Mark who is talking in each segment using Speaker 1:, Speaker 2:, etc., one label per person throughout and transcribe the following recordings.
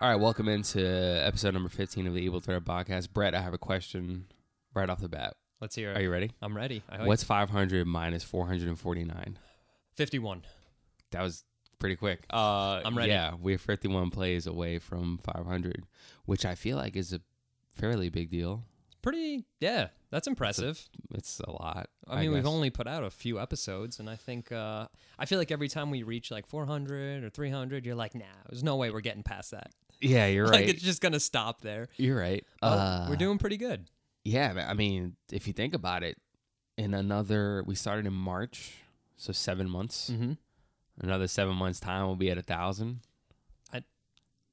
Speaker 1: right, welcome into episode number 15 of the Evil Threat podcast. Brett, I have a question right off the bat.
Speaker 2: Let's hear it.
Speaker 1: Are you ready?
Speaker 2: I'm ready. I hope.
Speaker 1: What's 500 minus 449?
Speaker 2: 51?
Speaker 1: That was pretty quick. Uh,
Speaker 2: I'm ready.
Speaker 1: Yeah, we're 51 plays away from 500, which I feel like is a fairly big deal.
Speaker 2: Pretty, yeah, that's impressive.
Speaker 1: It's a lot.
Speaker 2: I mean, we've
Speaker 1: guess.
Speaker 2: only put out a few episodes, and I think, uh, I feel like every time we reach like 400 or 300, you're like, nah, there's no way we're getting past that.
Speaker 1: Yeah, you're
Speaker 2: Like,
Speaker 1: right.
Speaker 2: it's just going to stop there.
Speaker 1: you're right.
Speaker 2: But
Speaker 1: uh,
Speaker 2: we're doing pretty good.
Speaker 1: Yeah, but I mean, if you think about it, in another, we started in March, so seven months.
Speaker 2: Mm-hmm.
Speaker 1: Another seven months' time, we'll be at a thousand.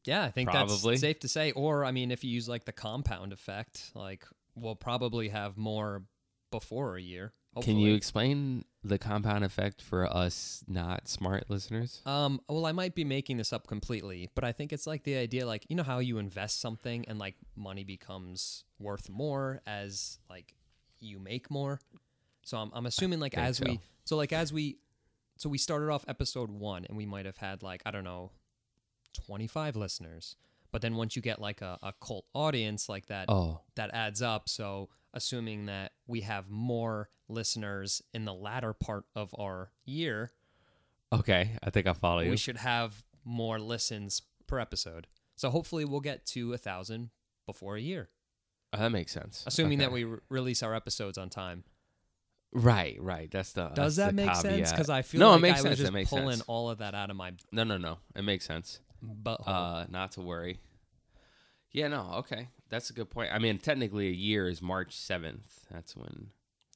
Speaker 2: Yeah, I think
Speaker 1: Probably.
Speaker 2: that's safe to say. Or, I mean, if you use like the compound effect, like, we'll probably have more before a year. Hopefully.
Speaker 1: Can you explain the compound effect for us not smart listeners?
Speaker 2: Um, well, I might be making this up completely, but I think it's like the idea, like you know how you invest something and like money becomes worth more as like you make more. So I'm I'm assuming like
Speaker 1: think
Speaker 2: as we
Speaker 1: so.
Speaker 2: so like as we so we started off episode one and we might have had like I don't know twenty five listeners, but then once you get like a, a cult audience like that,
Speaker 1: Oh,
Speaker 2: that adds up. So, assuming that we have more listeners in the latter part of our year,
Speaker 1: okay. I think I follow you.
Speaker 2: we should have more listens per episode. So, hopefully, we'll get to a thousand before a year,
Speaker 1: Oh, that makes sense.
Speaker 2: assuming that
Speaker 1: Okay.
Speaker 2: we re- release our episodes on time.
Speaker 1: right, right. That's the
Speaker 2: Does
Speaker 1: that's
Speaker 2: that
Speaker 1: the
Speaker 2: make sense?
Speaker 1: caveat.
Speaker 2: Because I feel
Speaker 1: no,
Speaker 2: like
Speaker 1: it makes
Speaker 2: I was
Speaker 1: sense.
Speaker 2: just
Speaker 1: it makes
Speaker 2: pulling
Speaker 1: sense.
Speaker 2: all of that out of my
Speaker 1: No, no, no. It makes sense.
Speaker 2: butthole.
Speaker 1: Uh, not to worry. Yeah, no. Okay, that's a good point. I mean, technically, a year is March seventh. That's when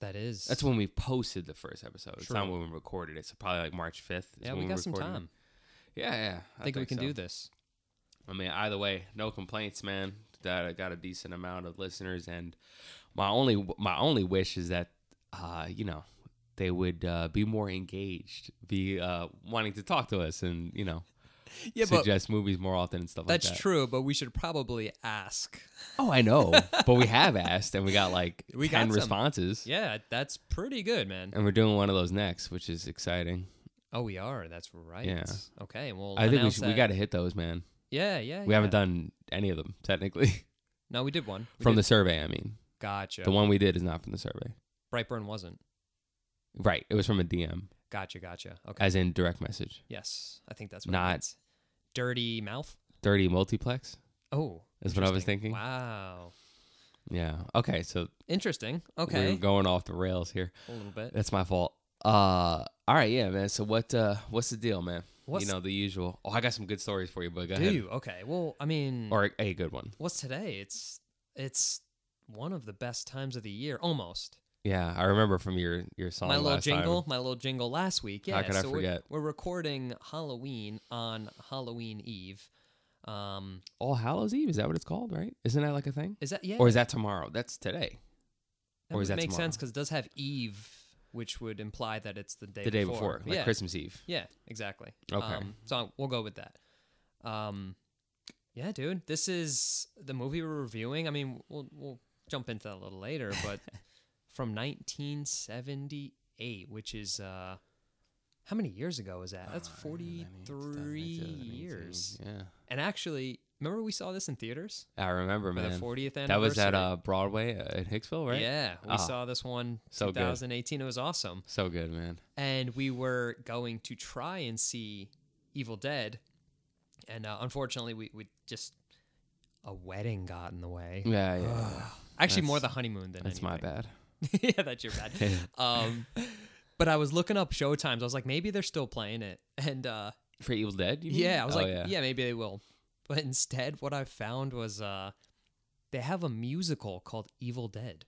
Speaker 2: that is.
Speaker 1: That's when we posted the first episode. It's
Speaker 2: True.
Speaker 1: not when we recorded it. So probably like March fifth.
Speaker 2: yeah, we got some time.
Speaker 1: Yeah, yeah.
Speaker 2: I think, we can
Speaker 1: so.
Speaker 2: do this.
Speaker 1: I mean, either way, no complaints, man. That I got a decent amount of listeners, and my only my only wish is that uh, you know they would uh, be more engaged, be uh, wanting to talk to us, and you know
Speaker 2: Yeah, but
Speaker 1: suggest movies more often and stuff
Speaker 2: that's
Speaker 1: like that.
Speaker 2: true. But we should probably ask.
Speaker 1: Oh, I know, but we have asked, and we got like
Speaker 2: We got
Speaker 1: ten
Speaker 2: some.
Speaker 1: responses,
Speaker 2: Yeah, that's pretty good, man.
Speaker 1: and we're doing one of those next, which is exciting.
Speaker 2: Oh, we are. That's right.
Speaker 1: Yeah.
Speaker 2: Okay. Well,
Speaker 1: I think we
Speaker 2: announce
Speaker 1: should, we
Speaker 2: that.
Speaker 1: got to hit those, man.
Speaker 2: Yeah, yeah.
Speaker 1: We haven't
Speaker 2: yeah.
Speaker 1: done any of them technically
Speaker 2: No, we did one We
Speaker 1: from
Speaker 2: did-
Speaker 1: the survey. I mean,
Speaker 2: Gotcha.
Speaker 1: the one we did is not from the survey.
Speaker 2: Brightburn wasn't.
Speaker 1: Right, it was from a DM,
Speaker 2: Gotcha. Gotcha. Okay.
Speaker 1: as in direct message.
Speaker 2: yes, I think that's what it
Speaker 1: Not-
Speaker 2: means. dirty mouth.
Speaker 1: Thirty multiplex.
Speaker 2: Oh,
Speaker 1: That's what I was
Speaker 2: interesting.
Speaker 1: thinking.
Speaker 2: Wow.
Speaker 1: Yeah. Okay, so
Speaker 2: Interesting.
Speaker 1: we're
Speaker 2: Okay.
Speaker 1: going off the rails here.
Speaker 2: A little bit.
Speaker 1: That's my fault. Uh, all right, yeah, man. So what? Uh, what's the deal, man?
Speaker 2: What's-
Speaker 1: you know the usual. Oh, I got some good stories for you, but go
Speaker 2: Do
Speaker 1: ahead.
Speaker 2: you? Okay. Well, I mean,
Speaker 1: Or a good one.
Speaker 2: what's today? It's it's one of the best times of the year, almost.
Speaker 1: Yeah, I remember from your your song.
Speaker 2: my little
Speaker 1: last time.
Speaker 2: jingle, my little jingle last week. Yeah,
Speaker 1: How could I
Speaker 2: so we're-
Speaker 1: forget?
Speaker 2: We're, recording Halloween on Halloween Eve. Um,
Speaker 1: All Oh, Hallows Eve is that what it's called? Right? Isn't that like a thing?
Speaker 2: is that yeah?
Speaker 1: Or is that tomorrow? That's today.
Speaker 2: That
Speaker 1: or
Speaker 2: would
Speaker 1: is that
Speaker 2: make
Speaker 1: tomorrow?
Speaker 2: sense because it does have Eve, which would imply that it's the day
Speaker 1: the day
Speaker 2: before.
Speaker 1: before, like
Speaker 2: yeah,
Speaker 1: Christmas Eve.
Speaker 2: yeah, exactly.
Speaker 1: Okay.
Speaker 2: Um, so we'll go with that. Um, yeah, dude, this is the movie we're reviewing. I mean, we'll we'll jump into that a little later, but from 1978, which is uh, how many years ago is that? That's
Speaker 1: Uh,
Speaker 2: 43 years.
Speaker 1: Yeah,
Speaker 2: And actually, remember we saw this in theaters
Speaker 1: I remember,
Speaker 2: for the
Speaker 1: man.
Speaker 2: 40th anniversary.
Speaker 1: That was at uh, Broadway uh, in Hicksville, right?
Speaker 2: Yeah, we
Speaker 1: Ah,
Speaker 2: saw this one
Speaker 1: so good.
Speaker 2: 2018. It was awesome.
Speaker 1: So good, man.
Speaker 2: and we were going to try and see Evil Dead, and uh, unfortunately, we, we just a wedding got in the way.
Speaker 1: Yeah, yeah. yeah.
Speaker 2: Actually, more the
Speaker 1: That's-
Speaker 2: honeymoon than
Speaker 1: That's my
Speaker 2: anything.
Speaker 1: bad.
Speaker 2: yeah, that's your bad. um, but I was looking up show times. I was like, maybe they're still playing it, and uh,
Speaker 1: For Evil Dead, you mean?
Speaker 2: yeah, I was
Speaker 1: Oh,
Speaker 2: like,
Speaker 1: yeah.
Speaker 2: yeah. maybe they will. But instead, what I found was uh, they have a musical called Evil Dead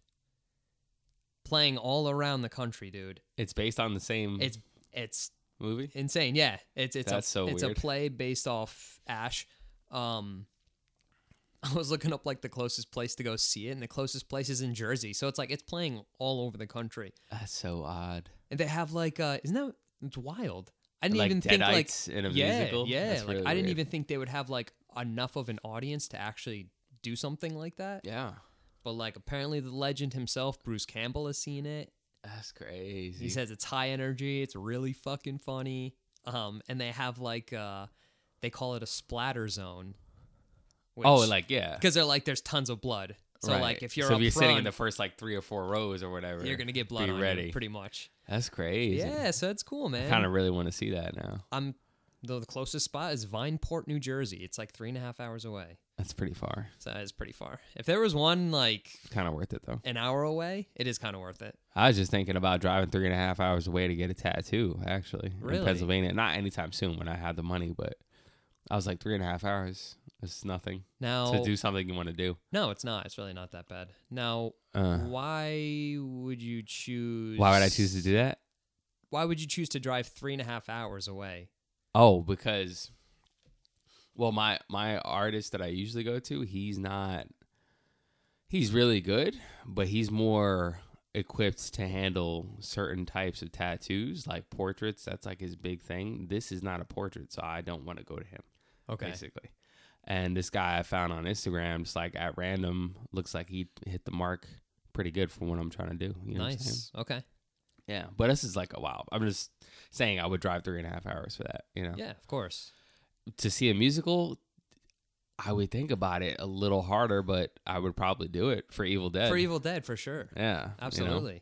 Speaker 2: playing all around the country, dude.
Speaker 1: It's based on the same
Speaker 2: It's it's
Speaker 1: movie.
Speaker 2: insane. Yeah, it's it's
Speaker 1: That's
Speaker 2: a,
Speaker 1: so
Speaker 2: it's
Speaker 1: weird.
Speaker 2: a play based off Ash. Um, I was looking up like the closest place to go see it, and the closest place is in Jersey. So it's like it's playing all over the country,
Speaker 1: That's so odd.
Speaker 2: and they have like uh, isn't that it's wild? I didn't
Speaker 1: like
Speaker 2: even think like
Speaker 1: Deadites in a
Speaker 2: yeah,
Speaker 1: musical.
Speaker 2: yeah.
Speaker 1: That's
Speaker 2: like
Speaker 1: really
Speaker 2: I didn't
Speaker 1: weird.
Speaker 2: even think they would have like enough of an audience to actually do something like that.
Speaker 1: Yeah,
Speaker 2: But like apparently the legend himself, Bruce Campbell, has seen it.
Speaker 1: that's crazy.
Speaker 2: He says it's high energy. It's really fucking funny. Um, and they have like uh, they call it a splatter zone, Which,
Speaker 1: Oh, like yeah.
Speaker 2: because they're like there's tons of blood. So
Speaker 1: Right.
Speaker 2: like if you're
Speaker 1: so
Speaker 2: up
Speaker 1: if you're
Speaker 2: front,
Speaker 1: sitting in the first like three or four rows or whatever,
Speaker 2: you're gonna get blood
Speaker 1: be
Speaker 2: on
Speaker 1: ready.
Speaker 2: you pretty much.
Speaker 1: That's crazy.
Speaker 2: Yeah, so it's cool, man.
Speaker 1: Kind of really want to see that now.
Speaker 2: I'm the, the closest spot is Vineport, New Jersey. It's like three and a half hours away.
Speaker 1: That's pretty far.
Speaker 2: So that is pretty far. If there was one like
Speaker 1: It's kind of worth it though.
Speaker 2: an hour away, it is kind of worth it.
Speaker 1: I was just thinking about driving three and a half hours away to get a tattoo, actually,
Speaker 2: Really?
Speaker 1: in Pennsylvania. Not anytime soon when I have the money, but I was like three and a half hours. It's nothing
Speaker 2: Now,
Speaker 1: to do something you want to do.
Speaker 2: no, it's not. It's really not that bad. Now,
Speaker 1: Uh,
Speaker 2: why would you choose?
Speaker 1: why would I choose to do that?
Speaker 2: Why would you choose to drive three and a half hours away?
Speaker 1: Oh, because well, my my artist that I usually go to, he's not he's really good, but he's more equipped to handle certain types of tattoos, like portraits. That's like his big thing. This is not a portrait, so I don't want to go to him
Speaker 2: Okay,
Speaker 1: basically. And this guy I found on Instagram, just like at random, looks like he hit the mark pretty good for what I'm trying to do. You know what I'm saying?
Speaker 2: nice. Okay,
Speaker 1: Yeah. But this is like a wow. I'm just saying I would drive three and a half hours for that, you know?
Speaker 2: yeah, of course.
Speaker 1: to see a musical, I would think about it a little harder, but I would probably do it for Evil Dead.
Speaker 2: For Evil Dead, for sure,
Speaker 1: yeah, you know?
Speaker 2: absolutely.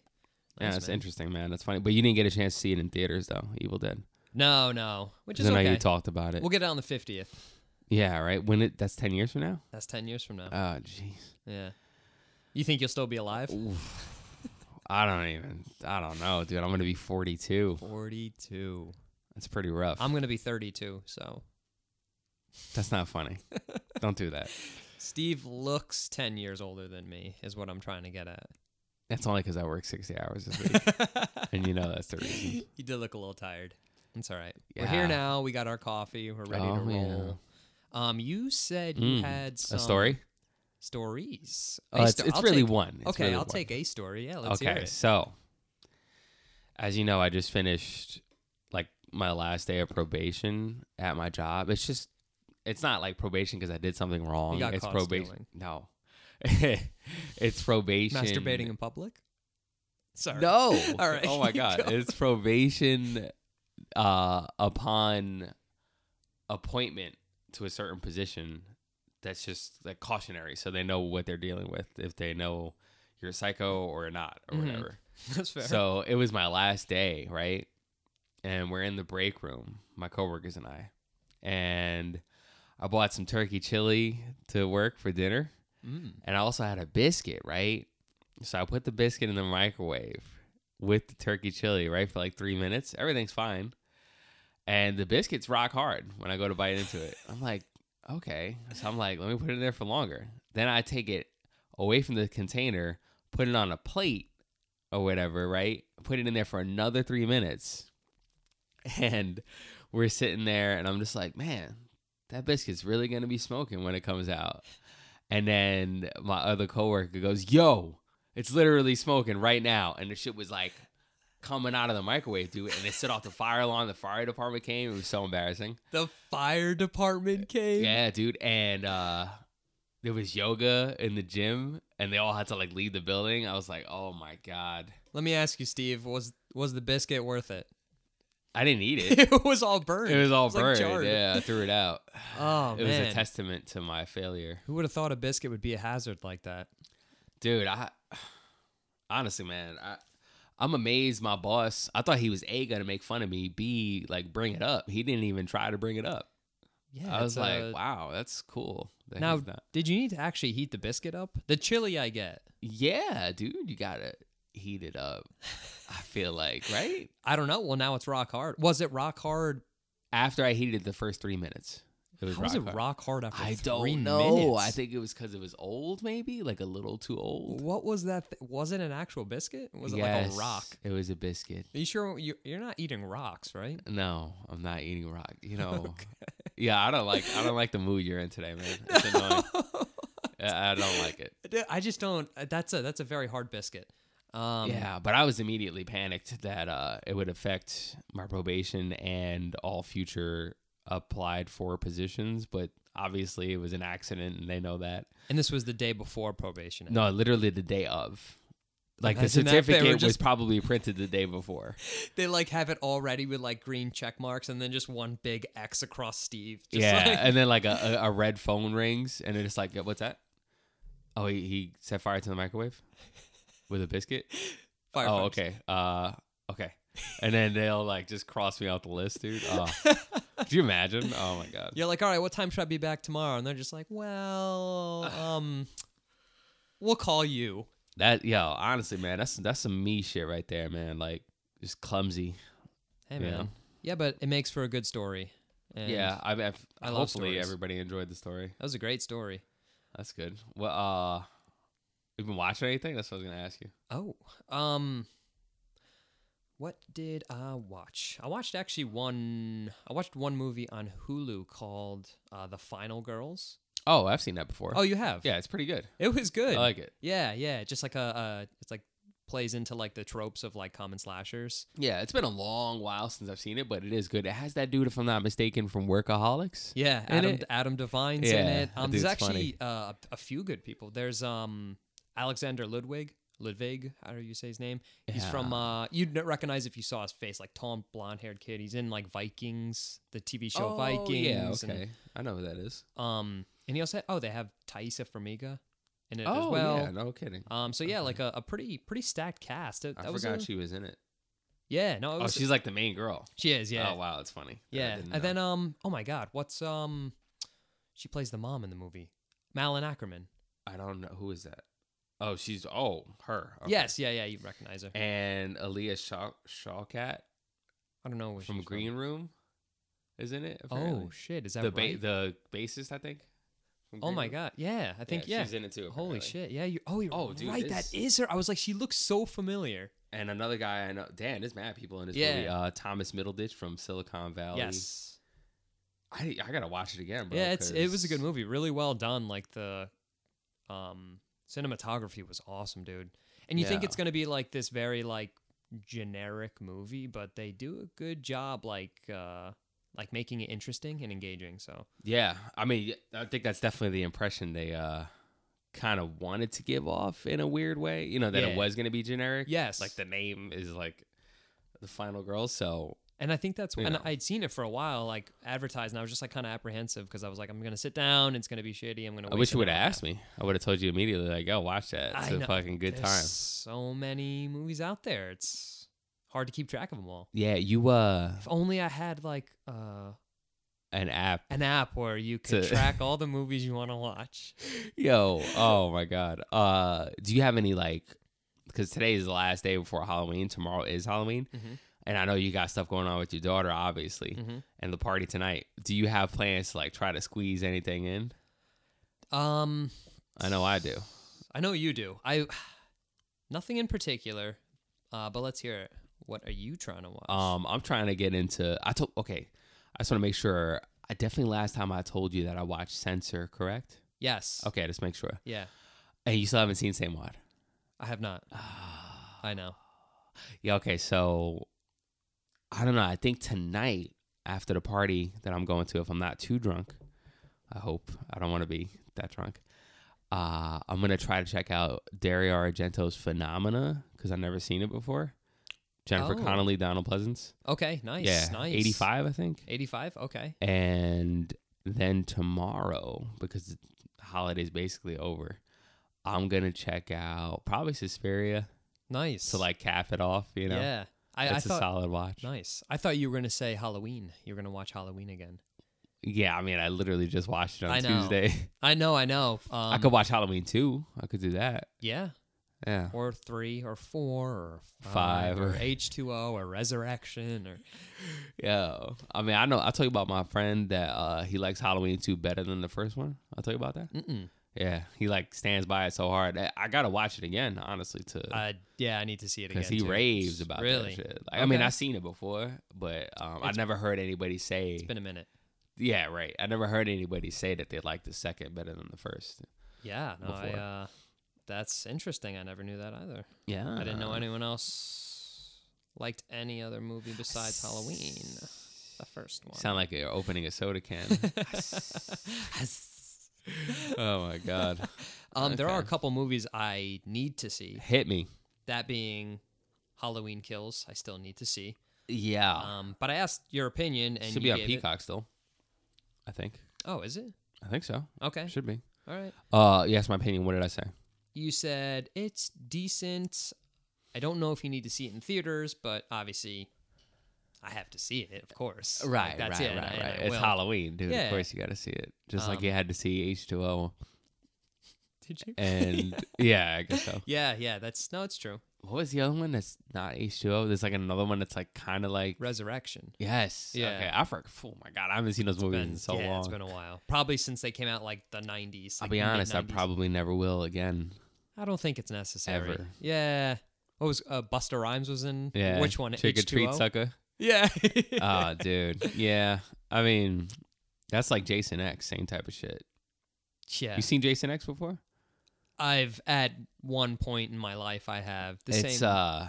Speaker 1: Yeah,
Speaker 2: Nice,
Speaker 1: it's
Speaker 2: man.
Speaker 1: interesting, man. That's funny, but you didn't get a chance to see it in theaters, though. Evil Dead.
Speaker 2: No, no, which is
Speaker 1: I know
Speaker 2: okay.
Speaker 1: you talked about it.
Speaker 2: We'll get it on the fiftieth.
Speaker 1: yeah, right. When it that's ten years from now.
Speaker 2: That's ten years from now.
Speaker 1: Oh, jeez.
Speaker 2: yeah. You think you'll still be alive?
Speaker 1: Oof. I don't even. I don't know, dude. I'm gonna be 42.
Speaker 2: Forty-two.
Speaker 1: That's pretty rough.
Speaker 2: I'm gonna be thirty-two. So
Speaker 1: that's not funny. don't do that.
Speaker 2: Steve looks ten years older than me. Is what I'm trying to get at.
Speaker 1: That's only because I work 60 hours this week, and you know that's the reason.
Speaker 2: you did look a little tired. It's all right. We're here
Speaker 1: Yeah.
Speaker 2: now. We got our coffee. We're ready to
Speaker 1: Oh, yeah.
Speaker 2: roll. Um, you said you
Speaker 1: Mm,
Speaker 2: had some
Speaker 1: A story.
Speaker 2: stories. A
Speaker 1: Uh, it's
Speaker 2: sto-
Speaker 1: it's
Speaker 2: I'll
Speaker 1: really
Speaker 2: take-
Speaker 1: one. It's
Speaker 2: okay,
Speaker 1: really
Speaker 2: I'll
Speaker 1: one.
Speaker 2: take a story. Yeah, let's
Speaker 1: okay,
Speaker 2: hear it.
Speaker 1: so as you know, I just finished like my last day of probation at my job. It's just, it's not like probation because I did something wrong.
Speaker 2: You got
Speaker 1: it's
Speaker 2: caught
Speaker 1: probation.
Speaker 2: stealing.
Speaker 1: No, it's probation.
Speaker 2: Masturbating in public. Sorry.
Speaker 1: No.
Speaker 2: All right,
Speaker 1: Oh my
Speaker 2: keep
Speaker 1: god,
Speaker 2: going.
Speaker 1: it's probation uh, upon appointment to a certain position. That's just like cautionary, so they know what they're dealing with. If they know you're a psycho or not or
Speaker 2: Mhm.
Speaker 1: whatever.
Speaker 2: that's fair.
Speaker 1: So it was my last day, right? And we're in the break room, my coworkers and I. And I bought some turkey chili to work for dinner.
Speaker 2: Mm.
Speaker 1: And I also had a biscuit, right? So I put the biscuit in the microwave with the turkey chili, right, for like three minutes. Everything's fine. And the biscuit's rock hard when I go to bite into it. I'm like, okay. So I'm like, let me put it in there for longer. Then I take it away from the container, put it on a plate or whatever, right? Put it in there for another three minutes. And we're sitting there, and I'm just like, man, that biscuit's really gonna be smoking when it comes out. And then my other coworker goes, yo, it's literally smoking right now. And the shit was like coming out of the microwave, dude. And it set off the fire alarm. The fire department came. It was so embarrassing.
Speaker 2: The fire department came.
Speaker 1: Yeah, dude. And uh there was yoga in the gym and they all had to like leave the building. I was like, oh my God.
Speaker 2: Let me ask you, Steve. Was was the biscuit worth it?
Speaker 1: I didn't eat it.
Speaker 2: it was all burned.
Speaker 1: It was all
Speaker 2: like
Speaker 1: burned.
Speaker 2: jarred.
Speaker 1: yeah, I threw it out.
Speaker 2: Oh
Speaker 1: it was
Speaker 2: man.
Speaker 1: a testament to my failure.
Speaker 2: Who would have thought a biscuit would be a hazard like that?
Speaker 1: Dude, I honestly, man, I I'm amazed my boss. I thought he was A gonna make fun of me, B like bring it up. He didn't even try to bring it up.
Speaker 2: Yeah,
Speaker 1: I was
Speaker 2: it's,
Speaker 1: like,
Speaker 2: uh,
Speaker 1: wow, that's cool. that he's
Speaker 2: Now,
Speaker 1: not-
Speaker 2: did you need to actually heat the biscuit up? The chili I get.
Speaker 1: yeah, dude, you gotta heat it up. I feel like, right?
Speaker 2: I don't know. Well, now it's rock hard. Was it rock hard?
Speaker 1: After I heated it the first three minutes, it was
Speaker 2: How was
Speaker 1: rock
Speaker 2: it
Speaker 1: hard.
Speaker 2: rock hard after
Speaker 1: I
Speaker 2: three
Speaker 1: don't know.
Speaker 2: minutes?
Speaker 1: I think it was because it was old, maybe like a little too old.
Speaker 2: What was that? Th- was it an actual biscuit? Was it like
Speaker 1: Yes,
Speaker 2: a rock?
Speaker 1: It was a biscuit.
Speaker 2: Are you sure you- you're not eating rocks, right?
Speaker 1: No, I'm not eating rock. You know, yeah, I don't like I don't like the mood you're in today, man. It's annoying. I I don't like it.
Speaker 2: I just don't. uh, That's a that's a very hard biscuit. Um,
Speaker 1: yeah, but I was immediately panicked that uh, it would affect my probation and all future applied for positions. But obviously, it was an accident, and they know that.
Speaker 2: And this was the day before probation. ended.
Speaker 1: No, literally the day of. Like
Speaker 2: Imagine
Speaker 1: the
Speaker 2: that, they were
Speaker 1: certificate was
Speaker 2: just-
Speaker 1: probably printed the day before.
Speaker 2: They like have it already with like green check marks and then just one big X across Steve. Just
Speaker 1: yeah,
Speaker 2: like-
Speaker 1: and then like a, a, a red phone rings, and it's like, what's that? Oh, he, he set fire to the microwave with a biscuit.
Speaker 2: Fire
Speaker 1: oh,
Speaker 2: Fox.
Speaker 1: okay. Uh, okay. And then they'll like just cross me off the list, dude. Oh. Could you imagine? Oh my god.
Speaker 2: You're like, all right, what time should I be back tomorrow? And they're just like, well, um, we'll call you.
Speaker 1: That yo, honestly, man, that's that's some me shit right there, man. Like just clumsy.
Speaker 2: Hey,
Speaker 1: Yeah.
Speaker 2: man. Yeah, but it makes for a good story. And
Speaker 1: yeah, I, I,
Speaker 2: I love
Speaker 1: hopefully
Speaker 2: stories.
Speaker 1: everybody enjoyed the story.
Speaker 2: That was a great story.
Speaker 1: That's good. Well, uh, you been watching anything? That's what I was gonna ask you.
Speaker 2: Oh, um, what did I watch? I watched actually one. I watched one movie on Hulu called uh, "The Final Girls."
Speaker 1: Oh, I've seen that before.
Speaker 2: Oh, you have?
Speaker 1: yeah, it's pretty good.
Speaker 2: it was good.
Speaker 1: I like it.
Speaker 2: yeah, yeah. Just like a, uh, it's like plays into like the tropes of like common slashers.
Speaker 1: Yeah, it's been a long while since I've seen it, but it is good. It has that dude, if I'm not mistaken, from Workaholics.
Speaker 2: Yeah,
Speaker 1: In
Speaker 2: Adam
Speaker 1: it?
Speaker 2: Adam Devine's in
Speaker 1: Yeah,
Speaker 2: it.
Speaker 1: that
Speaker 2: Um, there's
Speaker 1: dude's
Speaker 2: actually uh, a few good people. There's um Alexander Ludwig. Ludwig, how do you say his name? He's from uh you'd kn- recognize if you saw his face, like tall blonde haired kid. He's in like Vikings, the TV show
Speaker 1: Oh,
Speaker 2: Vikings.
Speaker 1: Yeah,
Speaker 2: and,
Speaker 1: okay. I know who that is.
Speaker 2: um and he also oh, they have Thaisa Farmiga in it
Speaker 1: Oh,
Speaker 2: as well.
Speaker 1: yeah, no kidding.
Speaker 2: Um so yeah,
Speaker 1: Okay.
Speaker 2: like a, a pretty pretty stacked cast. That,
Speaker 1: I
Speaker 2: that was
Speaker 1: forgot
Speaker 2: a-
Speaker 1: she was in it.
Speaker 2: Yeah, no, it
Speaker 1: Oh,
Speaker 2: was,
Speaker 1: she's like the main girl.
Speaker 2: she is, yeah.
Speaker 1: Oh wow, it's funny. I
Speaker 2: Yeah.
Speaker 1: didn't
Speaker 2: And
Speaker 1: know.
Speaker 2: then um oh my god, what's um she plays the mom in the movie. Malin Ackerman.
Speaker 1: I don't know who is that. Oh, she's oh her. Okay.
Speaker 2: Yes, yeah, yeah, you recognize her.
Speaker 1: And Aaliyah Shaw Shawcat
Speaker 2: I don't know where
Speaker 1: from
Speaker 2: she's
Speaker 1: Green Room, isn't it?
Speaker 2: Oh
Speaker 1: apparently?
Speaker 2: shit, is that
Speaker 1: the
Speaker 2: right?
Speaker 1: the bassist, I think. from
Speaker 2: oh
Speaker 1: Green
Speaker 2: my
Speaker 1: Room.
Speaker 2: god. Yeah, I think yeah.
Speaker 1: she's in it too.
Speaker 2: Holy
Speaker 1: apparently.
Speaker 2: shit. Yeah, you Oh, you're
Speaker 1: Oh, dude,
Speaker 2: right.
Speaker 1: this-
Speaker 2: That is her. I was like she looks so familiar.
Speaker 1: And another guy I know, Dan. There's mad people in this
Speaker 2: Yeah.
Speaker 1: movie. Uh, Thomas Middleditch from Silicon Valley.
Speaker 2: Yes.
Speaker 1: I I gotta watch it again, bro.
Speaker 2: yeah, it's it was a
Speaker 1: 'cause-
Speaker 2: good movie. Really well done. Like the um cinematography was awesome, dude. And you think
Speaker 1: Yeah.
Speaker 2: it's going to be like this very like generic movie, but they do a good job like uh like making it interesting and engaging. So,
Speaker 1: Yeah, I mean, I think that's definitely the impression they uh kind of wanted to give off in a weird way. You know that
Speaker 2: Yeah.
Speaker 1: it was going to be generic.
Speaker 2: yes.
Speaker 1: like the name is like the final girl. So
Speaker 2: And I think that's
Speaker 1: You
Speaker 2: and
Speaker 1: know.
Speaker 2: I'd seen it for a while, like advertised, and I was just like kind of apprehensive because I was like, I'm gonna sit down, it's gonna be shitty, I'm gonna.
Speaker 1: I
Speaker 2: waste
Speaker 1: wish you
Speaker 2: an
Speaker 1: would
Speaker 2: hour and a
Speaker 1: have
Speaker 2: half."
Speaker 1: asked me. I would have told you immediately, like, "Yo, watch that. It's
Speaker 2: I
Speaker 1: a
Speaker 2: know.
Speaker 1: fucking good
Speaker 2: There's
Speaker 1: time."
Speaker 2: So many movies out there, it's hard to keep track of them all.
Speaker 1: Yeah, you uh,
Speaker 2: If only I had like uh,
Speaker 1: an app,
Speaker 2: an app where you could
Speaker 1: To-
Speaker 2: track all the movies you want to watch.
Speaker 1: yo. Oh my god. Uh, do you have any like? Because today is the last day before Halloween. Tomorrow is Halloween,
Speaker 2: Mhm.
Speaker 1: and I know you got stuff going on with your daughter, obviously,
Speaker 2: Mhm.
Speaker 1: and the party tonight. Do you have plans to like try to squeeze anything in?
Speaker 2: Um,
Speaker 1: I know I do.
Speaker 2: I know you do. I nothing in particular, uh, but let's hear it. What are you trying to watch?
Speaker 1: Um, I'm trying to get into. I told okay. I just want to make sure. I definitely last time I told you that I watched Censor, correct?
Speaker 2: yes.
Speaker 1: Okay, just make sure.
Speaker 2: Yeah,
Speaker 1: And you still haven't seen Same Wad.
Speaker 2: I have not. I know.
Speaker 1: Yeah. Okay. So I don't know. I think tonight after the party that I'm going to, if I'm not too drunk, I hope I don't want to be that drunk. Uh, I'm gonna try to check out Dario Argento's Phenomena because I've never seen it before. Jennifer
Speaker 2: Oh.
Speaker 1: Connelly, Donald Pleasance.
Speaker 2: Okay, nice.
Speaker 1: yeah,
Speaker 2: nice.
Speaker 1: 85, I think.
Speaker 2: 85, okay.
Speaker 1: and then tomorrow because the holiday's basically over i'm gonna check out probably Suspiria
Speaker 2: Nice.
Speaker 1: to like cap it off you know
Speaker 2: Yeah. I, I
Speaker 1: it's a
Speaker 2: thought
Speaker 1: solid watch
Speaker 2: nice. I thought you were gonna say Halloween. You're gonna watch Halloween again.
Speaker 1: yeah i mean i literally just watched it on
Speaker 2: I know.
Speaker 1: tuesday
Speaker 2: I know, I know. Um,
Speaker 1: i could watch halloween too i could do that
Speaker 2: yeah,
Speaker 1: yeah
Speaker 2: or three, or four, or five,
Speaker 1: Five,
Speaker 2: or
Speaker 1: or-
Speaker 2: H two O, or Resurrection, or
Speaker 1: yeah i mean i know i'll tell you about my friend that uh he likes halloween 2 better than the first one i'll tell you about that
Speaker 2: Mm-mm.
Speaker 1: yeah he like stands by it so hard I- i gotta watch it again honestly to
Speaker 2: Uh, yeah, I need to see it again.
Speaker 1: because he
Speaker 2: too.
Speaker 1: raves about that
Speaker 2: really?
Speaker 1: shit. Like, I mean,
Speaker 2: Okay.
Speaker 1: I've seen it before, but um, I
Speaker 2: It's-
Speaker 1: never heard anybody say.
Speaker 2: It's been a minute.
Speaker 1: yeah, right. I never heard anybody say that they like the second better than the first.
Speaker 2: Yeah, no, I,
Speaker 1: Before.
Speaker 2: uh, that's interesting. I never knew that either.
Speaker 1: Yeah,
Speaker 2: I didn't know anyone else liked any other movie besides Halloween, the first one.
Speaker 1: Sound like you're opening a soda can. oh my god!
Speaker 2: Um, there are a
Speaker 1: Okay.
Speaker 2: Um, couple movies I need to see.
Speaker 1: Hit me.
Speaker 2: That being Halloween Kills, I still need to see.
Speaker 1: Yeah.
Speaker 2: Um, but I asked your opinion,
Speaker 1: Uh,
Speaker 2: and
Speaker 1: Ah. Should
Speaker 2: you
Speaker 1: be on
Speaker 2: gave it-
Speaker 1: Peacock still. I think.
Speaker 2: Oh, is it?
Speaker 1: I think so.
Speaker 2: Okay,
Speaker 1: Should be.
Speaker 2: all right.
Speaker 1: Uh, yes, my opinion. What did I say?
Speaker 2: You said it's decent. I don't know if you need to see it in theaters, but obviously, I have to see it. Of course, Like, that's it. and I- and I
Speaker 1: It's
Speaker 2: will.
Speaker 1: Halloween, dude.
Speaker 2: Yeah.
Speaker 1: Of course you got to see it. Just like
Speaker 2: Um,
Speaker 1: you had to see H two O
Speaker 2: Did you?
Speaker 1: and yeah, I guess so.
Speaker 2: yeah, yeah. That's no, it's true.
Speaker 1: What was the other one that's not H two O? There's like another one that's like kind of like
Speaker 2: Resurrection.
Speaker 1: yes,
Speaker 2: Yeah.
Speaker 1: Okay, I forgot. Oh my god, I haven't seen those movies
Speaker 2: Been-
Speaker 1: in so
Speaker 2: yeah,
Speaker 1: long.
Speaker 2: it's been a while. Probably since they came out like the '90s.
Speaker 1: I'll
Speaker 2: like,
Speaker 1: be honest, I
Speaker 2: mid-nineties.
Speaker 1: probably never will again.
Speaker 2: I don't think it's necessary.
Speaker 1: Ever.
Speaker 2: Yeah. What was uh, Buster Rhymes was in?
Speaker 1: Yeah,
Speaker 2: Which one?
Speaker 1: Trick or treat
Speaker 2: H2O?
Speaker 1: sucker.
Speaker 2: Yeah.
Speaker 1: Ah, dude. Yeah, I mean, that's like Jason X, same type of shit.
Speaker 2: yeah.
Speaker 1: You seen Jason X before?
Speaker 2: I've at one point in my life I have the
Speaker 1: it's
Speaker 2: same.
Speaker 1: uh,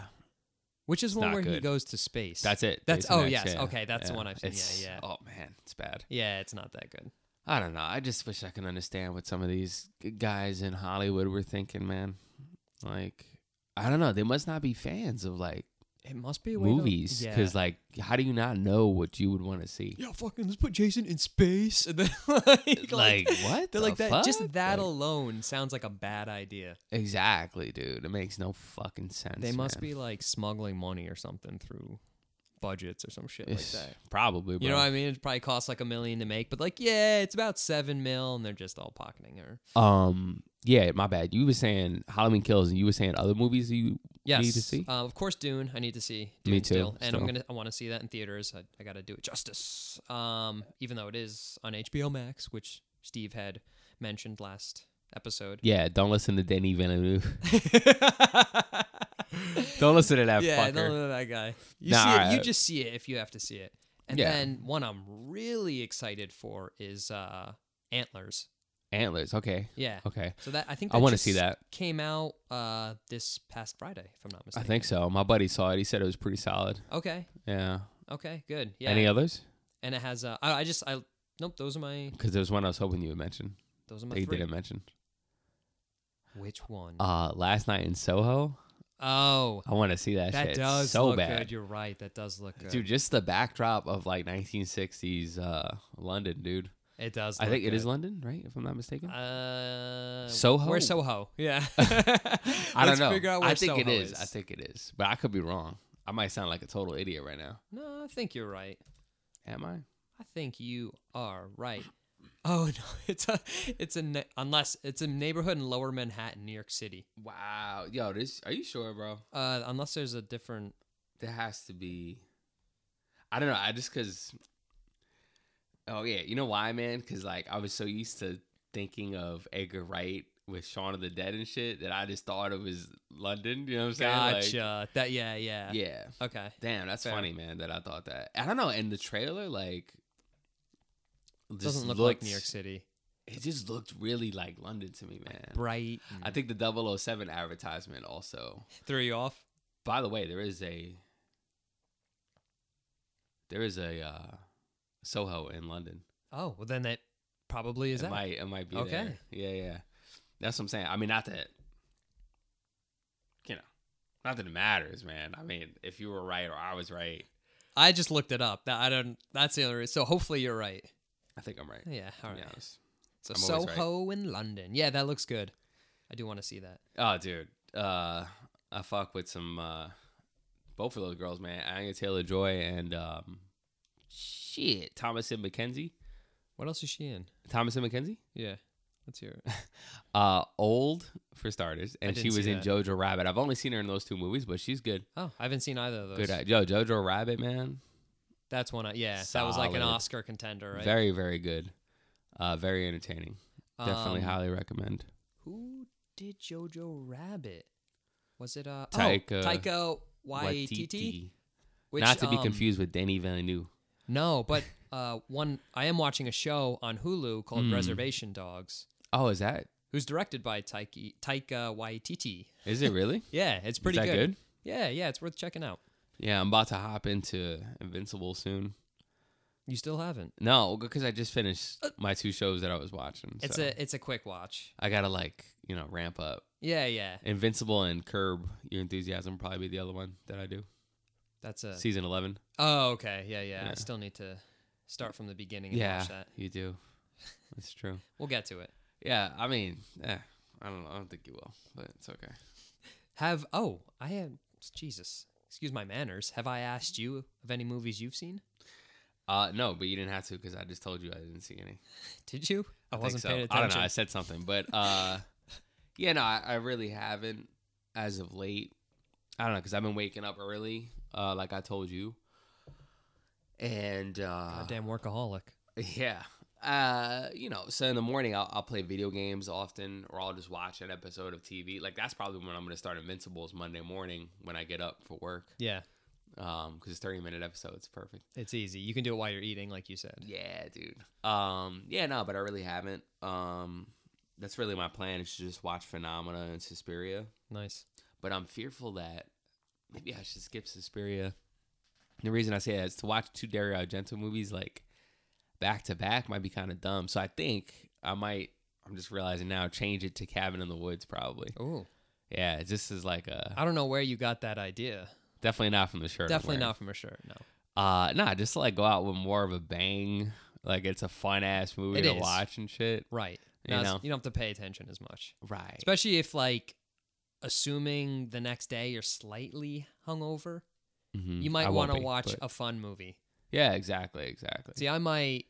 Speaker 2: which is one
Speaker 1: not
Speaker 2: where he
Speaker 1: good.
Speaker 2: goes to space.
Speaker 1: that's it.
Speaker 2: That's-
Speaker 1: Jason
Speaker 2: oh,
Speaker 1: X,
Speaker 2: yes,
Speaker 1: yeah,
Speaker 2: okay, that's the
Speaker 1: yeah.
Speaker 2: one I've seen, yeah,
Speaker 1: It's-
Speaker 2: yeah.
Speaker 1: Oh man, it's bad.
Speaker 2: yeah. It's not that good.
Speaker 1: I don't know. I just wish I could understand what some of these g- guys in Hollywood were thinking, man. Like, I don't know. They must not be fans of like
Speaker 2: It must be a way to-
Speaker 1: movies
Speaker 2: yeah.
Speaker 1: because, like, how do you not know what you would want to see?
Speaker 2: yeah, fucking let's put Jason in space and then like,
Speaker 1: Like, what? the
Speaker 2: They're like that. Just
Speaker 1: fuck?
Speaker 2: that
Speaker 1: Like,
Speaker 2: alone sounds like a bad idea.
Speaker 1: exactly, dude. It makes no fucking sense.
Speaker 2: They must
Speaker 1: man.
Speaker 2: be like smuggling money or something through budgets or some shit
Speaker 1: It's-
Speaker 2: like that.
Speaker 1: Probably, bro.
Speaker 2: You know what I mean? It probably costs like a million to make, but like, yeah, it's about seven mil, and they're just all pocketing her.
Speaker 1: Um, yeah, my bad. You were saying Halloween Kills, and you were saying other movies you
Speaker 2: Yes.
Speaker 1: need to see.
Speaker 2: Uh, of course, Dune. I need to see. Dune
Speaker 1: Me too,
Speaker 2: Still. And I'm
Speaker 1: still.
Speaker 2: gonna. I want to see that in theaters. I, I got to do it justice. Um, even though it is on HBO Max, which Steve had mentioned last episode.
Speaker 1: yeah, don't listen to Denny Villeneuve. don't listen to that
Speaker 2: yeah,
Speaker 1: fucker.
Speaker 2: don't know that guy. You
Speaker 1: Nah,
Speaker 2: see it. You
Speaker 1: alright.
Speaker 2: just see it if you have to see it. And
Speaker 1: Yeah.
Speaker 2: then one I'm really excited for is uh Antlers.
Speaker 1: Antlers. Okay,
Speaker 2: Yeah.
Speaker 1: okay.
Speaker 2: So that I think
Speaker 1: Oh, I
Speaker 2: that
Speaker 1: want to
Speaker 2: just
Speaker 1: see that.
Speaker 2: Came out uh this past Friday, if I'm not
Speaker 1: I
Speaker 2: mistaken.
Speaker 1: think so. My buddy saw it. He said it was pretty solid.
Speaker 2: Okay.
Speaker 1: Yeah.
Speaker 2: Okay. Good. Yeah.
Speaker 1: Any others?
Speaker 2: and it has uh, I, I just I nope those are my
Speaker 1: Because there's one I was hoping you would mention.
Speaker 2: those are
Speaker 1: That
Speaker 2: my
Speaker 1: you
Speaker 2: 3
Speaker 1: didn't mention.
Speaker 2: Which one?
Speaker 1: Uh, last night in Soho.
Speaker 2: oh,
Speaker 1: I want to see that.
Speaker 2: that
Speaker 1: shit
Speaker 2: does
Speaker 1: so
Speaker 2: look
Speaker 1: bad.
Speaker 2: good. You're right. That does look good.
Speaker 1: Dude, just the backdrop of like 1960s uh, London, dude.
Speaker 2: it does.
Speaker 1: I
Speaker 2: look
Speaker 1: think it
Speaker 2: good.
Speaker 1: is London, right? If I'm not mistaken.
Speaker 2: Uh,
Speaker 1: Soho?
Speaker 2: Where's Soho? Yeah. I
Speaker 1: I don't know.
Speaker 2: Figure out where
Speaker 1: I think it
Speaker 2: Soho
Speaker 1: is. I think it is. But I could be wrong. I might sound like a total idiot right now.
Speaker 2: No, I think you're right.
Speaker 1: Am I?
Speaker 2: I think you are right. Oh no, it's a it's a ne- unless it's a neighborhood in Lower Manhattan, New York City.
Speaker 1: Wow. Yo, this are you sure, bro?
Speaker 2: Uh, unless there's a different.
Speaker 1: There has to be I don't know. I just cause Oh yeah, you know why, man? Cause like I was so used to thinking of Edgar Wright with Shaun of the Dead and shit that I just thought it was London. You know what I'm saying? Like,
Speaker 2: Gotcha. that yeah yeah
Speaker 1: yeah.
Speaker 2: Okay.
Speaker 1: Damn, that's
Speaker 2: Fair.
Speaker 1: funly, funny, man, that I thought that. I don't know, and the trailer, like just
Speaker 2: Doesn't look like
Speaker 1: looked-
Speaker 2: New York City.
Speaker 1: It just looked really like London to me, man.
Speaker 2: Bright.
Speaker 1: I think the 007 advertisement also.
Speaker 2: threw you off.
Speaker 1: By the way, there is a there is a uh, Soho in London.
Speaker 2: Oh, well, then that probably is
Speaker 1: it
Speaker 2: that.
Speaker 1: might it might be
Speaker 2: Okay.
Speaker 1: there. Yeah, yeah. That's what I'm saying. I mean, not that you know, not that it matters, man. I mean, if you were right or I was right,
Speaker 2: I just looked it up. That I don't. That's the other. reason. So hopefully you're right.
Speaker 1: I think I'm right.
Speaker 2: Yeah. All
Speaker 1: to
Speaker 2: right.
Speaker 1: be honest.
Speaker 2: So
Speaker 1: I'm always right.
Speaker 2: Soho in London. Yeah, that looks good. I do want to see that.
Speaker 1: Oh, dude. Uh, I fuck with some uh, both of those girls, man. Anya Taylor Joy and um, shit, Thomas and McKenzie.
Speaker 2: What else is she in?
Speaker 1: Thomas and McKenzie.
Speaker 2: Yeah. Let's hear it.
Speaker 1: Uh, old for starters, and she
Speaker 2: didn't
Speaker 1: was
Speaker 2: see
Speaker 1: in
Speaker 2: that.
Speaker 1: Jojo Rabbit. I've only seen her in those two movies, but she's good.
Speaker 2: Oh, I haven't seen either of those.
Speaker 1: Good, at- yo, Jojo Rabbit, man.
Speaker 2: That's one. I, yeah, that was like an
Speaker 1: Solid.
Speaker 2: Oscar contender, right?
Speaker 1: Very, very good. Uh, very entertaining. Definitely
Speaker 2: Um,
Speaker 1: highly recommend.
Speaker 2: Who did Jojo Rabbit? Was it uh? Oh,
Speaker 1: Taika
Speaker 2: Taika Waititi.
Speaker 1: YTT.
Speaker 2: Which,
Speaker 1: Not to be
Speaker 2: um,
Speaker 1: confused with Danny Villeneuve.
Speaker 2: No, but uh, one I am watching a show on Hulu called
Speaker 1: Mm.
Speaker 2: Reservation Dogs.
Speaker 1: Oh, is that?
Speaker 2: who's directed by Taiki, Taika Waititi.
Speaker 1: Is it really?
Speaker 2: Yeah, it's pretty
Speaker 1: is that
Speaker 2: good.
Speaker 1: good?
Speaker 2: Yeah, yeah, it's worth checking out.
Speaker 1: Yeah, I'm about to hop into Invincible soon.
Speaker 2: You still haven't.
Speaker 1: No, because I just
Speaker 2: Uh,
Speaker 1: finished my two shows that I was watching.
Speaker 2: It's
Speaker 1: so
Speaker 2: a it's a quick watch.
Speaker 1: I gotta like you know ramp up.
Speaker 2: Yeah, yeah.
Speaker 1: Invincible and Curb Your Enthusiasm probably be the other one that I do.
Speaker 2: That's a.
Speaker 1: Season eleven.
Speaker 2: Oh, okay. Yeah, yeah,
Speaker 1: Yeah.
Speaker 2: I still need to start from the beginning and
Speaker 1: Yeah,
Speaker 2: watch that.
Speaker 1: you do. That's true.
Speaker 2: We'll get to it.
Speaker 1: Yeah, I mean, eh, I don't know. I don't think you will, but it's okay.
Speaker 2: Have oh, I had Jesus. Excuse my manners. Have I asked you of any movies you've seen?
Speaker 1: Uh, no, but you didn't have to because I just told you I didn't see any.
Speaker 2: Did you? I,
Speaker 1: think
Speaker 2: wasn't
Speaker 1: so.
Speaker 2: paying
Speaker 1: I
Speaker 2: attention.
Speaker 1: don't know. I said something, but uh, yeah, no, I, I really haven't as of late. I don't know because I've been waking up early, uh, like I told you, and uh,
Speaker 2: Goddamn workaholic.
Speaker 1: yeah, uh, you know. So in the morning, I'll, I'll play video games often, or I'll just watch an episode of TV. Like that's probably when I'm going to start Invincibles Monday morning when I get up for work,
Speaker 2: Yeah,
Speaker 1: um, because it's 30 minute episodes, perfect.
Speaker 2: it's easy. You can do it while you're eating, like you said.
Speaker 1: Yeah, dude. Um, yeah, no, but I really haven't. Um, that's really my plan is to just watch Phenomena and Suspiria.
Speaker 2: Nice.
Speaker 1: But I'm fearful that maybe I should skip Suspiria. The reason I say that is to watch two Dario Argento movies like back to back might be kind of dumb. So I think I might. I'm just realizing now. Change it to Cabin in the Woods, probably.
Speaker 2: Oh,
Speaker 1: Yeah, this is like a
Speaker 2: I don't know where you got that idea.
Speaker 1: definitely not from the shirt. I'm
Speaker 2: Definitely
Speaker 1: wearing.
Speaker 2: not from a shirt. No,
Speaker 1: Uh, nah, just to, like go out with more of a bang. Like it's a fun ass movie
Speaker 2: It
Speaker 1: to
Speaker 2: is.
Speaker 1: watch and shit.
Speaker 2: right.
Speaker 1: You
Speaker 2: Now it's-
Speaker 1: know.
Speaker 2: you don't have to pay attention as much,
Speaker 1: Right.
Speaker 2: especially if like, assuming the next day you're slightly hungover,
Speaker 1: Mhm.
Speaker 2: you
Speaker 1: I
Speaker 2: might
Speaker 1: won't
Speaker 2: want to
Speaker 1: be,
Speaker 2: watch
Speaker 1: but-
Speaker 2: a fun movie.
Speaker 1: yeah, exactly, exactly.
Speaker 2: See, I might,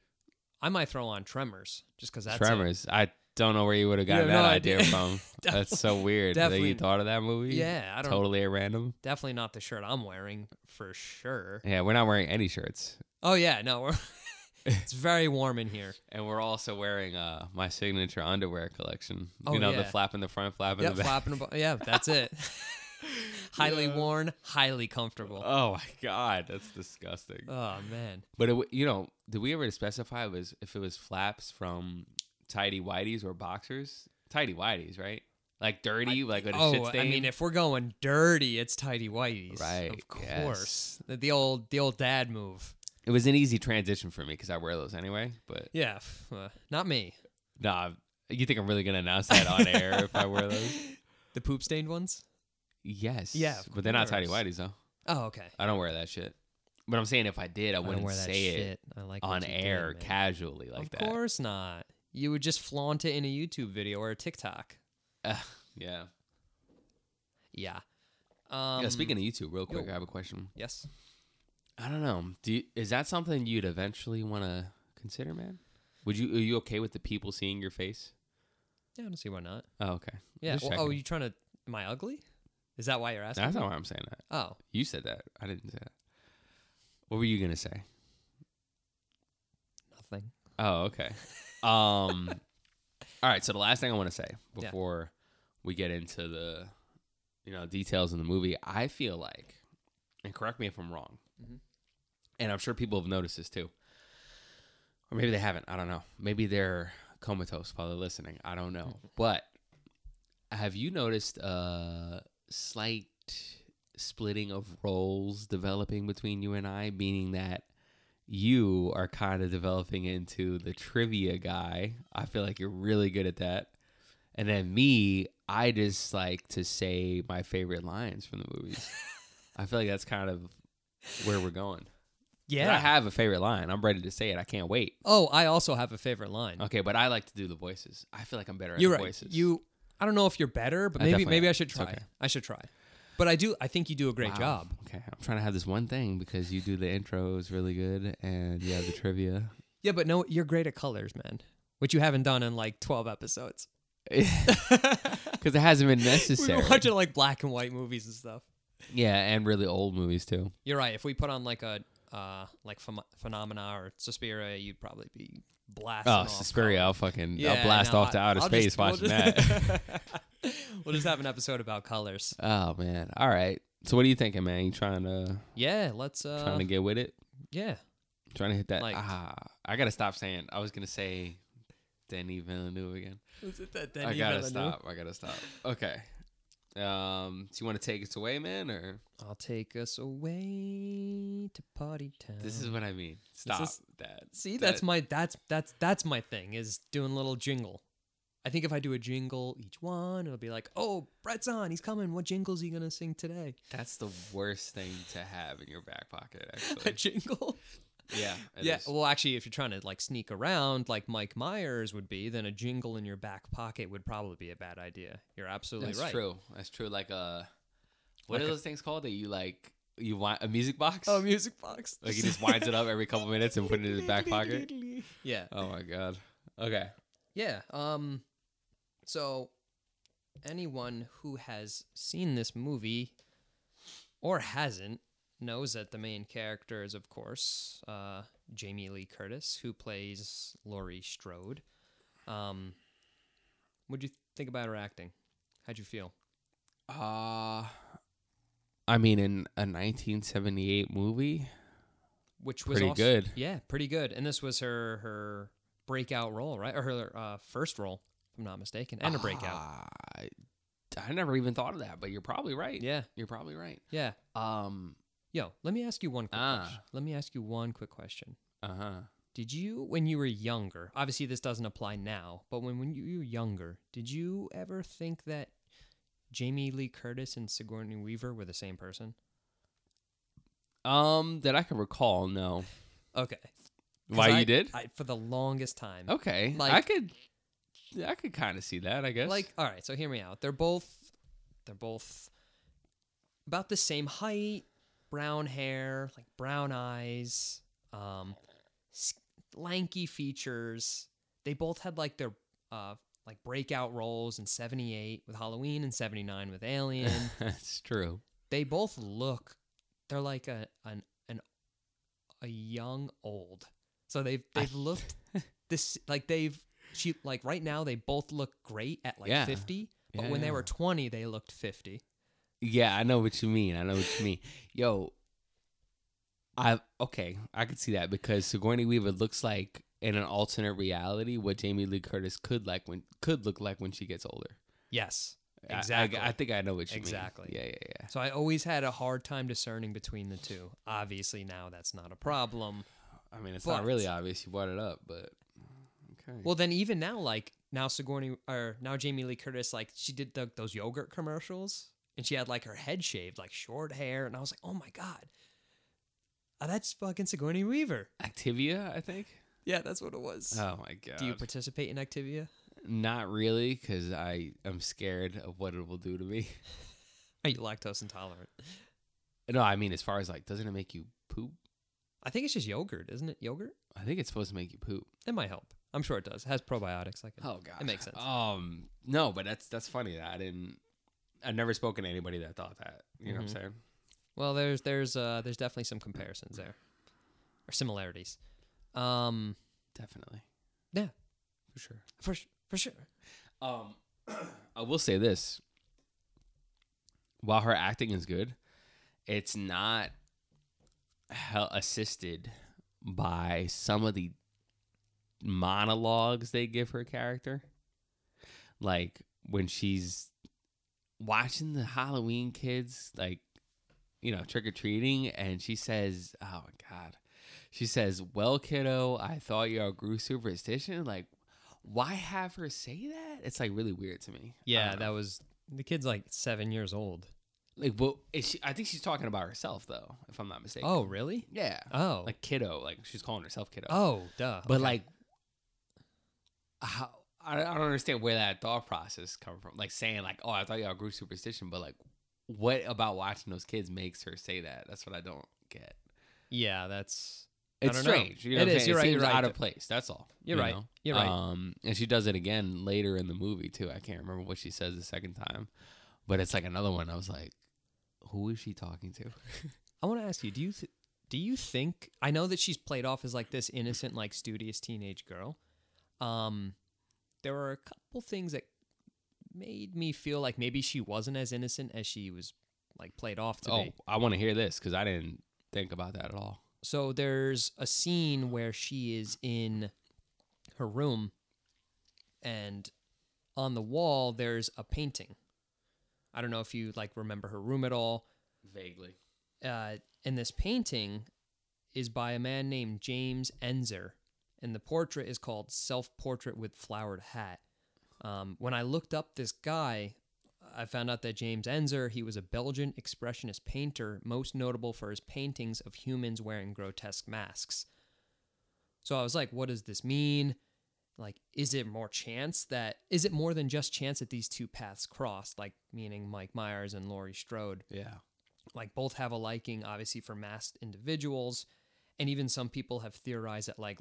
Speaker 2: I might throw on Tremors just because that's a-
Speaker 1: Tremors. I don't know where you would have
Speaker 2: You
Speaker 1: gotten
Speaker 2: have
Speaker 1: that
Speaker 2: no
Speaker 1: idea,
Speaker 2: idea.
Speaker 1: from. That's so weird that you
Speaker 2: Definitely-
Speaker 1: thought of that movie.
Speaker 2: yeah, I don't.
Speaker 1: totally at random.
Speaker 2: Definitely not the shirt I'm wearing for sure.
Speaker 1: Yeah, we're not wearing any shirts,
Speaker 2: Oh yeah, no, we're, it's very warm in here.
Speaker 1: and we're also wearing uh my signature underwear collection.
Speaker 2: Oh,
Speaker 1: you know the
Speaker 2: yeah.
Speaker 1: flap in the front, flap in
Speaker 2: Yep,
Speaker 1: the back.
Speaker 2: flapping about. Yeah, that's it. highly
Speaker 1: Yeah.
Speaker 2: worn, highly comfortable.
Speaker 1: Oh my god, that's disgusting.
Speaker 2: Oh man,
Speaker 1: But it, w- you know, did we ever specify it was if it was flaps from tidy whities or boxers? Tidy whities, right? Like dirty, like with a shit
Speaker 2: oh,
Speaker 1: stain.
Speaker 2: I mean, if we're going dirty, it's tidy whities,
Speaker 1: Right,
Speaker 2: Of
Speaker 1: yes.
Speaker 2: course, the, the old the old dad move.
Speaker 1: it was an easy transition for me because I wear those anyway. But
Speaker 2: Yeah, f- uh, not me.
Speaker 1: Nah, you think I'm really gonna announce that on air if I wear those?
Speaker 2: The poop stained ones.
Speaker 1: Yes.
Speaker 2: Yeah, of
Speaker 1: but they're not tidy
Speaker 2: course.
Speaker 1: whities though.
Speaker 2: Oh, okay.
Speaker 1: I don't wear that shit. But I'm saying if I did, I
Speaker 2: don't
Speaker 1: wouldn't
Speaker 2: wear that
Speaker 1: say it
Speaker 2: shit. I like what
Speaker 1: on
Speaker 2: you did,
Speaker 1: air
Speaker 2: man.
Speaker 1: casually like
Speaker 2: of
Speaker 1: that.
Speaker 2: course not. You would just flaunt it in a YouTube video or a TikTok.
Speaker 1: Ugh, yeah.
Speaker 2: Yeah. Um,
Speaker 1: yeah. Speaking of YouTube, real quick,
Speaker 2: yo.
Speaker 1: I have a question.
Speaker 2: yes,
Speaker 1: I don't know. Do you, is that something you'd eventually want to consider, man? Would you? Are you okay with the people seeing your face?
Speaker 2: yeah, I don't see why not.
Speaker 1: Oh, okay.
Speaker 2: Yeah.
Speaker 1: Just
Speaker 2: Well, oh,
Speaker 1: checking.
Speaker 2: you trying to? Am I ugly? Is that why you're asking?
Speaker 1: That's
Speaker 2: me?
Speaker 1: not why I'm saying that.
Speaker 2: Oh,
Speaker 1: You said that. I didn't say that. What were you gonna say?
Speaker 2: nothing.
Speaker 1: Oh, okay. Um, all right. So the last thing I want to say
Speaker 2: Yeah.
Speaker 1: before we get into the, you know, details in the movie, I feel like, and correct me if I'm wrong,
Speaker 2: Mhm.
Speaker 1: and I'm sure people have noticed this too, or maybe they haven't. I don't know. Maybe they're comatose while they're listening. I don't know. but have you noticed a slight splitting of roles developing between you and I, meaning that? you are kind of developing into the trivia guy. I feel like you're really good at that. And then me, I just like to say my favorite lines from the movies. I feel like that's kind of where we're going. And I have a favorite line. I'm ready to say it. I can't wait.
Speaker 2: oh, I also have a favorite line.
Speaker 1: Okay, but I like to do the voices. I feel like I'm better at
Speaker 2: you're
Speaker 1: the
Speaker 2: right.
Speaker 1: voices.
Speaker 2: You. I don't know if you're better, but
Speaker 1: I
Speaker 2: maybe
Speaker 1: definitely
Speaker 2: maybe
Speaker 1: am.
Speaker 2: I should
Speaker 1: It's
Speaker 2: try.
Speaker 1: okay.
Speaker 2: I should try. But I do. I think you do a great
Speaker 1: Wow.
Speaker 2: job.
Speaker 1: Okay, I'm trying to have this one thing because you do the intros really good and you have the trivia.
Speaker 2: Yeah, but no, you're great at colors, man. Which you haven't done in like 12 episodes.
Speaker 1: Because
Speaker 2: we
Speaker 1: it hasn't been
Speaker 2: were
Speaker 1: necessary.
Speaker 2: watching like black and white movies and stuff.
Speaker 1: Yeah, and really old movies too.
Speaker 2: You're right. If we put on like a uh like phem- phenomena or Suspiria, you'd probably be blasting.
Speaker 1: Oh,
Speaker 2: off
Speaker 1: Suspiria!
Speaker 2: colors.
Speaker 1: I'll fucking
Speaker 2: Yeah,
Speaker 1: I'll blast
Speaker 2: no,
Speaker 1: off to
Speaker 2: I-
Speaker 1: outer
Speaker 2: I'll
Speaker 1: space
Speaker 2: just- we'll
Speaker 1: watching
Speaker 2: just-
Speaker 1: that.
Speaker 2: we'll just have an episode about colors.
Speaker 1: oh man! All right. So what are you thinking, man? You trying to
Speaker 2: Yeah, let's. uh
Speaker 1: trying to get with it?
Speaker 2: Yeah,
Speaker 1: Trying to hit that?
Speaker 2: like-
Speaker 1: ah, I gotta stop saying. I was gonna say Denny Villeneuve again.
Speaker 2: Is it that
Speaker 1: I
Speaker 2: Denis
Speaker 1: gotta
Speaker 2: Villeneuve?
Speaker 1: stop. I gotta stop. Okay. Um, do you want to take us away, man, or
Speaker 2: I'll take us away to party town.
Speaker 1: this is what I mean? Stop
Speaker 2: Um, is-
Speaker 1: that.
Speaker 2: See, that's
Speaker 1: that-
Speaker 2: my that's that's that's my thing is doing a little jingle. I think if I do a jingle each one, it'll be like, "Oh, Brett's on. He's coming. What jingle's he gonna sing today?"
Speaker 1: That's the worst thing to have in your back pocket,
Speaker 2: A
Speaker 1: actually.
Speaker 2: jingle.
Speaker 1: Yeah. it
Speaker 2: yeah.
Speaker 1: is.
Speaker 2: Well, actually, if you're trying to like sneak around, like Mike Myers would be, then a jingle in your back pocket would probably be a bad idea. You're absolutely
Speaker 1: That's
Speaker 2: right.
Speaker 1: true. That's true. Like a what
Speaker 2: Like
Speaker 1: are
Speaker 2: a-
Speaker 1: those things called that you like? You want a music box?
Speaker 2: Oh, music box.
Speaker 1: like he just winds it up every couple minutes and put it in his back pocket.
Speaker 2: Yeah.
Speaker 1: Oh my god. Okay.
Speaker 2: Yeah. Um. So, anyone who has seen this movie or hasn't knows that the main character is, of course, uh, Jamie Lee Curtis, who plays Laurie Strode. Um, what'd you think about her acting? How'd you feel?
Speaker 1: Uh I mean in a 1978 movie,
Speaker 2: Which was
Speaker 1: Pretty
Speaker 2: also-
Speaker 1: good.
Speaker 2: Yeah, pretty good. And this was her her breakout role, right? Or her uh, first role, if I'm not mistaken, and a breakout.
Speaker 1: Ah, I, I never even thought of that, but you're probably right.
Speaker 2: Yeah,
Speaker 1: You're probably right.
Speaker 2: yeah.
Speaker 1: Um
Speaker 2: Yo, let me ask you one quick
Speaker 1: Ah.
Speaker 2: question. Let me ask you one quick question.
Speaker 1: uh-huh.
Speaker 2: Did you, when you were younger, obviously this doesn't apply now, but when, when you were younger, did you ever think that Jamie Lee Curtis and Sigourney Weaver were the same person?
Speaker 1: Um that I can recall, no.
Speaker 2: Okay. 'Cause
Speaker 1: Why
Speaker 2: I-
Speaker 1: you did?
Speaker 2: I, for the longest time.
Speaker 1: okay.
Speaker 2: like-
Speaker 1: I could I could kind of see that, I guess.
Speaker 2: Like, all right, so hear me out. They're both, they're both about the same height, brown hair, like brown eyes, um, s- lanky features. They both had like their uh like breakout roles in '78 with Halloween and '79 with Alien.
Speaker 1: That's true.
Speaker 2: they both look, they're like a an an a young old. So they've they've looked this like they've she like right now they both look great at like
Speaker 1: Yeah.
Speaker 2: 50 but
Speaker 1: Yeah,
Speaker 2: when they
Speaker 1: yeah.
Speaker 2: were 20 they looked 50
Speaker 1: Yeah, I know what you mean. I know what you mean. Yo, I okay, I could see that because Sigourney Weaver looks like in an alternate reality what Jamie Lee Curtis could like when could look like when she gets older.
Speaker 2: yes
Speaker 1: I- I-
Speaker 2: Exactly.
Speaker 1: I, think I know what you
Speaker 2: Exactly.
Speaker 1: mean. Exactly. Yeah, yeah, yeah.
Speaker 2: so i always had a hard time discerning between the two obviously now that's not a problem
Speaker 1: I mean, it's
Speaker 2: But-
Speaker 1: not really obvious. You brought it up, but okay.
Speaker 2: well then even now like now sigourney or now jamie lee curtis like she did the, those yogurt commercials and she had like her head shaved like short hair and i was like oh my god Oh, that's fucking sigourney weaver
Speaker 1: Activia, I think.
Speaker 2: yeah that's what it was
Speaker 1: Oh my god.
Speaker 2: do you participate in activia
Speaker 1: not really, because I am scared of what it will do to me.
Speaker 2: are you lactose intolerant
Speaker 1: No, I mean, as far as like, doesn't it make you poop?
Speaker 2: I think it's just yogurt, isn't it? Yogurt?
Speaker 1: I think it's supposed to make you poop.
Speaker 2: It might help. I'm sure it does. It has probiotics. Like it.
Speaker 1: Oh god,
Speaker 2: It makes sense.
Speaker 1: Um, no, but that's that's funny. That I didn't. I've never spoken to anybody that thought that. You know what
Speaker 2: Mm-hmm.
Speaker 1: I'm saying?
Speaker 2: Well, there's there's uh there's definitely some comparisons there, or similarities. Um,
Speaker 1: Definitely.
Speaker 2: Yeah.
Speaker 1: for sure.
Speaker 2: for s- for sure.
Speaker 1: Um, I will say this: while her acting is good, it's not hel- assisted by some of the monologues they give her character. Like when she's watching the Halloween kids, like you know, trick or treating, and she says, "Oh my god." She says, "Well, kiddo, I thought you outgrew superstition. Like, why have her say that? It's like really weird to me. Um, I
Speaker 2: Yeah,
Speaker 1: don't know.
Speaker 2: that was the kid's like seven years old.
Speaker 1: like well, is she, I think she's talking about herself though, if I'm not mistaken.
Speaker 2: Oh, really?
Speaker 1: yeah,
Speaker 2: Oh,
Speaker 1: like kiddo, like she's calling herself kiddo.
Speaker 2: oh, duh.
Speaker 1: but
Speaker 2: Okay.
Speaker 1: like, how, I, I don't understand where that thought process come from. Like saying like, oh, I thought y'all grew superstition, but like, what about watching those kids makes her say that? That's what I don't get.
Speaker 2: yeah, that's I
Speaker 1: It's
Speaker 2: don't know.
Speaker 1: strange. You know
Speaker 2: It
Speaker 1: what I'm
Speaker 2: is.
Speaker 1: saying?
Speaker 2: You're right,
Speaker 1: seems
Speaker 2: you're right.
Speaker 1: out of place. That's all.
Speaker 2: You're
Speaker 1: you
Speaker 2: right.
Speaker 1: know?
Speaker 2: You're right.
Speaker 1: Um, and she does it again later in the movie too. I can't remember what she says the second time, but it's like another one. I was like, who is she talking to?
Speaker 2: I want to ask you, do you th- do you think I know that she's played off as like this innocent, like studious teenage girl? Um, there were a couple things that made me feel like maybe she wasn't as innocent as she was like played off to
Speaker 1: Oh,
Speaker 2: be.
Speaker 1: I want to hear this because I didn't think about that at all.
Speaker 2: So there's a scene where she is in her room, and on the wall there's a painting. I don't know if you like remember her room at all.
Speaker 1: Vaguely.
Speaker 2: uh, and this painting is by a man named James Enzer, and the portrait is called "Self Portrait with Flowered Hat." Um, when I looked up this guy, I found out that James Enzer, he was a Belgian expressionist painter, most notable for his paintings of humans wearing grotesque masks. So I was like, what does this mean? Like, is it more chance that, is it more than just chance that these two paths crossed, like meaning Mike Myers and Laurie Strode?
Speaker 1: Yeah.
Speaker 2: like both have a liking obviously for masked individuals and even some people have theorized that like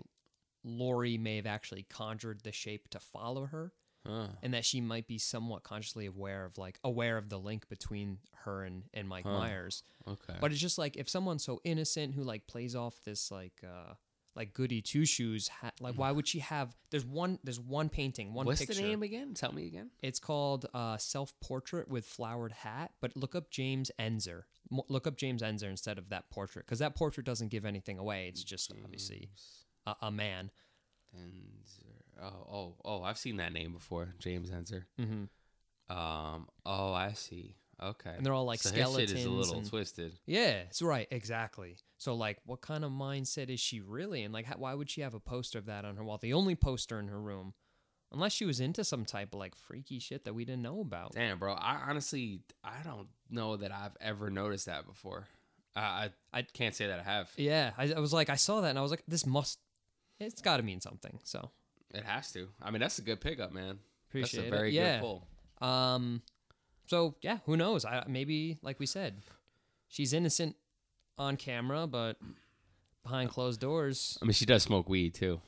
Speaker 2: Lori may have actually conjured the shape to follow her
Speaker 1: Huh.
Speaker 2: and that she might be somewhat consciously aware of like aware of the link between her and, and Mike
Speaker 1: Huh.
Speaker 2: Myers
Speaker 1: Okay.
Speaker 2: but it's just like if someone's so innocent who like plays off this like uh like goody two shoes ha- like why would she have there's one there's one painting one
Speaker 1: Hmm. What's
Speaker 2: picture
Speaker 1: the name again? Tell me again.
Speaker 2: it's called uh, Self Portrait with Flowered Hat, but look up James Enzer. Mo- Look up James Enzer instead of that portrait because that portrait doesn't give anything away. It's just obviously a, a man.
Speaker 1: Enzer. Oh, oh, oh! I've seen that name before, James Enzer.
Speaker 2: Mm-hmm.
Speaker 1: Um. Oh, I see. Okay.
Speaker 2: And they're all like
Speaker 1: so His
Speaker 2: skeletons.
Speaker 1: shit is a little
Speaker 2: and-
Speaker 1: twisted.
Speaker 2: yeah, it's right, exactly. So, like, what kind of mindset is she really? And like, how, why would she have a poster of that on her wall? The only poster in her room, unless she was into some type of like freaky shit that we didn't know about.
Speaker 1: Damn, bro. I honestly, I don't know that I've ever noticed that before. I, I, I can't say that I have.
Speaker 2: Yeah, I, I was like, I saw that and I was like, this must, it's got to mean something. So.
Speaker 1: It has to. I mean, that's a good pickup, man.
Speaker 2: Appreciate
Speaker 1: that's a very
Speaker 2: it. Yeah.
Speaker 1: good pull.
Speaker 2: Um, so yeah, who knows? I maybe like we said, she's innocent on camera, but behind closed doors.
Speaker 1: I mean, she does smoke weed too.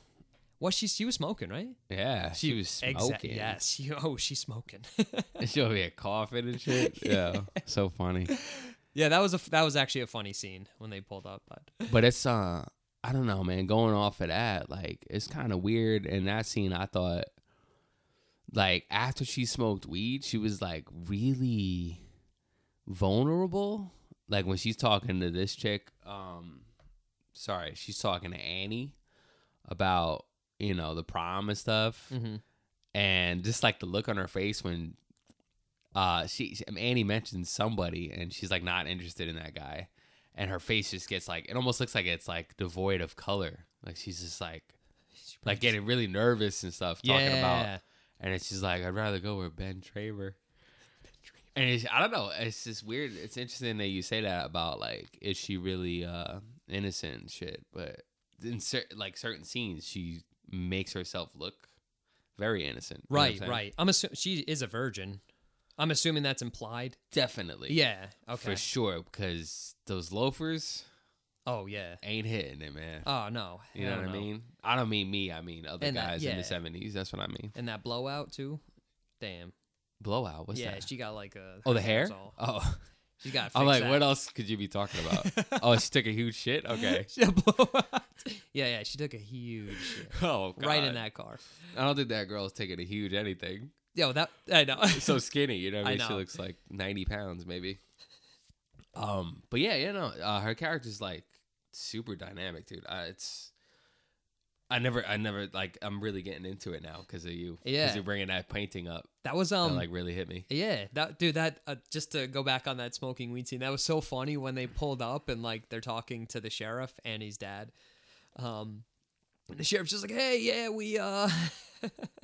Speaker 2: What she she was smoking, right?
Speaker 1: Yeah, she, was
Speaker 2: Exa-
Speaker 1: smoking.
Speaker 2: yes. She, oh, she's smoking.
Speaker 1: she'll be a coughing and shit. yeah, so funny.
Speaker 2: yeah, that was a f- that was actually a funny scene when they pulled up. But
Speaker 1: But it's uh, I don't know, man. Going off of that, like it's kind of weird. In that scene, I thought, like after she smoked weed, she was like really vulnerable. Like when she's talking to this chick, um, sorry, she's talking to Annie about you know the prom and stuff.
Speaker 2: Mhm.
Speaker 1: and just like the look on her face when uh she she- Annie mentions somebody and she's like not interested in that guy and her face just gets like it almost looks like it's like devoid of color like she's just like
Speaker 2: She
Speaker 1: like
Speaker 2: probably-
Speaker 1: getting really nervous and stuff talking
Speaker 2: Yeah.
Speaker 1: about and it's just like I'd rather go with Ben Traver and it's, I don't know it's just weird it's interesting that you say that about like is she really uh innocent and shit but in cer- like certain scenes she makes herself look very innocent You know what I'm
Speaker 2: right,
Speaker 1: saying?
Speaker 2: right. I'm assuming she is a virgin. I'm assuming that's implied.
Speaker 1: Definitely.
Speaker 2: Yeah. Okay.
Speaker 1: For sure, because those loafers
Speaker 2: oh yeah.
Speaker 1: ain't hitting it, man.
Speaker 2: Oh no.
Speaker 1: you know
Speaker 2: Hell
Speaker 1: what I
Speaker 2: no.
Speaker 1: mean? I don't mean me. I mean other
Speaker 2: And that-
Speaker 1: guys in
Speaker 2: yeah.
Speaker 1: the seventies. That's what I mean.
Speaker 2: And that blowout too. Damn.
Speaker 1: Blowout. What's
Speaker 2: yeah,
Speaker 1: that?
Speaker 2: she got like a.
Speaker 1: oh,
Speaker 2: her
Speaker 1: the hair.
Speaker 2: was all-
Speaker 1: Oh,
Speaker 2: She's got.
Speaker 1: I'm like,
Speaker 2: fixed
Speaker 1: what
Speaker 2: that.
Speaker 1: else could you be talking about? oh, she took a huge shit. Okay.
Speaker 2: She had a blowout. yeah, yeah. She took a huge shit
Speaker 1: Oh,
Speaker 2: right in
Speaker 1: God.
Speaker 2: that car.
Speaker 1: I don't think that girl's taking a huge anything.
Speaker 2: Yo, that I know.
Speaker 1: so skinny. You know, what I
Speaker 2: I
Speaker 1: mean, she
Speaker 2: know.
Speaker 1: looks like ninety pounds maybe. Um, but yeah, you know, uh, her character's like super dynamic, dude. Uh, it's I never, I never like. I'm really getting into it now because of you.
Speaker 2: Yeah.
Speaker 1: because you're bringing that painting up.
Speaker 2: that was um.
Speaker 1: that like really hit me.
Speaker 2: yeah, that dude. That uh, just to go back on that smoking weed scene. That was so funny when they pulled up and like they're talking to the sheriff and his dad. Um, the sheriff's just like, hey, yeah, we uh.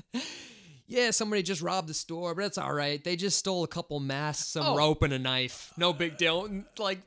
Speaker 2: Yeah, somebody just robbed the store, but it's all right. They just stole a couple masks, some
Speaker 1: Oh.
Speaker 2: rope, and a knife. No big deal. And, Like,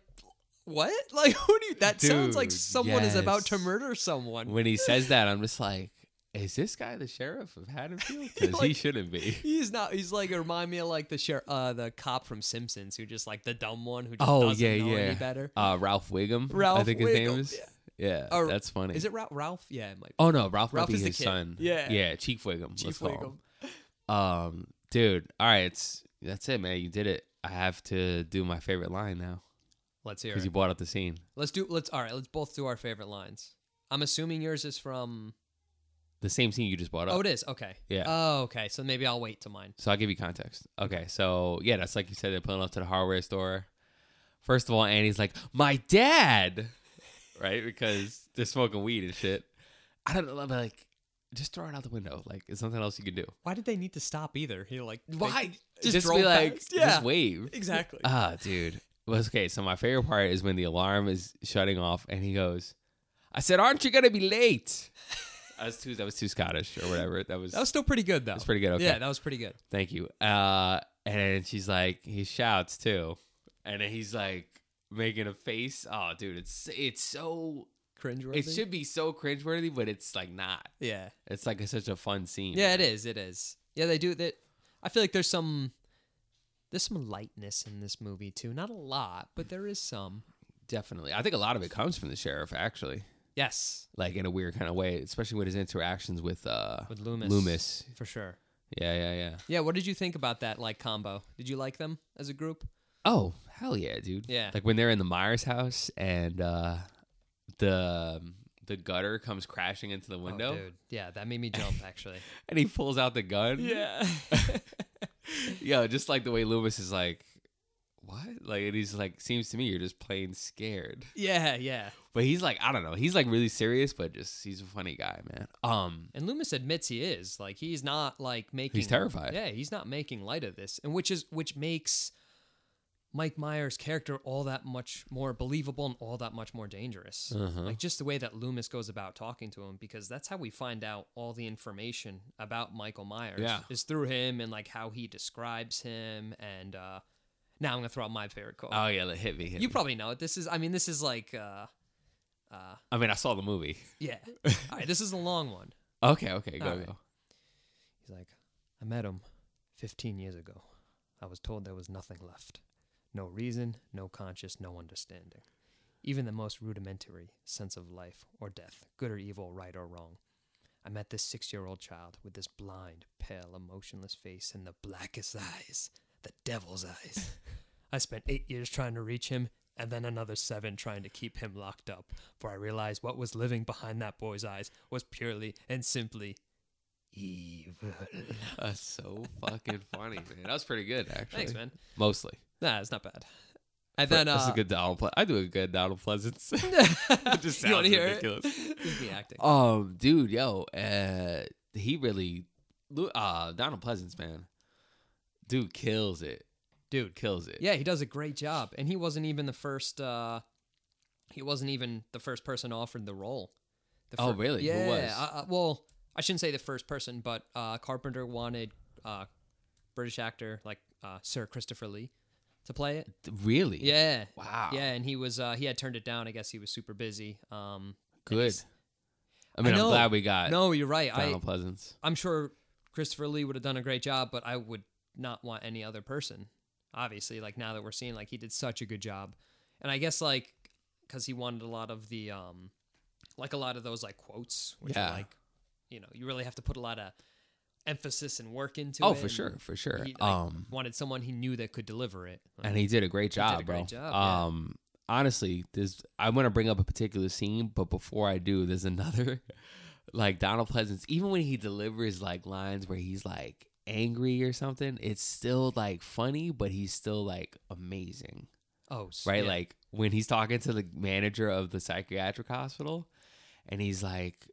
Speaker 2: what? Like, who do you? That sounds like
Speaker 1: Dude,
Speaker 2: someone is about to
Speaker 1: yes.
Speaker 2: murder someone.
Speaker 1: When he says that, I'm just like, is this guy the sheriff of Haddonfield? Because he
Speaker 2: Like-
Speaker 1: shouldn't be.
Speaker 2: He's not. He's like it remind me of like the share, uh, the cop from Simpsons who just like the dumb one who just
Speaker 1: Oh
Speaker 2: doesn't
Speaker 1: yeah,
Speaker 2: know
Speaker 1: yeah.
Speaker 2: any better.
Speaker 1: Uh, Ralph Wiggum. I
Speaker 2: Ralph
Speaker 1: think his name
Speaker 2: Wiggum,
Speaker 1: is. Yeah,
Speaker 2: Or-
Speaker 1: that's funny.
Speaker 2: Is it Ra- Ralph? Yeah, it might. Be.
Speaker 1: Oh no, Ralph,
Speaker 2: Ralph
Speaker 1: might be
Speaker 2: is the
Speaker 1: his
Speaker 2: kid.
Speaker 1: son.
Speaker 2: Yeah.
Speaker 1: yeah, Chief Wiggum.
Speaker 2: Chief
Speaker 1: let's call him. Um, dude. All right, it's that's it, man. You did it. I have to do my favorite line now
Speaker 2: Let's hear
Speaker 1: because
Speaker 2: it.
Speaker 1: you brought up the scene.
Speaker 2: Let's do. Let's all right. Let's both do our favorite lines. I'm assuming yours is from.
Speaker 1: The same scene you just brought up.
Speaker 2: Oh, it is. Okay.
Speaker 1: Yeah.
Speaker 2: Oh, okay. So maybe I'll wait to mine.
Speaker 1: So I'll give you context. Okay, so yeah, that's like you said. They're pulling up to the hardware store. First of all, Annie's like, "My dad," right? Because they're smoking weed and shit. I don't know, but like, just throw it out the window. Like, it's nothing else you can do.
Speaker 2: Why did they need to stop either? He like they-
Speaker 1: Why?
Speaker 2: just
Speaker 1: just
Speaker 2: drove
Speaker 1: be like,
Speaker 2: past. Yeah.
Speaker 1: just wave.
Speaker 2: exactly.
Speaker 1: Ah, dude. Well, it's okay. So my favorite part is when the alarm is shutting off, and he goes, "I said, aren't you gonna be late?" I was too. That was too Scottish or whatever. That was.
Speaker 2: That was still pretty good though.
Speaker 1: That's pretty good. Okay.
Speaker 2: Yeah, that was pretty good.
Speaker 1: Thank you. Uh, and she's like, he shouts too, and then he's like making a face. Oh, dude, it's it's so.
Speaker 2: Cringe.
Speaker 1: It should be so cringeworthy, but it's like not.
Speaker 2: Yeah.
Speaker 1: It's like such a fun scene.
Speaker 2: Yeah, it is. It is. Yeah, they do that. I feel like there's some there's some lightness in this movie too. Not a lot, but there is some.
Speaker 1: Definitely. I think a lot of it comes from the sheriff, actually.
Speaker 2: Yes,
Speaker 1: Like in a weird kind of way, especially with his interactions with uh
Speaker 2: with Loomis.
Speaker 1: Loomis.
Speaker 2: for sure.
Speaker 1: Yeah, yeah, yeah.
Speaker 2: Yeah. What did you think about that like combo? Did you like them as a group?
Speaker 1: Oh, hell yeah, dude.
Speaker 2: Yeah.
Speaker 1: Like when they're in the Myers house and uh the the gutter comes crashing into the
Speaker 2: Oh,
Speaker 1: window
Speaker 2: dude. Yeah, that made me jump actually.
Speaker 1: and he pulls out the gun.
Speaker 2: yeah.
Speaker 1: Yo, just like the way Loomis is like what? Like and he's like seems to me you're just plain scared.
Speaker 2: yeah. Yeah.
Speaker 1: But he's like I don't know. He's like really serious, but just he's a funny guy, man. Um
Speaker 2: And Loomis admits he is. Like he's not like making
Speaker 1: terrified.
Speaker 2: Yeah, he's not making light of this. And which is which makes Mike Myers' character all that much more believable and all that much more dangerous.
Speaker 1: Uh-huh.
Speaker 2: Like just the way that Loomis goes about talking to him because that's how we find out all the information about Michael Myers
Speaker 1: Yeah.
Speaker 2: is through him and like how he describes him and uh now I'm going to throw out my favorite quote.
Speaker 1: Oh yeah, like, hit me. Hit
Speaker 2: you
Speaker 1: me.
Speaker 2: probably know it. This is I mean this is like uh uh
Speaker 1: I mean, I saw the movie.
Speaker 2: yeah. all right, this is a long one.
Speaker 1: Okay, okay, go
Speaker 2: All right.
Speaker 1: go.
Speaker 2: He's like, I met him 15 years ago. I was told there was nothing left no reason, no conscience, no understanding. Even the most rudimentary sense of life or death, good or evil, right or wrong. I met this six year old child with this blind, pale, emotionless face and the blackest eyes, the devil's eyes. I spent eight years trying to reach him, and then another seven trying to keep him locked up, for I realized what was living behind that boy's eyes was purely and simply evil.
Speaker 1: That's so fucking funny, man. That was pretty good, actually.
Speaker 2: Thanks, man.
Speaker 1: Mostly.
Speaker 2: Nah, it's not bad. And then,
Speaker 1: that's
Speaker 2: uh,
Speaker 1: a good Donald. Ple- I do a good Donald Pleasance. just
Speaker 2: you
Speaker 1: sounds
Speaker 2: wanna hear
Speaker 1: ridiculous.
Speaker 2: It? Just me acting.
Speaker 1: um, dude, yo, uh, he really, Lu- uh, Donald Pleasance, man, dude kills it,
Speaker 2: Dude,
Speaker 1: kills it.
Speaker 2: yeah, he does a great job, and he wasn't even the first. uh He wasn't even the first person offered the role. The
Speaker 1: Oh,
Speaker 2: fir-
Speaker 1: really? Who
Speaker 2: Yeah.
Speaker 1: was?
Speaker 2: uh, uh, well, I shouldn't say the first person, but uh Carpenter wanted uh British actor like uh Sir Christopher Lee to play it.
Speaker 1: really.
Speaker 2: Yeah.
Speaker 1: Wow.
Speaker 2: Yeah, and he was uh he had turned it down. I guess he was super busy. Um and
Speaker 1: Good.
Speaker 2: he's-
Speaker 1: I mean, I
Speaker 2: I
Speaker 1: am
Speaker 2: know.
Speaker 1: glad we got
Speaker 2: No, you're right. I
Speaker 1: Donald Pleasance.
Speaker 2: I'm sure Christopher Lee would have done a great job, but I would not want any other person. Obviously, like now that we're seeing, like he did such a good job, and I guess like because he wanted a lot of the um, like a lot of those like quotes, which
Speaker 1: Yeah.
Speaker 2: are like you know you really have to put a lot of emphasis and work into it.
Speaker 1: Oh, for
Speaker 2: and
Speaker 1: sure, for sure.
Speaker 2: He, like,
Speaker 1: um,
Speaker 2: wanted someone he knew that could deliver it.
Speaker 1: and he did a great job,
Speaker 2: did a great
Speaker 1: bro.
Speaker 2: job, yeah.
Speaker 1: Um, honestly, this I want to bring up a particular scene, but before I do, there's another like Donald Pleasance. Even when he delivers like lines where he's like angry or something, it's still like funny, but he's still like amazing,
Speaker 2: oh, s-
Speaker 1: right?
Speaker 2: yeah.
Speaker 1: Like when he's talking to the manager of the psychiatric hospital, and he's like.